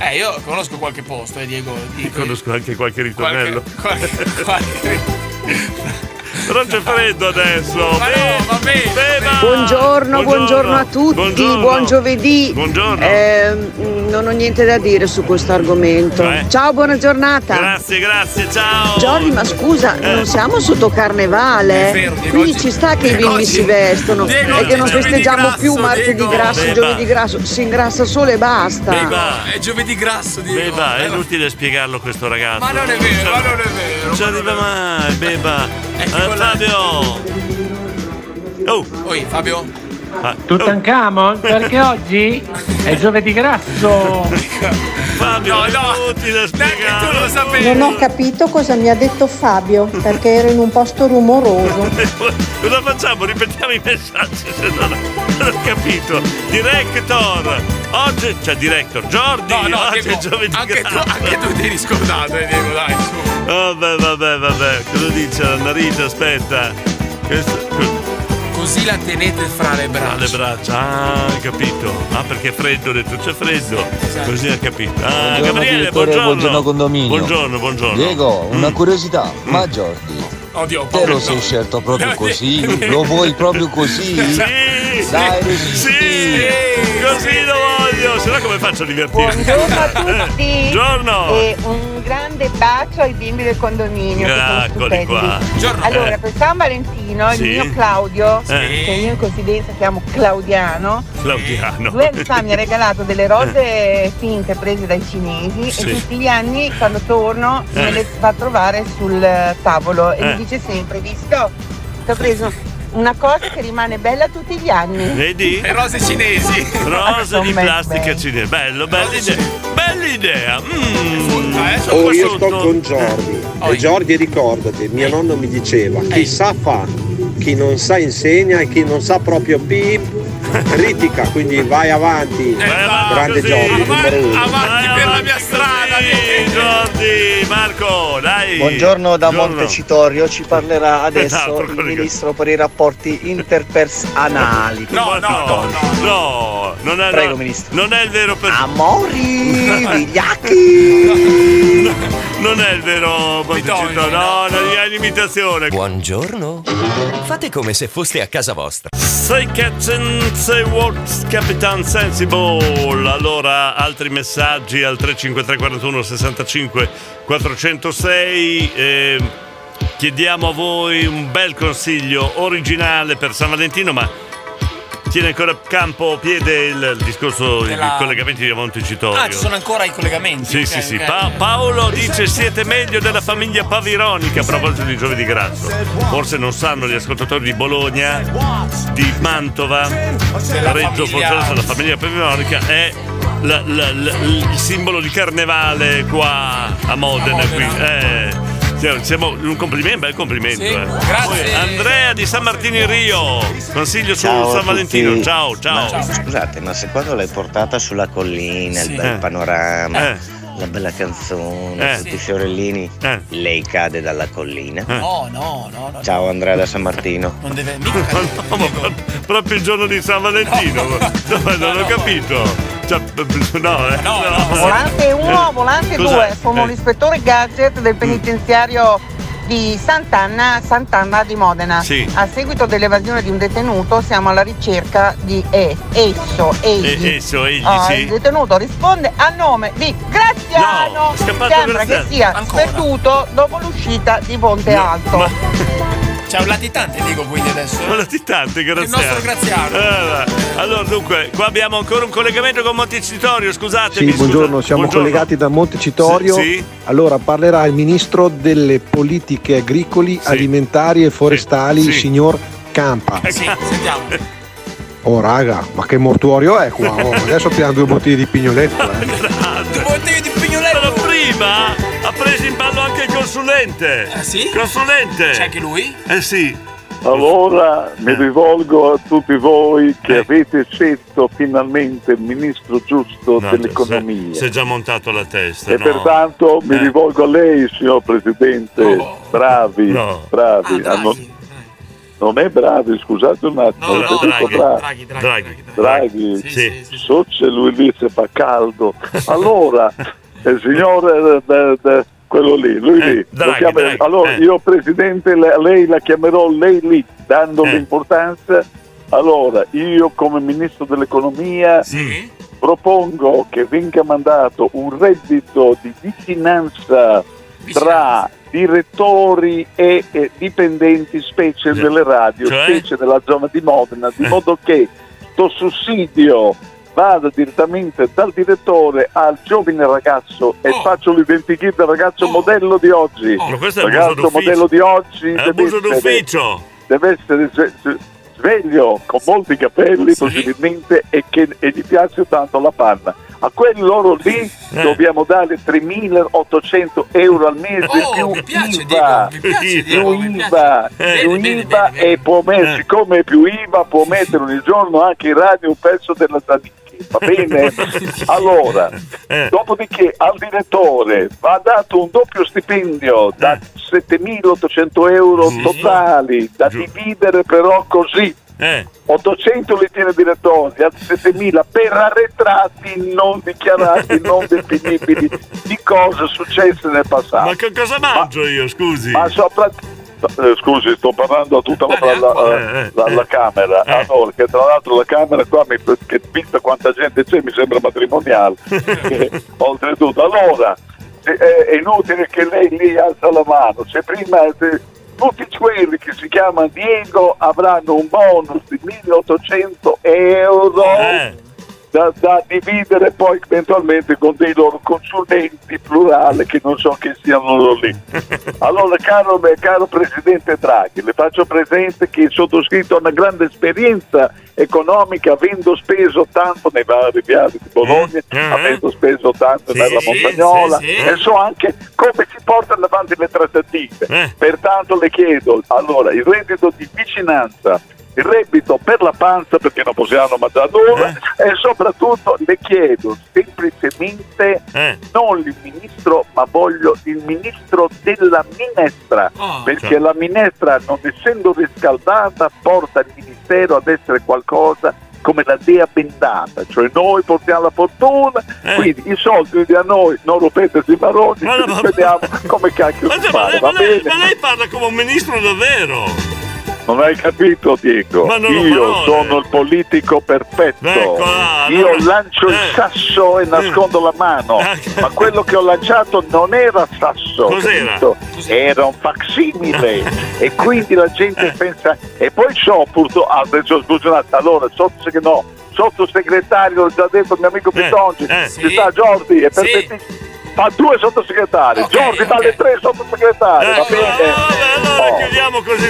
Speaker 3: Eh, io conosco qualche posto, eh, Diego.
Speaker 2: Io
Speaker 3: Dico,
Speaker 2: conosco anche qualche ritornello.
Speaker 3: qualche-
Speaker 2: <laughs>
Speaker 3: qualche-
Speaker 2: Però c'è freddo adesso.
Speaker 3: va bene.
Speaker 32: Buongiorno, buongiorno, a tutti, buon giovedì.
Speaker 2: Buongiorno.
Speaker 32: Ehm, non ho niente da dire su questo argomento. Ciao, buona giornata.
Speaker 2: Eh. Grazie, grazie, ciao.
Speaker 32: Giorgi, ma scusa,
Speaker 2: Eh.
Speaker 32: non siamo sotto carnevale.
Speaker 2: È vero, Diego,
Speaker 32: Quindi
Speaker 2: oggi-
Speaker 32: ci sta che i
Speaker 2: Diego,
Speaker 32: bimbi
Speaker 2: oggi-
Speaker 32: si vestono
Speaker 2: Diego,
Speaker 32: e
Speaker 2: oggi
Speaker 32: che
Speaker 2: è
Speaker 32: non
Speaker 2: giovedì
Speaker 32: festeggiamo
Speaker 2: grasso,
Speaker 32: più martedì
Speaker 2: Diego.
Speaker 32: grasso,
Speaker 2: Beh,
Speaker 32: giovedì
Speaker 2: va.
Speaker 32: grasso, si ingrassa solo e basta.
Speaker 2: Beba.
Speaker 3: È giovedì grasso, Diego.
Speaker 2: Beba, è inutile spiegarlo questo ragazzo.
Speaker 3: Ma non è vero, ma non è vero. ecco
Speaker 2: Non ci arriva mai, Beba. Eh, Fabio. Oh. Ah.
Speaker 3: Oi, Fabio.
Speaker 2: <laughs>
Speaker 17: Tutankhamon, perché oggi è giovedì grasso.
Speaker 2: Fabio, no, no. inutile spiegarlo. tu lo sapevi.
Speaker 5: Non ho capito cosa mi ha detto
Speaker 2: <laughs>
Speaker 5: Fabio, perché ero in un posto rumoroso.
Speaker 2: Cosa facciamo? Ripetiamo i messaggi, se no non non ho capito. Director, oggi, cioè director, Jordi,
Speaker 3: No, no,
Speaker 2: oggi è
Speaker 3: Diego,
Speaker 2: giovedì
Speaker 3: anche tu,
Speaker 2: grasso.
Speaker 3: anche tu ti eri scordato, eh, Diego, dai, su.
Speaker 2: Vabbè, vabbè, vabbè, cosa dice la narita? Aspetta. Questo...
Speaker 3: Così la tenete fra le braccia.
Speaker 2: Ah, le braccia, ah, hai capito. Ah, perché è freddo, ho detto c'è freddo.
Speaker 3: Esatto.
Speaker 2: Così ha capito. Ah,
Speaker 18: Buongiorno,
Speaker 2: Gabriele,
Speaker 18: direttore,
Speaker 2: buongiorno.
Speaker 18: buongiorno, condominio.
Speaker 2: Buongiorno, buongiorno.
Speaker 18: Diego, una
Speaker 2: Mm.
Speaker 18: curiosità, ma Jordi,
Speaker 3: Oddio,
Speaker 18: te lo sei
Speaker 3: <laughs>
Speaker 18: scelto proprio così? Lo vuoi proprio così?
Speaker 2: Sì,
Speaker 18: Dai,
Speaker 2: sì, sì, così lo voglio, sennò come faccio a divertirmi?
Speaker 11: Buongiorno
Speaker 2: <laughs>
Speaker 11: a tutti.
Speaker 2: Buongiorno.
Speaker 11: E un grande bacio ai bimbi del condominio. che sono
Speaker 2: Eccoli
Speaker 11: stupendi.
Speaker 2: qua. Buongiorno.
Speaker 11: Allora,
Speaker 2: Eh.
Speaker 11: per San Valentino,
Speaker 2: Sì.
Speaker 11: il mio Claudio,
Speaker 2: Sì.
Speaker 11: che io in confidenza chiamo Claudiano,
Speaker 2: Claudiano.
Speaker 11: due anni fa mi ha regalato delle rose finte prese dai cinesi
Speaker 2: Eh. Sì.
Speaker 11: e tutti gli anni quando torno
Speaker 2: Eh.
Speaker 11: me le fa trovare sul eh, tavolo e
Speaker 2: Eh.
Speaker 11: mi dice sempre, visto, ti ho preso una cosa che rimane bella tutti gli anni.
Speaker 2: Vedi?
Speaker 11: Le rose cinesi.
Speaker 2: Rose di
Speaker 11: Sono
Speaker 2: plastica cinese. Bello, bella idea. Bella idea. Mm.
Speaker 9: Oh, io
Speaker 2: Questo
Speaker 9: sto
Speaker 2: no-
Speaker 9: con Jordi.
Speaker 2: Eh.
Speaker 9: E Jordi, ricordati, mio nonno mi diceva: chi sa fa, chi non sa insegna e chi non sa proprio pip
Speaker 2: <laughs>
Speaker 9: critica. Quindi vai
Speaker 2: Eh,
Speaker 9: avanti, grande Jordi, numero uno.
Speaker 2: Avanti per la mia strada, Jordi, Marco, dai.
Speaker 37: Buongiorno da
Speaker 2: Buongiorno.
Speaker 37: Montecitorio, ci
Speaker 2: <laughs>
Speaker 37: parlerà adesso
Speaker 2: Esatto,
Speaker 37: il
Speaker 2: quello che-
Speaker 37: ministro per i rapporti interpersonali.
Speaker 2: No, no, no, no, non è,
Speaker 37: Prego,
Speaker 2: no, Non è il vero per... <laughs>
Speaker 37: Amori,
Speaker 2: vigliacchi! non è il vero Montecito, no, non è l'imitazione.
Speaker 19: Buongiorno. Fate come se foste a casa vostra.
Speaker 2: Sei Captain, sei What's Capitan Sensible. Allora, altri messaggi al 353 41 65 406. Eh, chiediamo a voi un bel consiglio originale per San Valentino, ma tiene ancora campo piede il, il discorso dei
Speaker 3: Della-
Speaker 2: collegamenti di Montecitorio.
Speaker 3: Ah, ci sono ancora i collegamenti.
Speaker 2: Sì,
Speaker 3: ok,
Speaker 2: sì, sì.
Speaker 3: ok.
Speaker 2: Pa- Paolo dice siete meglio della famiglia Pavironica a proposito di Giovedì Grasso. Forse non sanno gli ascoltatori di Bologna, di Mantova, Reggio Forzosa, la famiglia Pavironica è la- la- la- il simbolo di carnevale qua a Modena. qui. Eh, siamo- siamo- un complimento, un bel complimento. eh. Poi Andrea di San Martino in Rio, consiglio su
Speaker 38: Ciao a
Speaker 2: San Valentino.
Speaker 38: tutti.
Speaker 2: Ciao, ciao.
Speaker 38: Ma, scusate, ma se quando l'hai portata sulla collina,
Speaker 2: Sì.
Speaker 38: il bel
Speaker 2: Eh.
Speaker 38: panorama,
Speaker 2: Eh.
Speaker 38: la bella canzone,
Speaker 2: Eh.
Speaker 38: tutti
Speaker 2: Sì.
Speaker 38: i fiorellini, lei cade dalla collina.
Speaker 2: Eh.
Speaker 3: No, no, no, no.
Speaker 38: Ciao Andrea da San Martino.
Speaker 3: Non deve mica.
Speaker 2: No, Oh, ma pro- proprio il giorno di San Valentino. No, non ho capito. Cioè, no, eh.
Speaker 11: Volante 1,
Speaker 2: Eh,
Speaker 11: volante
Speaker 2: cos'è?
Speaker 11: 2, sono
Speaker 2: Eh,
Speaker 11: l'ispettore gadget del penitenziario di Sant'Anna, Sant'Anna di Modena.
Speaker 2: Sì.
Speaker 11: A seguito dell'evasione di un detenuto siamo alla ricerca di e- esso, egli.
Speaker 2: eh, esso, egli,
Speaker 11: Ah, Il
Speaker 2: sì.
Speaker 11: detenuto risponde a nome di Graziano,
Speaker 2: scappato
Speaker 11: sembra che
Speaker 2: Graziano.
Speaker 11: sia perduto dopo l'uscita di Ponte Alto.
Speaker 3: C'è un latitante, Diego, quindi adesso.
Speaker 2: Ma latitante, grazie.
Speaker 3: Il nostro Graziano.
Speaker 2: allora, dunque, qua abbiamo ancora un collegamento con Montecitorio, scusate.
Speaker 13: Sì, buongiorno, siamo collegati da Montecitorio.
Speaker 2: Sì, sì.
Speaker 13: Allora parlerà il ministro delle politiche agricoli, alimentari e forestali,
Speaker 2: sì.
Speaker 13: il signor Campa.
Speaker 2: sentiamo.
Speaker 13: Oh raga, ma che mortuorio è qua? Oh, adesso piano due bottiglie di pignoletto. Eh.
Speaker 2: Grande. Però prima ha preso in ballo anche il consulente. Ah sì? Consulente. C'è anche lui? Eh sì. Eh.
Speaker 1: Allora mi rivolgo a tutti voi che avete scelto finalmente il ministro giusto
Speaker 2: No,
Speaker 1: dell'economia.
Speaker 2: Si è già montato la testa.
Speaker 1: E
Speaker 2: no.
Speaker 1: pertanto mi
Speaker 2: Eh. Oh,
Speaker 1: rivolgo a lei, signor Presidente. bravi, bravi. Ah, non, non è bravi, scusate un attimo, ho detto bravi.
Speaker 2: Draghi, Draghi.
Speaker 1: Draghi, Sozze lui lì se fa caldo.
Speaker 2: <laughs>
Speaker 1: Allora, il signore eh, eh, eh, quello lì, lui
Speaker 2: Eh,
Speaker 1: lì. lo
Speaker 2: Draghi,
Speaker 1: chiama-
Speaker 2: Draghi,
Speaker 1: allora
Speaker 2: eh.
Speaker 1: io Presidente le- a lei la chiamerò lei lì, dando
Speaker 2: Eh.
Speaker 1: l'importanza. Allora, io come Ministro dell'Economia propongo che venga mandato un reddito di vicinanza tra direttori e, eh, dipendenti specie delle radio,
Speaker 2: Cioè? Eh.
Speaker 1: specie della zona di Modena, di modo che questo sussidio vada direttamente dal direttore al giovane ragazzo e faccio l'identikit del ragazzo modello di oggi.
Speaker 2: Oh, ma questo è abuso
Speaker 1: ragazzo
Speaker 2: d'ufficio.
Speaker 1: modello di oggi
Speaker 2: È
Speaker 1: deve
Speaker 2: abuso
Speaker 1: essere-
Speaker 2: d'ufficio.
Speaker 1: deve essere sve- sve- sveglio con molti capelli possibilmente e, che, e gli piace tanto la panna a quelli loro lì dobbiamo dare 3.800 euro al mese più IVA più IVA più IVA e può mettere siccome è più IVA può mettere ogni giorno anche in radio un pezzo della Zanicchi va bene? allora
Speaker 2: Eh.
Speaker 1: dopodiché al direttore va dato un doppio stipendio
Speaker 2: Eh.
Speaker 1: da 7.800 euro totali da dividere però così
Speaker 2: Eh.
Speaker 1: 800 li tiene direttori, gli altri 7000 per arretrati non dichiarati,
Speaker 2: <laughs>
Speaker 1: non definibili di cose successe nel passato.
Speaker 2: Ma che cosa mangio io, scusi? Eh,
Speaker 1: Ma sopra- eh, scusi, sto parlando a tutta la, la- la- eh, la- la Camera, allora, che tra l'altro la Camera qua, mi, che vista quanta gente c'è, mi sembra matrimoniale. Eh, Oltretutto, allora, eh, è inutile che lei lì alza la mano, se prima... se- tutti quelli che si chiamano Diego avranno un bonus di 1800 euro da, da dividere poi eventualmente con dei loro consulenti plurale che non so che siano loro lì. Allora caro, caro Presidente Draghi, le faccio presente che il sottoscritto ha una grande esperienza economica avendo speso tanto nei vari viali di Bologna, avendo speso tanto
Speaker 15: Mm. Sì,
Speaker 1: nella
Speaker 15: sì,
Speaker 1: Montagnola
Speaker 15: sì, sì.
Speaker 1: e so anche come si portano avanti le trattative. Pertanto le chiedo, allora, il reddito di vicinanza, il reddito per la panza perché non possiamo mangiare nulla e soprattutto le chiedo semplicemente non il ministro ma voglio il ministro della minestra perché
Speaker 15: cioè.
Speaker 1: la minestra non essendo riscaldata porta il ministero ad essere qualcosa come la dea bendata, cioè noi portiamo la fortuna,
Speaker 2: Eh.
Speaker 1: quindi i soldi li a noi, non rompeteci i maroni, ci
Speaker 2: <laughs>
Speaker 1: vediamo come cacchio si
Speaker 2: Ma
Speaker 1: fare,
Speaker 2: lei,
Speaker 1: Ah, va
Speaker 2: Eh, ma lei-
Speaker 1: bene?
Speaker 2: ma lei parla come un ministro davvero.
Speaker 1: Non hai capito, Diego?
Speaker 2: Ma non ho
Speaker 1: Io
Speaker 2: parole.
Speaker 1: sono il politico perfetto.
Speaker 2: Eccola,
Speaker 1: Io
Speaker 2: Ecco, ah, allora-
Speaker 18: Cioè,
Speaker 1: lancio il sasso
Speaker 15: Mm.
Speaker 1: e nascondo la mano.
Speaker 15: Ah.
Speaker 1: Ma quello che ho lanciato non era sasso.
Speaker 15: Cos'era? Ah. Eh.
Speaker 1: capito? Era un facsimile. e quindi la gente pensa. E poi so purtroppo. Ah, adesso scusa un attimo, allora sotto che no. Sottosegretario, l'ho già detto il mio
Speaker 15: Eh.
Speaker 1: amico Pitongi, ci sta Giordi, è perfettissimo. Fa due sottosegretari, Giordi fa le tre sottosegretari,
Speaker 15: Eh,
Speaker 1: va bene?
Speaker 2: Ah, Allora chiudiamo così.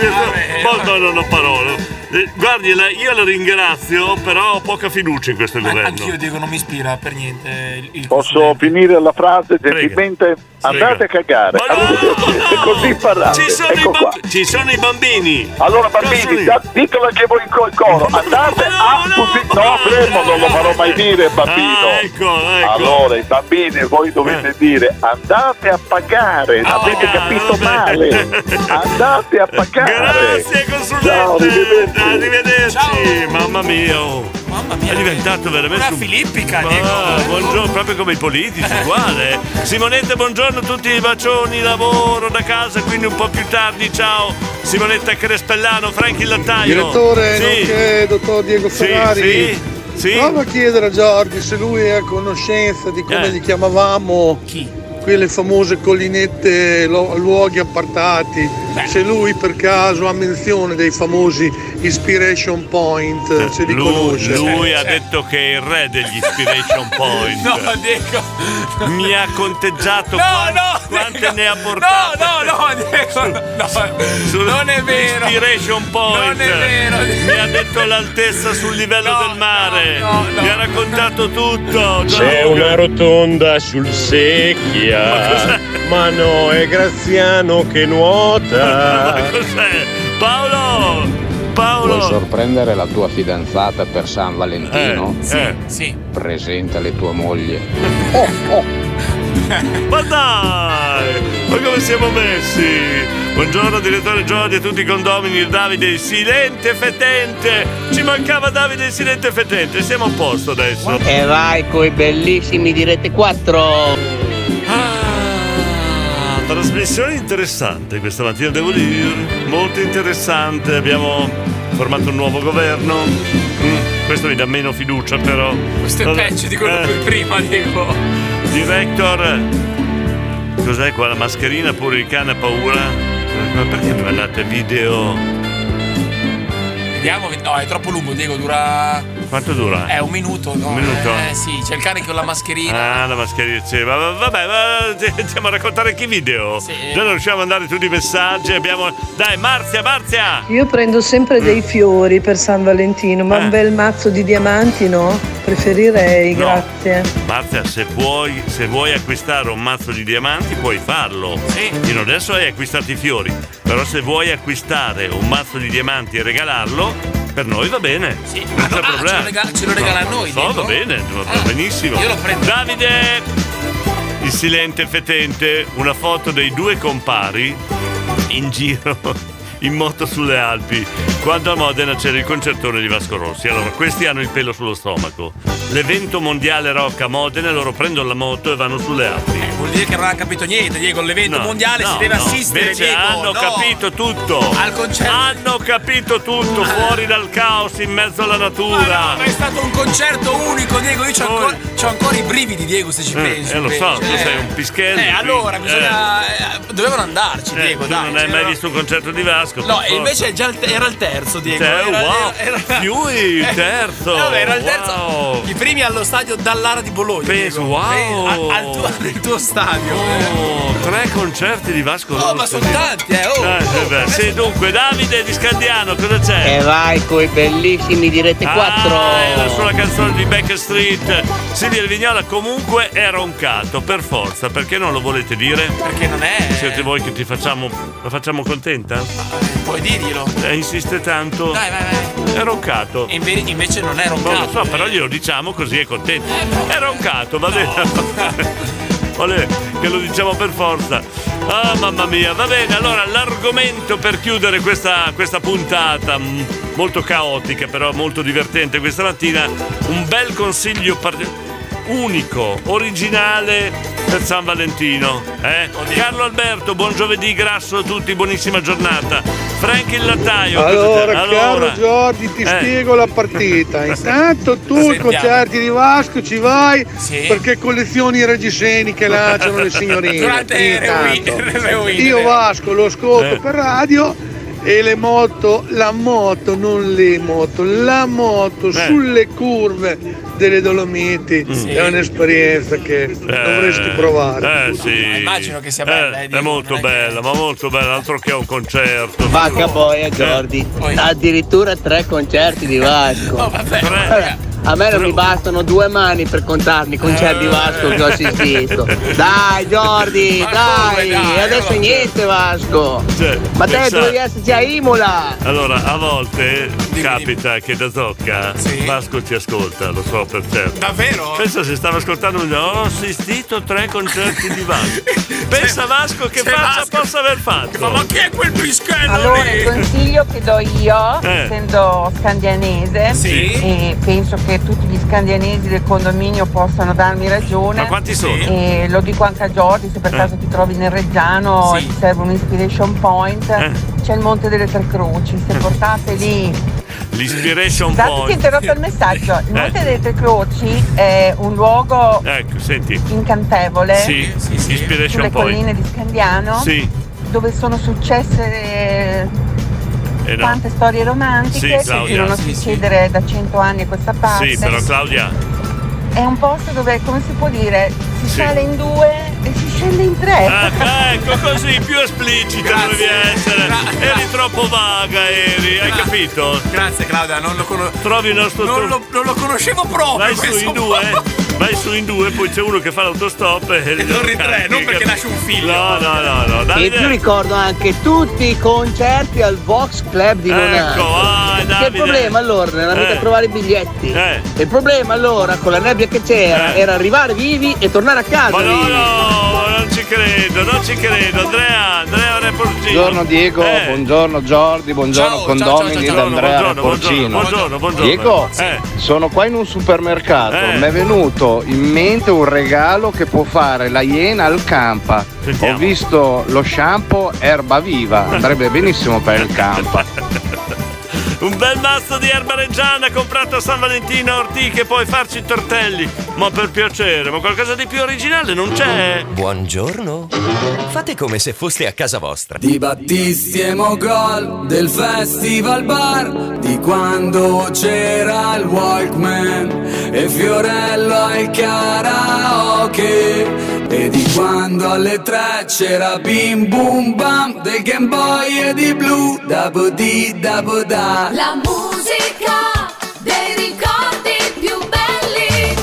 Speaker 2: Poi non- non ho parole. Eh, Guardi, la- io la ringrazio, però ho poca fiducia in questo governo.
Speaker 3: Anch'io Diego non mi ispira per niente. il- il-
Speaker 1: Posso finire la frase gentilmente? Andate a cagare. Così parlate. Ecco
Speaker 2: Ci sono, i, bamb- ci sono i bambini.
Speaker 1: Allora bambini, da- ditelo anche voi col coro. Andate a tutti. No, fermo, non lo farò mai
Speaker 2: Ah,
Speaker 1: dire, bambino.
Speaker 2: ecco,
Speaker 1: Allora, i bambini, voi dovete
Speaker 2: Eh.
Speaker 1: dire andate a pagare. Avete capito male.
Speaker 2: <laughs>
Speaker 1: Andate a pagare.
Speaker 2: Eh, Grazie consulente. Ciao, arrivederci. Mamma mia. Mamma mia. È diventato veramente una filippica, buongiorno, proprio come i <laughs> politici, uguale. Simonetta, buongiorno a tutti i bacioni, lavoro da casa, quindi un po' più tardi. Ciao. Simonetta Crespellano, Franchi Lattaio.
Speaker 26: Direttore,
Speaker 2: Sì.
Speaker 26: nonché dottor Diego
Speaker 2: Sì,
Speaker 26: Ferrari.
Speaker 2: sì, sì.
Speaker 26: Prova a chiedere a Giorgi se lui è a conoscenza di come
Speaker 2: Eh.
Speaker 26: li chiamavamo quelle famose collinette, lo- luoghi appartati. Se lui per caso ha menzione dei famosi Inspiration Point, se li
Speaker 2: Lui,
Speaker 26: conosce.
Speaker 2: lui ha detto che è il re degli
Speaker 3: <laughs>
Speaker 2: Inspiration Point.
Speaker 3: Eh, cioè. No, Diego.
Speaker 2: Mi ha conteggiato
Speaker 3: No,
Speaker 2: quan-
Speaker 3: no,
Speaker 2: quante
Speaker 3: Diego.
Speaker 2: ne ha portate.
Speaker 3: No, no, no, Diego, no, non è vero.
Speaker 2: Inspiration Point.
Speaker 3: Non è vero.
Speaker 2: Mi ha detto l'altezza sul livello del mare. Mi ha raccontato tutto.
Speaker 4: C'è
Speaker 2: Gianluca.
Speaker 4: una rotonda
Speaker 2: <laughs>
Speaker 4: sul secchia, ma no, è Graziano che nuota.
Speaker 2: Cos'è? Paolo! Paolo!
Speaker 15: Vuoi sorprendere la tua fidanzata per San Valentino?
Speaker 2: Eh, sì, Eh.
Speaker 15: Presentale tua moglie.
Speaker 2: <laughs> Ma dai! Ma come siamo messi? Buongiorno direttore Giorgio e tutti i condomini, il Davide il silente fetente! Ci mancava Davide il silente fetente, siamo a posto adesso!
Speaker 7: E vai coi bellissimi di Rete
Speaker 2: Eh.
Speaker 7: 4.
Speaker 2: Ah, trasmissione interessante questa mattina, devo dire. Molto interessante. Abbiamo formato un nuovo governo. Mm, questo mi dà meno fiducia, però.
Speaker 3: Questo è
Speaker 2: Vabbè,
Speaker 3: peggio di quello
Speaker 2: eh,
Speaker 3: di prima, Diego.
Speaker 2: Director. Cos'è qua? La mascherina pure il cane ha paura? Eh, Ma perché mi mandate video?
Speaker 3: Vediamo, no, è troppo lungo, Diego, dura.
Speaker 2: Quanto dura?
Speaker 3: È un minuto, no?
Speaker 2: Un minuto?
Speaker 3: Eh sì, c'è il cane con la mascherina.
Speaker 2: Ah, la mascherina sì, ma- ma- Vabbè, ma andiamo a raccontare che video. Già non riusciamo a mandare tutti i messaggi. Abbiamo. Dai, Marzia, Marzia!
Speaker 20: Io prendo sempre dei fiori per San Valentino, ma un bel mazzo di diamanti no? Preferirei,
Speaker 2: Eh. No.
Speaker 20: grazie.
Speaker 2: Marzia, se, puoi, se vuoi acquistare un mazzo di diamanti puoi farlo. Fino adesso hai acquistato i fiori, però se vuoi acquistare un mazzo di diamanti e regalarlo, per noi va bene. Sì, non c'è problema.
Speaker 3: Ah, lo rega- ce lo regala
Speaker 2: No,
Speaker 3: a noi,
Speaker 2: lo so,
Speaker 3: Diego?
Speaker 2: va bene, va va benissimo.
Speaker 3: io lo prendo.
Speaker 2: Davide, il silente fetente, una foto dei due compari in giro. <laughs> In moto sulle Alpi, quando a Modena c'era il concertone di Vasco Rossi. Allora, questi hanno il pelo sullo stomaco. L'evento mondiale rock a Modena, loro prendono la moto e vanno sulle Alpi.
Speaker 3: Eh, Vuol dire che non hanno capito niente, Diego. L'evento
Speaker 2: No,
Speaker 3: mondiale
Speaker 2: no,
Speaker 3: si deve
Speaker 2: no.
Speaker 3: assistere.
Speaker 2: Invece
Speaker 3: Diego,
Speaker 2: hanno
Speaker 3: no.
Speaker 2: capito tutto.
Speaker 3: Al Ah. concerto.
Speaker 2: Hanno capito tutto, fuori dal caos, in mezzo alla
Speaker 3: Ma
Speaker 2: natura.
Speaker 3: no, ma è stato un concerto unico, Diego. Io c'ho ancora, c'ho ancora i brividi, Diego, se ci
Speaker 2: Eh,
Speaker 3: pensi.
Speaker 2: eh, lo so,
Speaker 3: pensi.
Speaker 2: tu sei un pischello,
Speaker 3: Eh,
Speaker 2: quindi,
Speaker 3: allora,
Speaker 2: eh.
Speaker 3: bisogna. eh, dovevano andarci,
Speaker 2: Eh,
Speaker 3: Diego,
Speaker 2: tu
Speaker 3: dai. certo,
Speaker 2: non hai mai
Speaker 3: c'era-
Speaker 2: visto un concerto di Vasco?
Speaker 3: No,
Speaker 2: per
Speaker 3: e invece
Speaker 2: forza.
Speaker 3: è già il te- era il terzo, Diego.
Speaker 2: Cioè,
Speaker 3: era,
Speaker 2: wow, più il
Speaker 3: <laughs> Eh,
Speaker 2: terzo,
Speaker 3: no, era il terzo.
Speaker 2: wow.
Speaker 3: I primi allo stadio Dallara di Bologna.
Speaker 2: Penso,
Speaker 3: Diego.
Speaker 2: wow.
Speaker 3: Penso, a- al tuo- nel tuo stadio. eh.
Speaker 2: Oh, tre concerti di Vasco
Speaker 3: Oh,
Speaker 2: Rossi.
Speaker 3: ma sono tanti, eh, oh.
Speaker 2: eh, beh, sì, dunque, Davide di Scandiano, cosa c'è?
Speaker 7: E vai coi bellissimi di Rete 4.
Speaker 2: Ah, è la sola canzone di Backstreet. Silvia Vignola comunque era un cato, per forza, perché non lo volete dire?
Speaker 3: Perché non è.
Speaker 2: Siete voi che ti facciamo. La facciamo contenta?
Speaker 3: Puoi dirglielo.
Speaker 2: Eh, insiste tanto.
Speaker 3: Dai, vai, vai.
Speaker 2: Era un cato.
Speaker 3: Inve- invece non Eh, era un
Speaker 2: Non lo
Speaker 3: caso.
Speaker 2: so, però glielo diciamo così è contento. Era un cato, va bene. <laughs> Olè, che lo diciamo per forza. Ah, mamma mia, va bene. Allora, l'argomento per chiudere questa, questa puntata, mm, molto caotica, però molto divertente questa mattina, un bel consiglio par- unico, originale per San Valentino. eh? Carlo Alberto, buon giovedì, grasso a tutti, buonissima giornata. Frank il lattaio. cosa c'è?
Speaker 26: Allora, caro Giorgi, ti
Speaker 2: Eh.
Speaker 26: spiego la
Speaker 2: <laughs>
Speaker 26: partita. Intanto tu i
Speaker 2: Sentiamo.
Speaker 26: concerti di Vasco ci vai
Speaker 2: Sì.
Speaker 26: perché collezioni i reggiseni che lanciano
Speaker 2: <laughs>
Speaker 26: le signorine.
Speaker 3: Durante
Speaker 26: Ogni
Speaker 3: il Halloween,
Speaker 26: tanto.
Speaker 3: il Halloween,
Speaker 26: Io
Speaker 3: eh.
Speaker 26: Vasco lo ascolto
Speaker 3: Eh.
Speaker 26: per radio e le moto, la moto, non le moto, la
Speaker 2: Eh.
Speaker 26: moto sulle curve delle Dolomiti
Speaker 2: Mm.
Speaker 26: è un'esperienza che dovresti provare.
Speaker 2: Eh sì. Immagino che sia bella. eh, è molto bella, ma molto bella, altro che a un concerto.
Speaker 7: Vacca
Speaker 2: Eh.
Speaker 7: boia Jordi. Addirittura tre concerti di Vasco. A me non mi bastano due mani per contarne i concerti
Speaker 2: Eh.
Speaker 7: di Vasco che ho assistito. Dai Jordi, dai! E adesso niente Vasco!
Speaker 2: Cioè,
Speaker 7: Ma te
Speaker 2: pensa-
Speaker 7: dovevi esserci a Imola!
Speaker 2: Allora, a volte capita che da Zocca Vasco ti ascolta, lo so per certo.
Speaker 3: Davvero?
Speaker 2: Pensa se stava ascoltando un ho assistito a tre concerti di
Speaker 3: <laughs>
Speaker 2: Vasco. Pensa Vasco che
Speaker 3: se
Speaker 2: faccia
Speaker 3: Vasco-
Speaker 2: possa aver fatto.
Speaker 3: Ma chi è quel pischello
Speaker 11: Allora,
Speaker 3: lì?
Speaker 11: il consiglio che do io,
Speaker 2: Eh.
Speaker 11: essendo scandianese,
Speaker 2: Sì.
Speaker 11: e penso che tutti gli scandianesi del condominio possano darmi ragione.
Speaker 2: Ma quanti sono?
Speaker 11: E lo dico anche a Giorgi, se per
Speaker 2: Eh.
Speaker 11: caso ti trovi nel Reggiano
Speaker 2: Sì.
Speaker 11: e ti serve un inspiration point,
Speaker 2: Eh.
Speaker 11: c'è il Monte delle Tre Croci, se portate lì
Speaker 2: L'Inspiration
Speaker 11: Dato che ho
Speaker 2: Point.
Speaker 11: interrotto il messaggio, il Monte
Speaker 2: Eh.
Speaker 11: delle Tre Croci è un luogo
Speaker 2: Ecco, senti.
Speaker 11: incantevole
Speaker 2: Sì, Inspiration
Speaker 11: sulle
Speaker 2: Point.
Speaker 11: colline di Scandiano
Speaker 2: Sì.
Speaker 11: dove sono successe
Speaker 2: Eh no.
Speaker 11: tante storie
Speaker 2: Sì,
Speaker 11: romantiche
Speaker 2: Claudia.
Speaker 11: continuano a
Speaker 2: Sì, sì.
Speaker 11: succedere da 100 anni a questa parte.
Speaker 2: Sì, però Claudia.
Speaker 7: <laughs>
Speaker 11: È un posto dove, come si può dire, si
Speaker 2: Sì.
Speaker 11: sale in due e si scende in tre.
Speaker 2: Ah, ecco, così più esplicita dovevi essere. Eri troppo vaga, eri, hai capito?
Speaker 3: Ah. Grazie Claudia, non lo conosco.
Speaker 2: Trovi il nostro
Speaker 3: Non
Speaker 2: tru-
Speaker 3: lo, non lo conoscevo proprio.
Speaker 2: Vai su
Speaker 3: questo
Speaker 2: in due, eh. vai su in due, poi c'è uno che fa l'autostop e torni tre, non perché nasce un figlio. No, no, no, no.
Speaker 7: E
Speaker 2: Dai,
Speaker 7: più ricordo anche tutti i concerti al Vox Club di Monarco.
Speaker 2: Ecco, ah,
Speaker 7: che
Speaker 2: Davide.
Speaker 7: problema allora nella vita
Speaker 2: Eh.
Speaker 7: trovare i biglietti?
Speaker 2: Eh.
Speaker 7: Il problema allora con la nebbia che c'era
Speaker 2: Eh.
Speaker 7: era arrivare vivi e tornare a casa
Speaker 2: Ma no,
Speaker 7: vivi.
Speaker 2: no, non ci credo, non ci credo. Andrea, Andrea Reportino.
Speaker 30: Buongiorno Diego,
Speaker 2: Eh.
Speaker 30: buongiorno Giordi, buongiorno condomini da Andrea
Speaker 2: buongiorno,
Speaker 30: Porcino.
Speaker 2: buongiorno, buongiorno, buongiorno.
Speaker 30: Diego,
Speaker 2: Eh.
Speaker 30: sono qua in un supermercato,
Speaker 2: Eh.
Speaker 30: mi è venuto in mente un regalo che può fare la Iena al campa. Ho visto lo shampoo erba viva, andrebbe benissimo per il campa.
Speaker 2: Un bel mazzo di erba reggiana comprato a San Valentino a Orti che puoi farci i tortelli. Ma per piacere, ma qualcosa di più originale non c'è?
Speaker 19: Buongiorno. Fate come se foste a casa vostra.
Speaker 6: <laughs> Di Battisti e Mogol del Festival Bar di quando c'era il Walkman e Fiorello al karaoke e di quando alle tre c'era Bim Bum Bam del Game Boy e di Blue da Bodì da Bodà La musica dei ricordi più belli.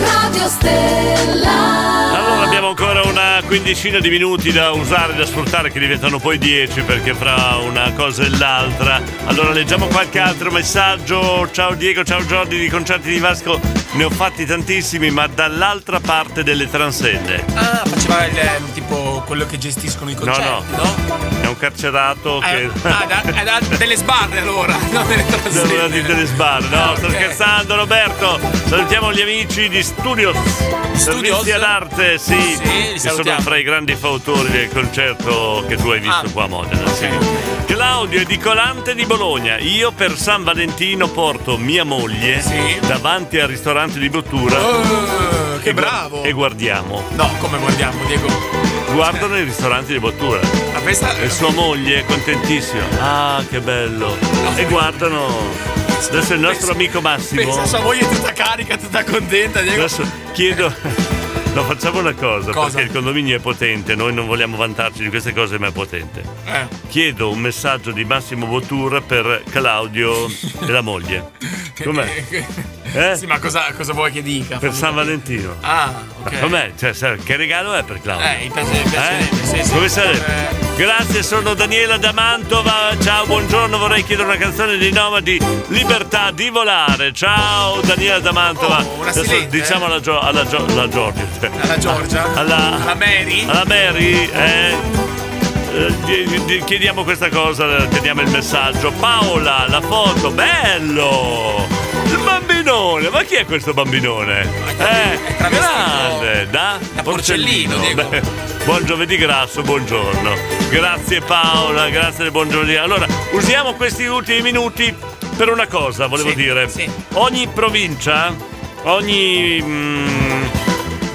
Speaker 6: Radio Stella.
Speaker 2: Allora abbiamo ancora una quindicina di minuti da usare, da sfruttare, che diventano poi dieci perché fra una cosa e l'altra. Allora leggiamo qualche altro messaggio. Ciao Diego, ciao Giordi, di concerti di Vasco ne ho fatti tantissimi, ma dall'altra parte delle transenne.
Speaker 3: Ah, faceva il eh, tipo quello che gestiscono i
Speaker 2: No,
Speaker 3: concerti.
Speaker 2: no, è un carcerato che... <laughs>
Speaker 3: Ah, da- è da- delle sbarre allora. <laughs> No, delle
Speaker 2: Allora dite le sbarre. No, sto scherzando Roberto. Salutiamo gli amici di Studios. Servizi all'arte, sì.
Speaker 3: Sì, li
Speaker 2: che sono
Speaker 3: salutiamo. Ah.
Speaker 2: fra i grandi fautori del concerto che tu hai visto qua a Modena. sì. Claudio è di Colante di Bologna. Io per San Valentino porto mia moglie davanti al ristorante di Bottura. che bravo! E guardiamo.
Speaker 3: Oh, No, come guardiamo, Diego?
Speaker 2: Guardano i ristoranti di Bottura. E sua moglie è contentissima. Ah, che bello! E guardano. Adesso il nostro amico Massimo.
Speaker 3: Pensa, sua moglie è tutta carica, tutta contenta, Diego.
Speaker 2: Adesso chiedo. No, facciamo una cosa, perché il condominio è potente, noi non vogliamo vantarci di queste cose, ma è potente.
Speaker 3: Eh.
Speaker 2: Chiedo un messaggio di Massimo Bottura per Claudio e la moglie. Com'è?
Speaker 3: <laughs>
Speaker 2: Eh?
Speaker 3: Sì, ma cosa, cosa vuoi che dica?
Speaker 2: Per
Speaker 3: Fammi-
Speaker 2: San Valentino.
Speaker 3: Ah,
Speaker 2: Ma
Speaker 3: ok.
Speaker 2: Com'è? Cioè, sa- che regalo è per Claudio?
Speaker 3: Eh, mi piace- mi piacerebbe, sì, sì.
Speaker 2: Come sarebbe?
Speaker 3: Eh,
Speaker 2: Grazie, sono Daniela da Mantova. Ciao, buongiorno. Vorrei chiedere una canzone di Nomadi Libertà di volare. Ciao, Daniela da Mantova.
Speaker 3: Oh,
Speaker 2: Adesso diciamo alla, Gio- alla, Gio- alla Giorgia.
Speaker 3: eh. Alla Giorgia?
Speaker 2: Alla,
Speaker 3: Alla Mary?
Speaker 2: Alla Ah, Mary, eh. Eh, di- di- Chiediamo questa cosa, teniamo il messaggio. Paola, la foto, bello! Il bambinone, ma chi è questo bambinone? Eh, grande, da, porcellino. Beh, buon giovedì grasso, buongiorno. Grazie Paola, grazie del buon giovedì. Allora, usiamo questi ultimi minuti per una cosa, volevo dire. Ogni provincia, ogni... mm,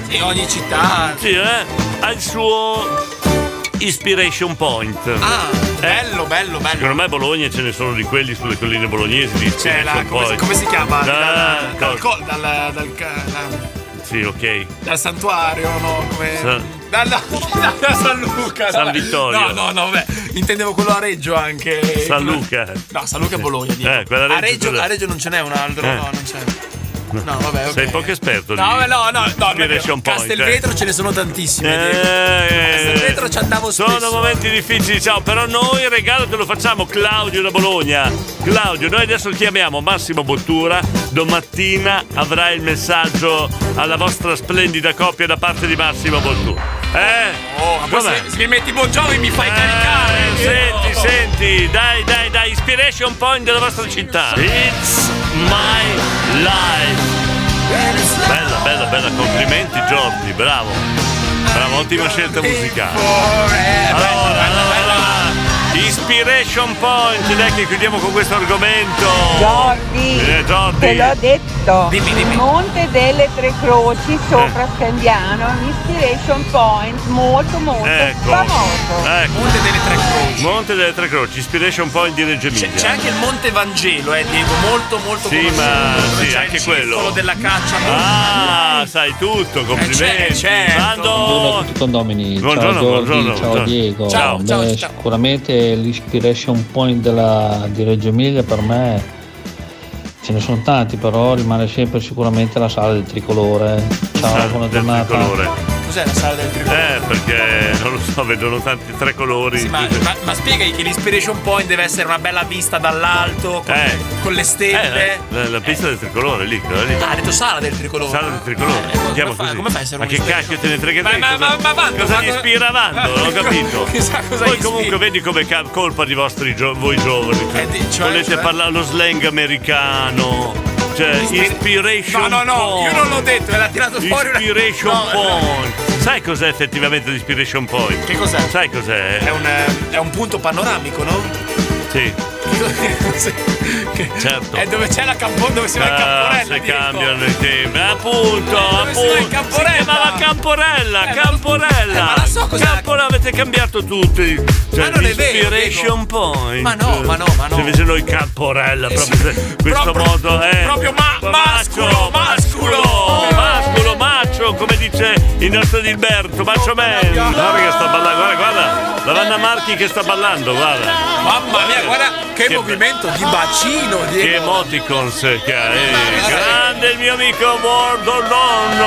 Speaker 3: Sì, ogni città.
Speaker 2: sì, eh, ha il suo Inspiration Point.
Speaker 3: Ah, bello, bello, bello.
Speaker 2: Secondo me a Bologna ce ne sono di quelli sulle colline bolognesi. Di
Speaker 3: C'è Cioè, la.
Speaker 2: Inspiration
Speaker 3: Come, si-
Speaker 2: Point.
Speaker 3: come si chiama?
Speaker 2: Ah,
Speaker 3: Dal, dal,
Speaker 2: cosa?
Speaker 3: col- dal, dal ca- dal-
Speaker 2: Sì, ok.
Speaker 3: dal santuario, no? Come.
Speaker 2: Sa-
Speaker 3: Da, da- da San Luca.
Speaker 2: San
Speaker 3: no, beh.
Speaker 2: Vittorio.
Speaker 3: No, no, no, beh, intendevo quello a Reggio anche.
Speaker 2: San Luca.
Speaker 3: No, San Luca e Bologna. dico.
Speaker 2: Eh, quella Reggio
Speaker 3: a, Reggio,
Speaker 2: dov'è?
Speaker 3: a Reggio non ce n'è un altro,
Speaker 2: Eh.
Speaker 3: no, non c'è. No, vabbè, ok.
Speaker 2: Sei poco esperto
Speaker 3: No,
Speaker 2: di
Speaker 3: beh, no, no, no, non è vero.
Speaker 2: Inspiration Point. eh.
Speaker 3: Castelvetro ce ne sono tantissime. Diego. Castelvetro ci andavo spesso.
Speaker 2: Sono momenti difficili, ciao, però noi il regalo te lo facciamo Claudio da Bologna. Claudio, noi adesso chiamiamo Massimo Bottura, domattina avrà il messaggio alla vostra splendida coppia da parte di Massimo Bottura. Eh?
Speaker 3: Oh, ma poi
Speaker 2: Com'è?
Speaker 3: se, se mi metti buongiorno mi fai caricare.
Speaker 2: Eh, senti, senti, dai, dai, dai, Inspiration Point della vostra città. It's my life. Bella, bella, bella, complimenti Giorgi, bravo. Bravo, ottima scelta musicale. Allora, allora, allora, Inspiration Point, dai che chiudiamo con questo argomento.
Speaker 31: Jordi,
Speaker 2: Eh, Jordi.
Speaker 31: te l'ho detto,
Speaker 2: Dimmi, dimmi.
Speaker 31: il Monte delle Tre Croci sopra
Speaker 2: Eh.
Speaker 31: Scandiano è un inspiration point molto molto
Speaker 2: Ecco.
Speaker 31: famoso.
Speaker 2: Ecco. Monte delle Tre Croci. Monte delle Tre Croci, Inspiration Point di Reggio Emilia.
Speaker 3: C'è, c'è anche il Monte Vangelo, eh, Diego, molto molto
Speaker 2: Sì,
Speaker 3: conosciuto.
Speaker 2: ma
Speaker 3: dove
Speaker 2: sì,
Speaker 3: c'è
Speaker 2: anche
Speaker 3: il
Speaker 2: quello.
Speaker 3: circolo della caccia. Eh,
Speaker 2: Ah, sai tutto, complimenti.
Speaker 3: certo.
Speaker 2: Mando-
Speaker 22: tutti i condomini.
Speaker 2: Buongiorno,
Speaker 22: ciao Jordi,
Speaker 2: buongiorno,
Speaker 22: ciao
Speaker 2: buongiorno.
Speaker 22: Diego.
Speaker 2: Ciao,
Speaker 22: Beh,
Speaker 2: ciao,
Speaker 22: Sicuramente l'inspiration point della- di Reggio Emilia per me ce ne sono tanti, però rimane sempre sicuramente la sala del tricolore. Ciao,
Speaker 2: Sala
Speaker 22: buona
Speaker 2: del
Speaker 22: giornata.
Speaker 2: tricolore.
Speaker 3: Cos'è la sala del tricolore?
Speaker 2: Eh, perché non lo so, vedono tanti tre colori.
Speaker 3: Sì, ma, ma, ma spiegagli che l'Inspiration Point deve essere una bella vista dall'alto, con,
Speaker 2: Eh.
Speaker 3: con le stelle.
Speaker 2: Eh, la, la pista del tricolore lì, quella lì.
Speaker 3: Ah, ha detto sala del tricolore.
Speaker 2: Sala del tricolore. Chiama così.
Speaker 3: Eh, come fai a essere
Speaker 2: ma
Speaker 3: un
Speaker 2: che
Speaker 3: esperto?
Speaker 2: cacchio te ne frega
Speaker 3: Ma-
Speaker 2: te?
Speaker 3: ma-
Speaker 2: Cosa-
Speaker 3: ma- ma Vando,
Speaker 2: cosa
Speaker 3: ma
Speaker 2: gli
Speaker 3: cosa-
Speaker 2: ispira
Speaker 3: <laughs>
Speaker 2: Vando? Non ho capito.
Speaker 3: Chissà cosa
Speaker 2: Poi
Speaker 3: gli
Speaker 2: comunque
Speaker 3: ispira.
Speaker 2: vedi come ca- colpa di vostri gio- voi giovani. Volete
Speaker 3: cioè?
Speaker 2: parlare lo slang americano. Cioè, inspiration.
Speaker 3: No, no, no, io non l'ho detto, me l'ha tirato fuori una-
Speaker 2: Inspiration
Speaker 3: No,
Speaker 2: point. Sai cos'è effettivamente l'inspiration point?
Speaker 3: Che cos'è?
Speaker 2: Sai cos'è?
Speaker 3: È un, eh, è un punto panoramico, no? <laughs>
Speaker 2: Sì. certo.
Speaker 3: È dove c'è la campone, dove si va in
Speaker 2: Ah,
Speaker 3: camporella.
Speaker 2: se cambiano i temi. Appunto,
Speaker 3: Dove si va in
Speaker 2: appunto.
Speaker 3: camporella?
Speaker 2: Si chiamava Camporella,
Speaker 3: Eh, ma-
Speaker 2: Camporella.
Speaker 3: eh, ma la so cos'è la-
Speaker 2: Camporella, avete cambiato tutti. Cioè,
Speaker 3: Ma non è vero,
Speaker 2: Inspiration point.
Speaker 3: Ma no, ma no, ma no. Eh
Speaker 2: Se invece noi Camporella, proprio se- questo
Speaker 3: proprio-
Speaker 2: modo è.
Speaker 3: proprio ma-
Speaker 2: masculo, masculo, masculo, macio, come dice il nostro Dilberto, macho man. Guarda che sta ballando, guarda, guarda. La Vanna Marchi che sta ballando, guarda.
Speaker 3: Mamma mia, guarda che, movimento di bacino,
Speaker 2: Che
Speaker 3: Diego.
Speaker 2: emoticons che ha, eh. Grande il mio amico Mordo Nonno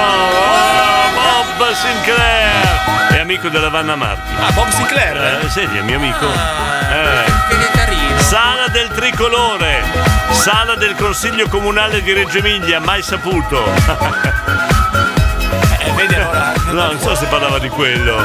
Speaker 2: Oh, Bob Sinclair È amico della Vanna Marchi
Speaker 3: Ah, Bob Sinclair?
Speaker 2: Eh, sì, è mio amico eh.
Speaker 3: Ah, Che carino.
Speaker 2: Sala del Tricolore Sala del Consiglio Comunale di Reggio Emilia Mai
Speaker 3: <laughs>
Speaker 2: saputo
Speaker 3: Eh,
Speaker 2: No, non so se parlava di quello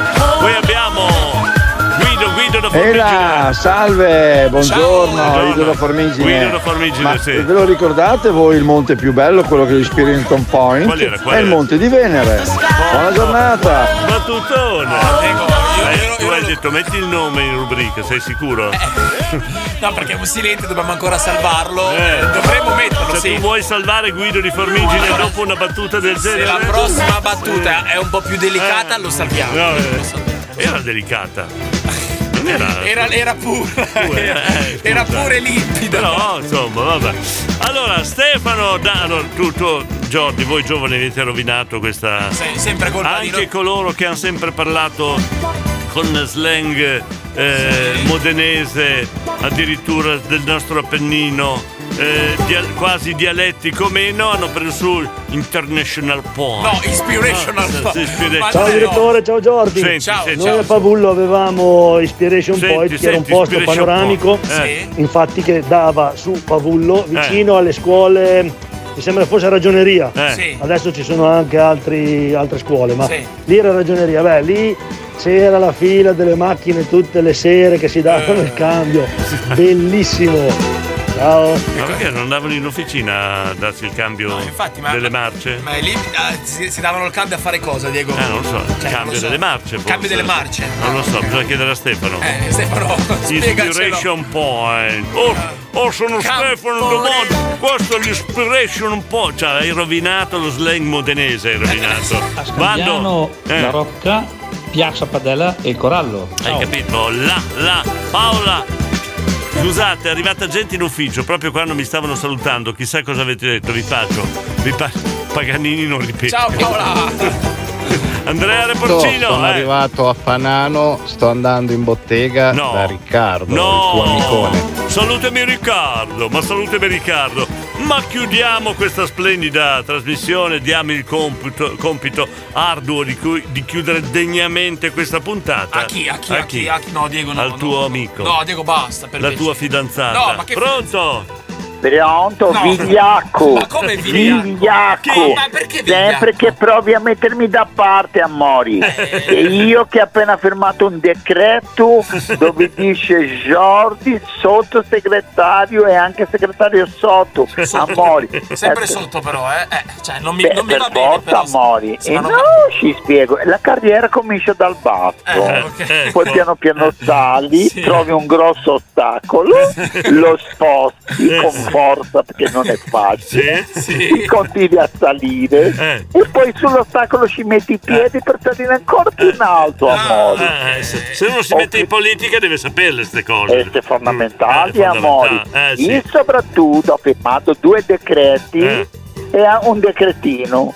Speaker 2: Poi abbiamo Guido, Guido da Formigine
Speaker 36: Ela,
Speaker 29: Eh,
Speaker 36: salve, buongiorno, Guido da Formigine.
Speaker 2: Guido da Formigine,
Speaker 36: Ma
Speaker 2: Eh, sì.
Speaker 36: Ve lo ricordate voi il monte più bello, quello che è l'Inspiration Point?
Speaker 2: Qual era, qual
Speaker 36: è il
Speaker 2: era?
Speaker 36: monte di Venere. Buona giornata.
Speaker 2: Ma tutone!
Speaker 3: Ah, ecco,
Speaker 2: Eh, tu hai detto metti il nome in rubrica, sei sicuro?
Speaker 3: Eh. No, perché è un silente, dobbiamo ancora salvarlo.
Speaker 2: Eh.
Speaker 3: Dovremmo metterlo,
Speaker 2: Se
Speaker 3: sì.
Speaker 2: tu vuoi salvare Guido di Formigine dopo una battuta del
Speaker 3: Se
Speaker 2: genere.
Speaker 3: la prossima battuta è un po' più delicata, lo salviamo.
Speaker 2: Eh. No, eh, era delicata. Non era.
Speaker 3: Era, era pura.
Speaker 2: <laughs>
Speaker 3: Era, era pure limpida.
Speaker 2: Eh, No, insomma, vabbè. Allora, Stefano, da, allora, tu, tu, Giordi, voi giovani avete rovinato questa.
Speaker 3: Se- sempre colpa di
Speaker 2: Anche coloro che hanno sempre parlato con slang eh, modenese, addirittura del nostro Appennino, eh, dia- quasi dialettico meno, hanno preso International Point.
Speaker 3: No, inspirational
Speaker 2: Ah,
Speaker 3: point.
Speaker 2: sì, inspirational.
Speaker 29: Ciao direttore, ciao Jordi.
Speaker 2: Senti, Ciao. senti,
Speaker 29: Noi
Speaker 2: ciao.
Speaker 29: a Pavullo avevamo Diciamo, Inspiration
Speaker 2: Senti,
Speaker 29: Point, che era un
Speaker 2: senti,
Speaker 29: posto
Speaker 2: Inspiration
Speaker 29: panoramico,
Speaker 2: Point. Eh.
Speaker 29: infatti che dava su Pavullo, vicino alle scuole, mi sembra fosse ragioneria.
Speaker 2: Eh. Sì.
Speaker 29: Adesso ci sono anche altri- altre scuole, ma
Speaker 2: Sì.
Speaker 29: lì era ragioneria. Beh, lì c'era la fila delle macchine tutte le sere che si
Speaker 2: Eh,
Speaker 29: davano il cambio. Bellissimo. Ciao.
Speaker 2: Ma perché non andavano in officina a darsi il cambio delle marce?
Speaker 3: Ma lì ah, si, si davano il cambio a fare cosa, Diego?
Speaker 2: Eh, non lo so, il
Speaker 3: Cioè, non
Speaker 2: cambio
Speaker 3: lo so.
Speaker 2: delle marce. forse.
Speaker 3: Cambio delle marce.
Speaker 2: Non lo so, bisogna chiedere a Stefano.
Speaker 3: Eh, Stefano, spiegacelo.
Speaker 2: Inspiration Point. Oh, oh, sono Stefano Domon. Questo è l'Inspiration Point. Cioè, hai rovinato lo slang modenese, hai
Speaker 3: <laughs>
Speaker 2: rovinato.
Speaker 22: Scandiano,
Speaker 2: Vado. Eh,
Speaker 22: La Rocca, Piazza Padella e il Corallo.
Speaker 2: hai capito? La, la, Paola. Scusate, è arrivata gente in ufficio proprio quando mi stavano salutando. Chissà cosa avete detto, vi faccio. Vi pa- Paganini non ripete.
Speaker 3: Ciao Paola!
Speaker 2: <laughs> Andrea
Speaker 30: Sto- sono
Speaker 2: Reporcino, eh.
Speaker 30: arrivato a Fanano, sto andando in bottega da Riccardo, il tuo amicone.
Speaker 2: Salutami Riccardo, ma salutami Riccardo. Ma chiudiamo questa splendida trasmissione, diamo il compito, compito arduo di, cui- di chiudere degnamente questa puntata.
Speaker 3: A chi? A chi? A chi? A chi? No, Diego, no.
Speaker 2: Al
Speaker 3: no,
Speaker 2: tuo
Speaker 3: no.
Speaker 2: amico.
Speaker 3: No, Diego, basta. per
Speaker 2: La
Speaker 3: me.
Speaker 2: tua fidanzata.
Speaker 3: No, ma che
Speaker 2: Pronto?
Speaker 18: Pronto,
Speaker 39: No.
Speaker 18: vigliacco.
Speaker 39: Ma come vigliacco? Che- ma perché vigliacco?
Speaker 18: Sempre che provi a mettermi da parte, Amori. e io che ho appena firmato un decreto dove dice Jordi, sottosegretario e anche segretario sotto, Amori.
Speaker 3: Sempre
Speaker 18: Eh,
Speaker 3: sotto però, eh. Eh, cioè, non mi,
Speaker 18: Beh,
Speaker 3: non mi
Speaker 18: per
Speaker 3: va bene.
Speaker 18: forza, Mori.
Speaker 3: se
Speaker 18: E
Speaker 3: no
Speaker 18: no,
Speaker 3: non-
Speaker 18: ci spiego. La carriera comincia dal basso. Poi piano piano sali, trovi un grosso ostacolo, lo sposti con forza perché non è facile. <laughs> Continui a salire e poi sull'ostacolo ci metti i piedi per salire ancora più in alto,
Speaker 3: Ah,
Speaker 18: amore.
Speaker 2: Eh, se, se uno si mette in politica deve saperle queste cose.
Speaker 18: Queste Eh, fondamentali, amori.
Speaker 2: fondamentale. Eh, sì. Eh.
Speaker 18: Io soprattutto ho firmato due decreti e ha un decretino.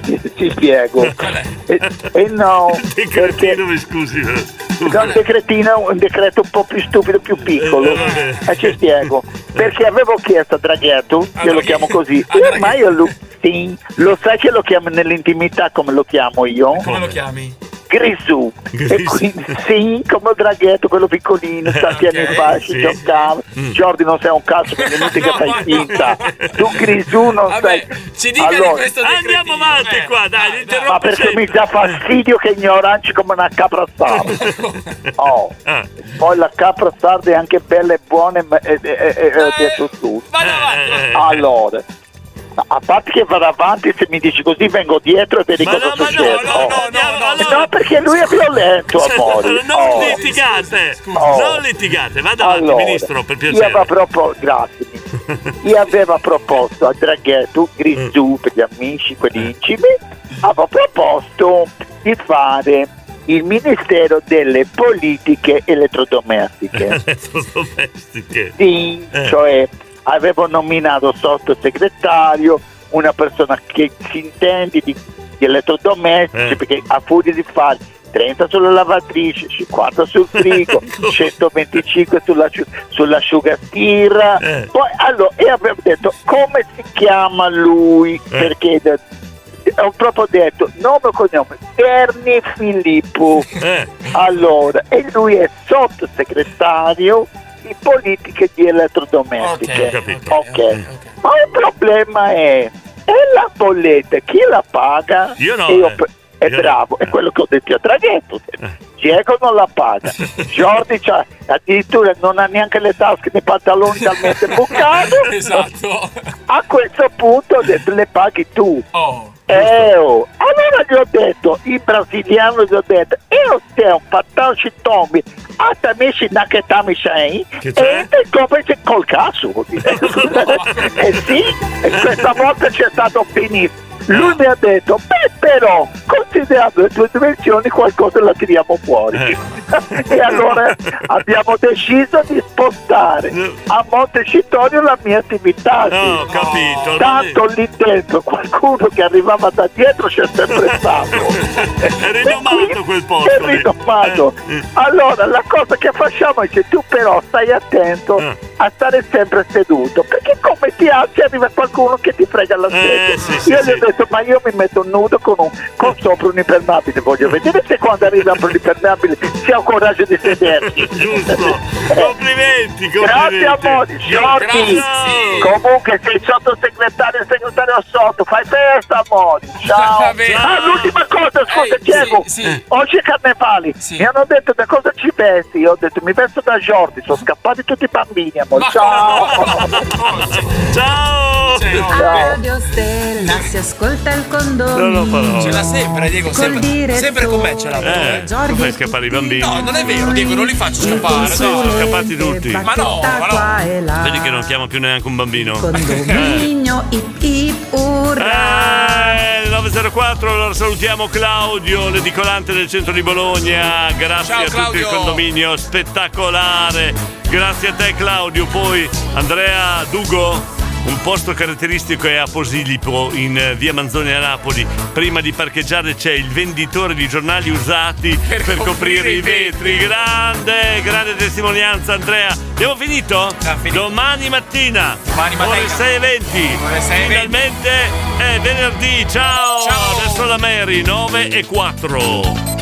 Speaker 2: <laughs>
Speaker 18: ti, ti spiego?
Speaker 2: Eh,
Speaker 18: E, e no, perché
Speaker 2: Mi scusi.
Speaker 18: da un decretino a un decreto un po' più stupido, più piccolo.
Speaker 2: Eh,
Speaker 18: E ci spiego. Perché avevo chiesto a Draghetto, io lo chiamo così, e ormai io lo, sì, lo sai che lo chiamo nell'intimità come lo chiamo io?
Speaker 3: Come lo chiami?
Speaker 18: Grisù. E quindi sì, come il draghetto, quello
Speaker 2: <laughs>
Speaker 18: piccolino, tanti anni fa ci giocava.
Speaker 2: Mm.
Speaker 18: Jordi non sei un cazzo, perché
Speaker 2: <laughs>
Speaker 18: è inutile che fai finta. Tu Grisù non sei.
Speaker 2: Ci dica di
Speaker 18: Allora,
Speaker 2: questo Andiamo avanti
Speaker 3: eh.
Speaker 2: qua, dai,
Speaker 18: ma
Speaker 2: interrompo
Speaker 18: perché mi dà fastidio che ignoranci come una capra sarda.
Speaker 2: <laughs>
Speaker 18: Oh.
Speaker 2: Ah.
Speaker 18: Poi la capra sarda è anche bella e buona e, e, e,
Speaker 2: Eh,
Speaker 18: e- e- detto tutto. Allora, a parte che vado avanti, se mi dici così vengo dietro e vedi cosa succede. Oh. No, perché lui è
Speaker 2: <laughs>
Speaker 18: violento, amore.
Speaker 2: Cioè, Non
Speaker 18: Oh.
Speaker 2: litigate,
Speaker 18: Oh.
Speaker 2: non litigate, vada avanti,
Speaker 18: Allora,
Speaker 2: ministro, per
Speaker 18: Io avevo
Speaker 2: piacere. <laughs>
Speaker 18: propo- grazie. Io avevo proposto a Draghetto, Grisù per gli amici, quelli incimi, avevo proposto di fare il Ministero delle Politiche Elettrodomestiche.
Speaker 2: Elettrodomestiche.
Speaker 18: Sì,
Speaker 2: Eh.
Speaker 18: cioè avevo nominato sottosegretario una persona che si intende di, di elettrodomestici perché a furia di fare 30 sulla lavatrice, 50 sul frigo, 125 sulla, sull'asciugaspira. Poi allora, e avevo detto come si chiama lui? Perché de- ho proprio detto nome e cognome Terni Filippo.
Speaker 2: Eh.
Speaker 18: Allora, e lui è sottosegretario di politiche di elettrodomestiche.
Speaker 2: Ok, ho capito.
Speaker 18: Ok. Ma il problema è, è la bolletta, chi la paga?
Speaker 2: Io no,
Speaker 18: E
Speaker 2: eh.
Speaker 18: pe- è bravo, è quello che ho detto a traghetto. Diego non la
Speaker 2: <laughs>
Speaker 18: paga, Jordi c'ha- addirittura non ha neanche le tasche dei pantaloni
Speaker 2: <laughs>
Speaker 18: talmente bucate.
Speaker 2: Eh,
Speaker 3: esatto.
Speaker 18: A questo punto ho detto le paghi tu. Eh, oh. Allora gli ho detto, in brasiliano gli ho detto, io te un pattanci tombi, attamesci naketami sei,
Speaker 40: Che
Speaker 18: e
Speaker 40: c'è?
Speaker 18: te coprici col cazzo. <laughs> eh sì, e questa volta c'è stato finito. Lui mi ha detto, beh però, considerando le tue dimensioni qualcosa la tiriamo fuori.
Speaker 40: Eh.
Speaker 18: <laughs> e allora abbiamo deciso di spostare a Montecitorio la mia attività.
Speaker 2: No,
Speaker 18: sì.
Speaker 2: capito.
Speaker 18: Tanto lì dentro qualcuno che arrivava da dietro c'è sempre stato.
Speaker 2: <laughs> È rinomato quel posto.
Speaker 18: È
Speaker 2: lì. Eh,
Speaker 18: rinomato. Allora la cosa che facciamo è che tu però stai attento
Speaker 2: Eh.
Speaker 18: a stare sempre seduto, perché come ti alzi arriva qualcuno che ti frega
Speaker 2: Eh,
Speaker 18: la sedia. io gli ho detto ma io mi metto nudo con, un,
Speaker 2: Eh.
Speaker 18: con sopra un impermeabile, voglio vedere se quando arriva per l'impermeabile si ha il coraggio di sedersi.
Speaker 2: <laughs>
Speaker 18: Eh.
Speaker 2: Giusto. Complimenti, complimenti.
Speaker 18: Grazie amore, Giorgi. Comunque sei sottosegretario e segretario sotto, fai festa amore. Ciao. Ah, l'ultima cosa, scusa, Diego. Oggi è carnevale. Mi hanno detto da cosa ci vesti? Io ho detto mi vesto da Giorgi, sono scappati tutti i bambini, amore. Ciao.
Speaker 2: Ciao.
Speaker 11: A Radio Stella si ascolta il condominio.
Speaker 3: Ce l'ha sempre, Diego, sempre, sempre con me ce l'ha.
Speaker 2: Eh, non fai scappare i bambini.
Speaker 3: No, non è vero, Diego, non li faccio scappare.
Speaker 2: No,
Speaker 3: dai.
Speaker 2: sono scappati tutti.
Speaker 3: Ma no, ma no.
Speaker 2: Vedi che non chiamo più neanche un bambino. Eh,
Speaker 11: Condominio, ip ip, urra.
Speaker 2: Eh, 904, allora salutiamo Claudio, l'edicolante del centro di Bologna. Grazie
Speaker 11: Ciao,
Speaker 2: a tutti il
Speaker 11: Claudio.
Speaker 2: condominio spettacolare. Grazie a te Claudio. Poi Andrea Dugo. Un posto caratteristico è a Posillipo, in eh, via Manzoni a Napoli. Prima di parcheggiare c'è il venditore di giornali usati per, coprire i vetri. Grande, grande testimonianza, Andrea. Abbiamo finito? Domani mattina. Domani mattina. Ore 6.20. Finalmente è venerdì. Ciao. Adesso la Mary, 9 e 4.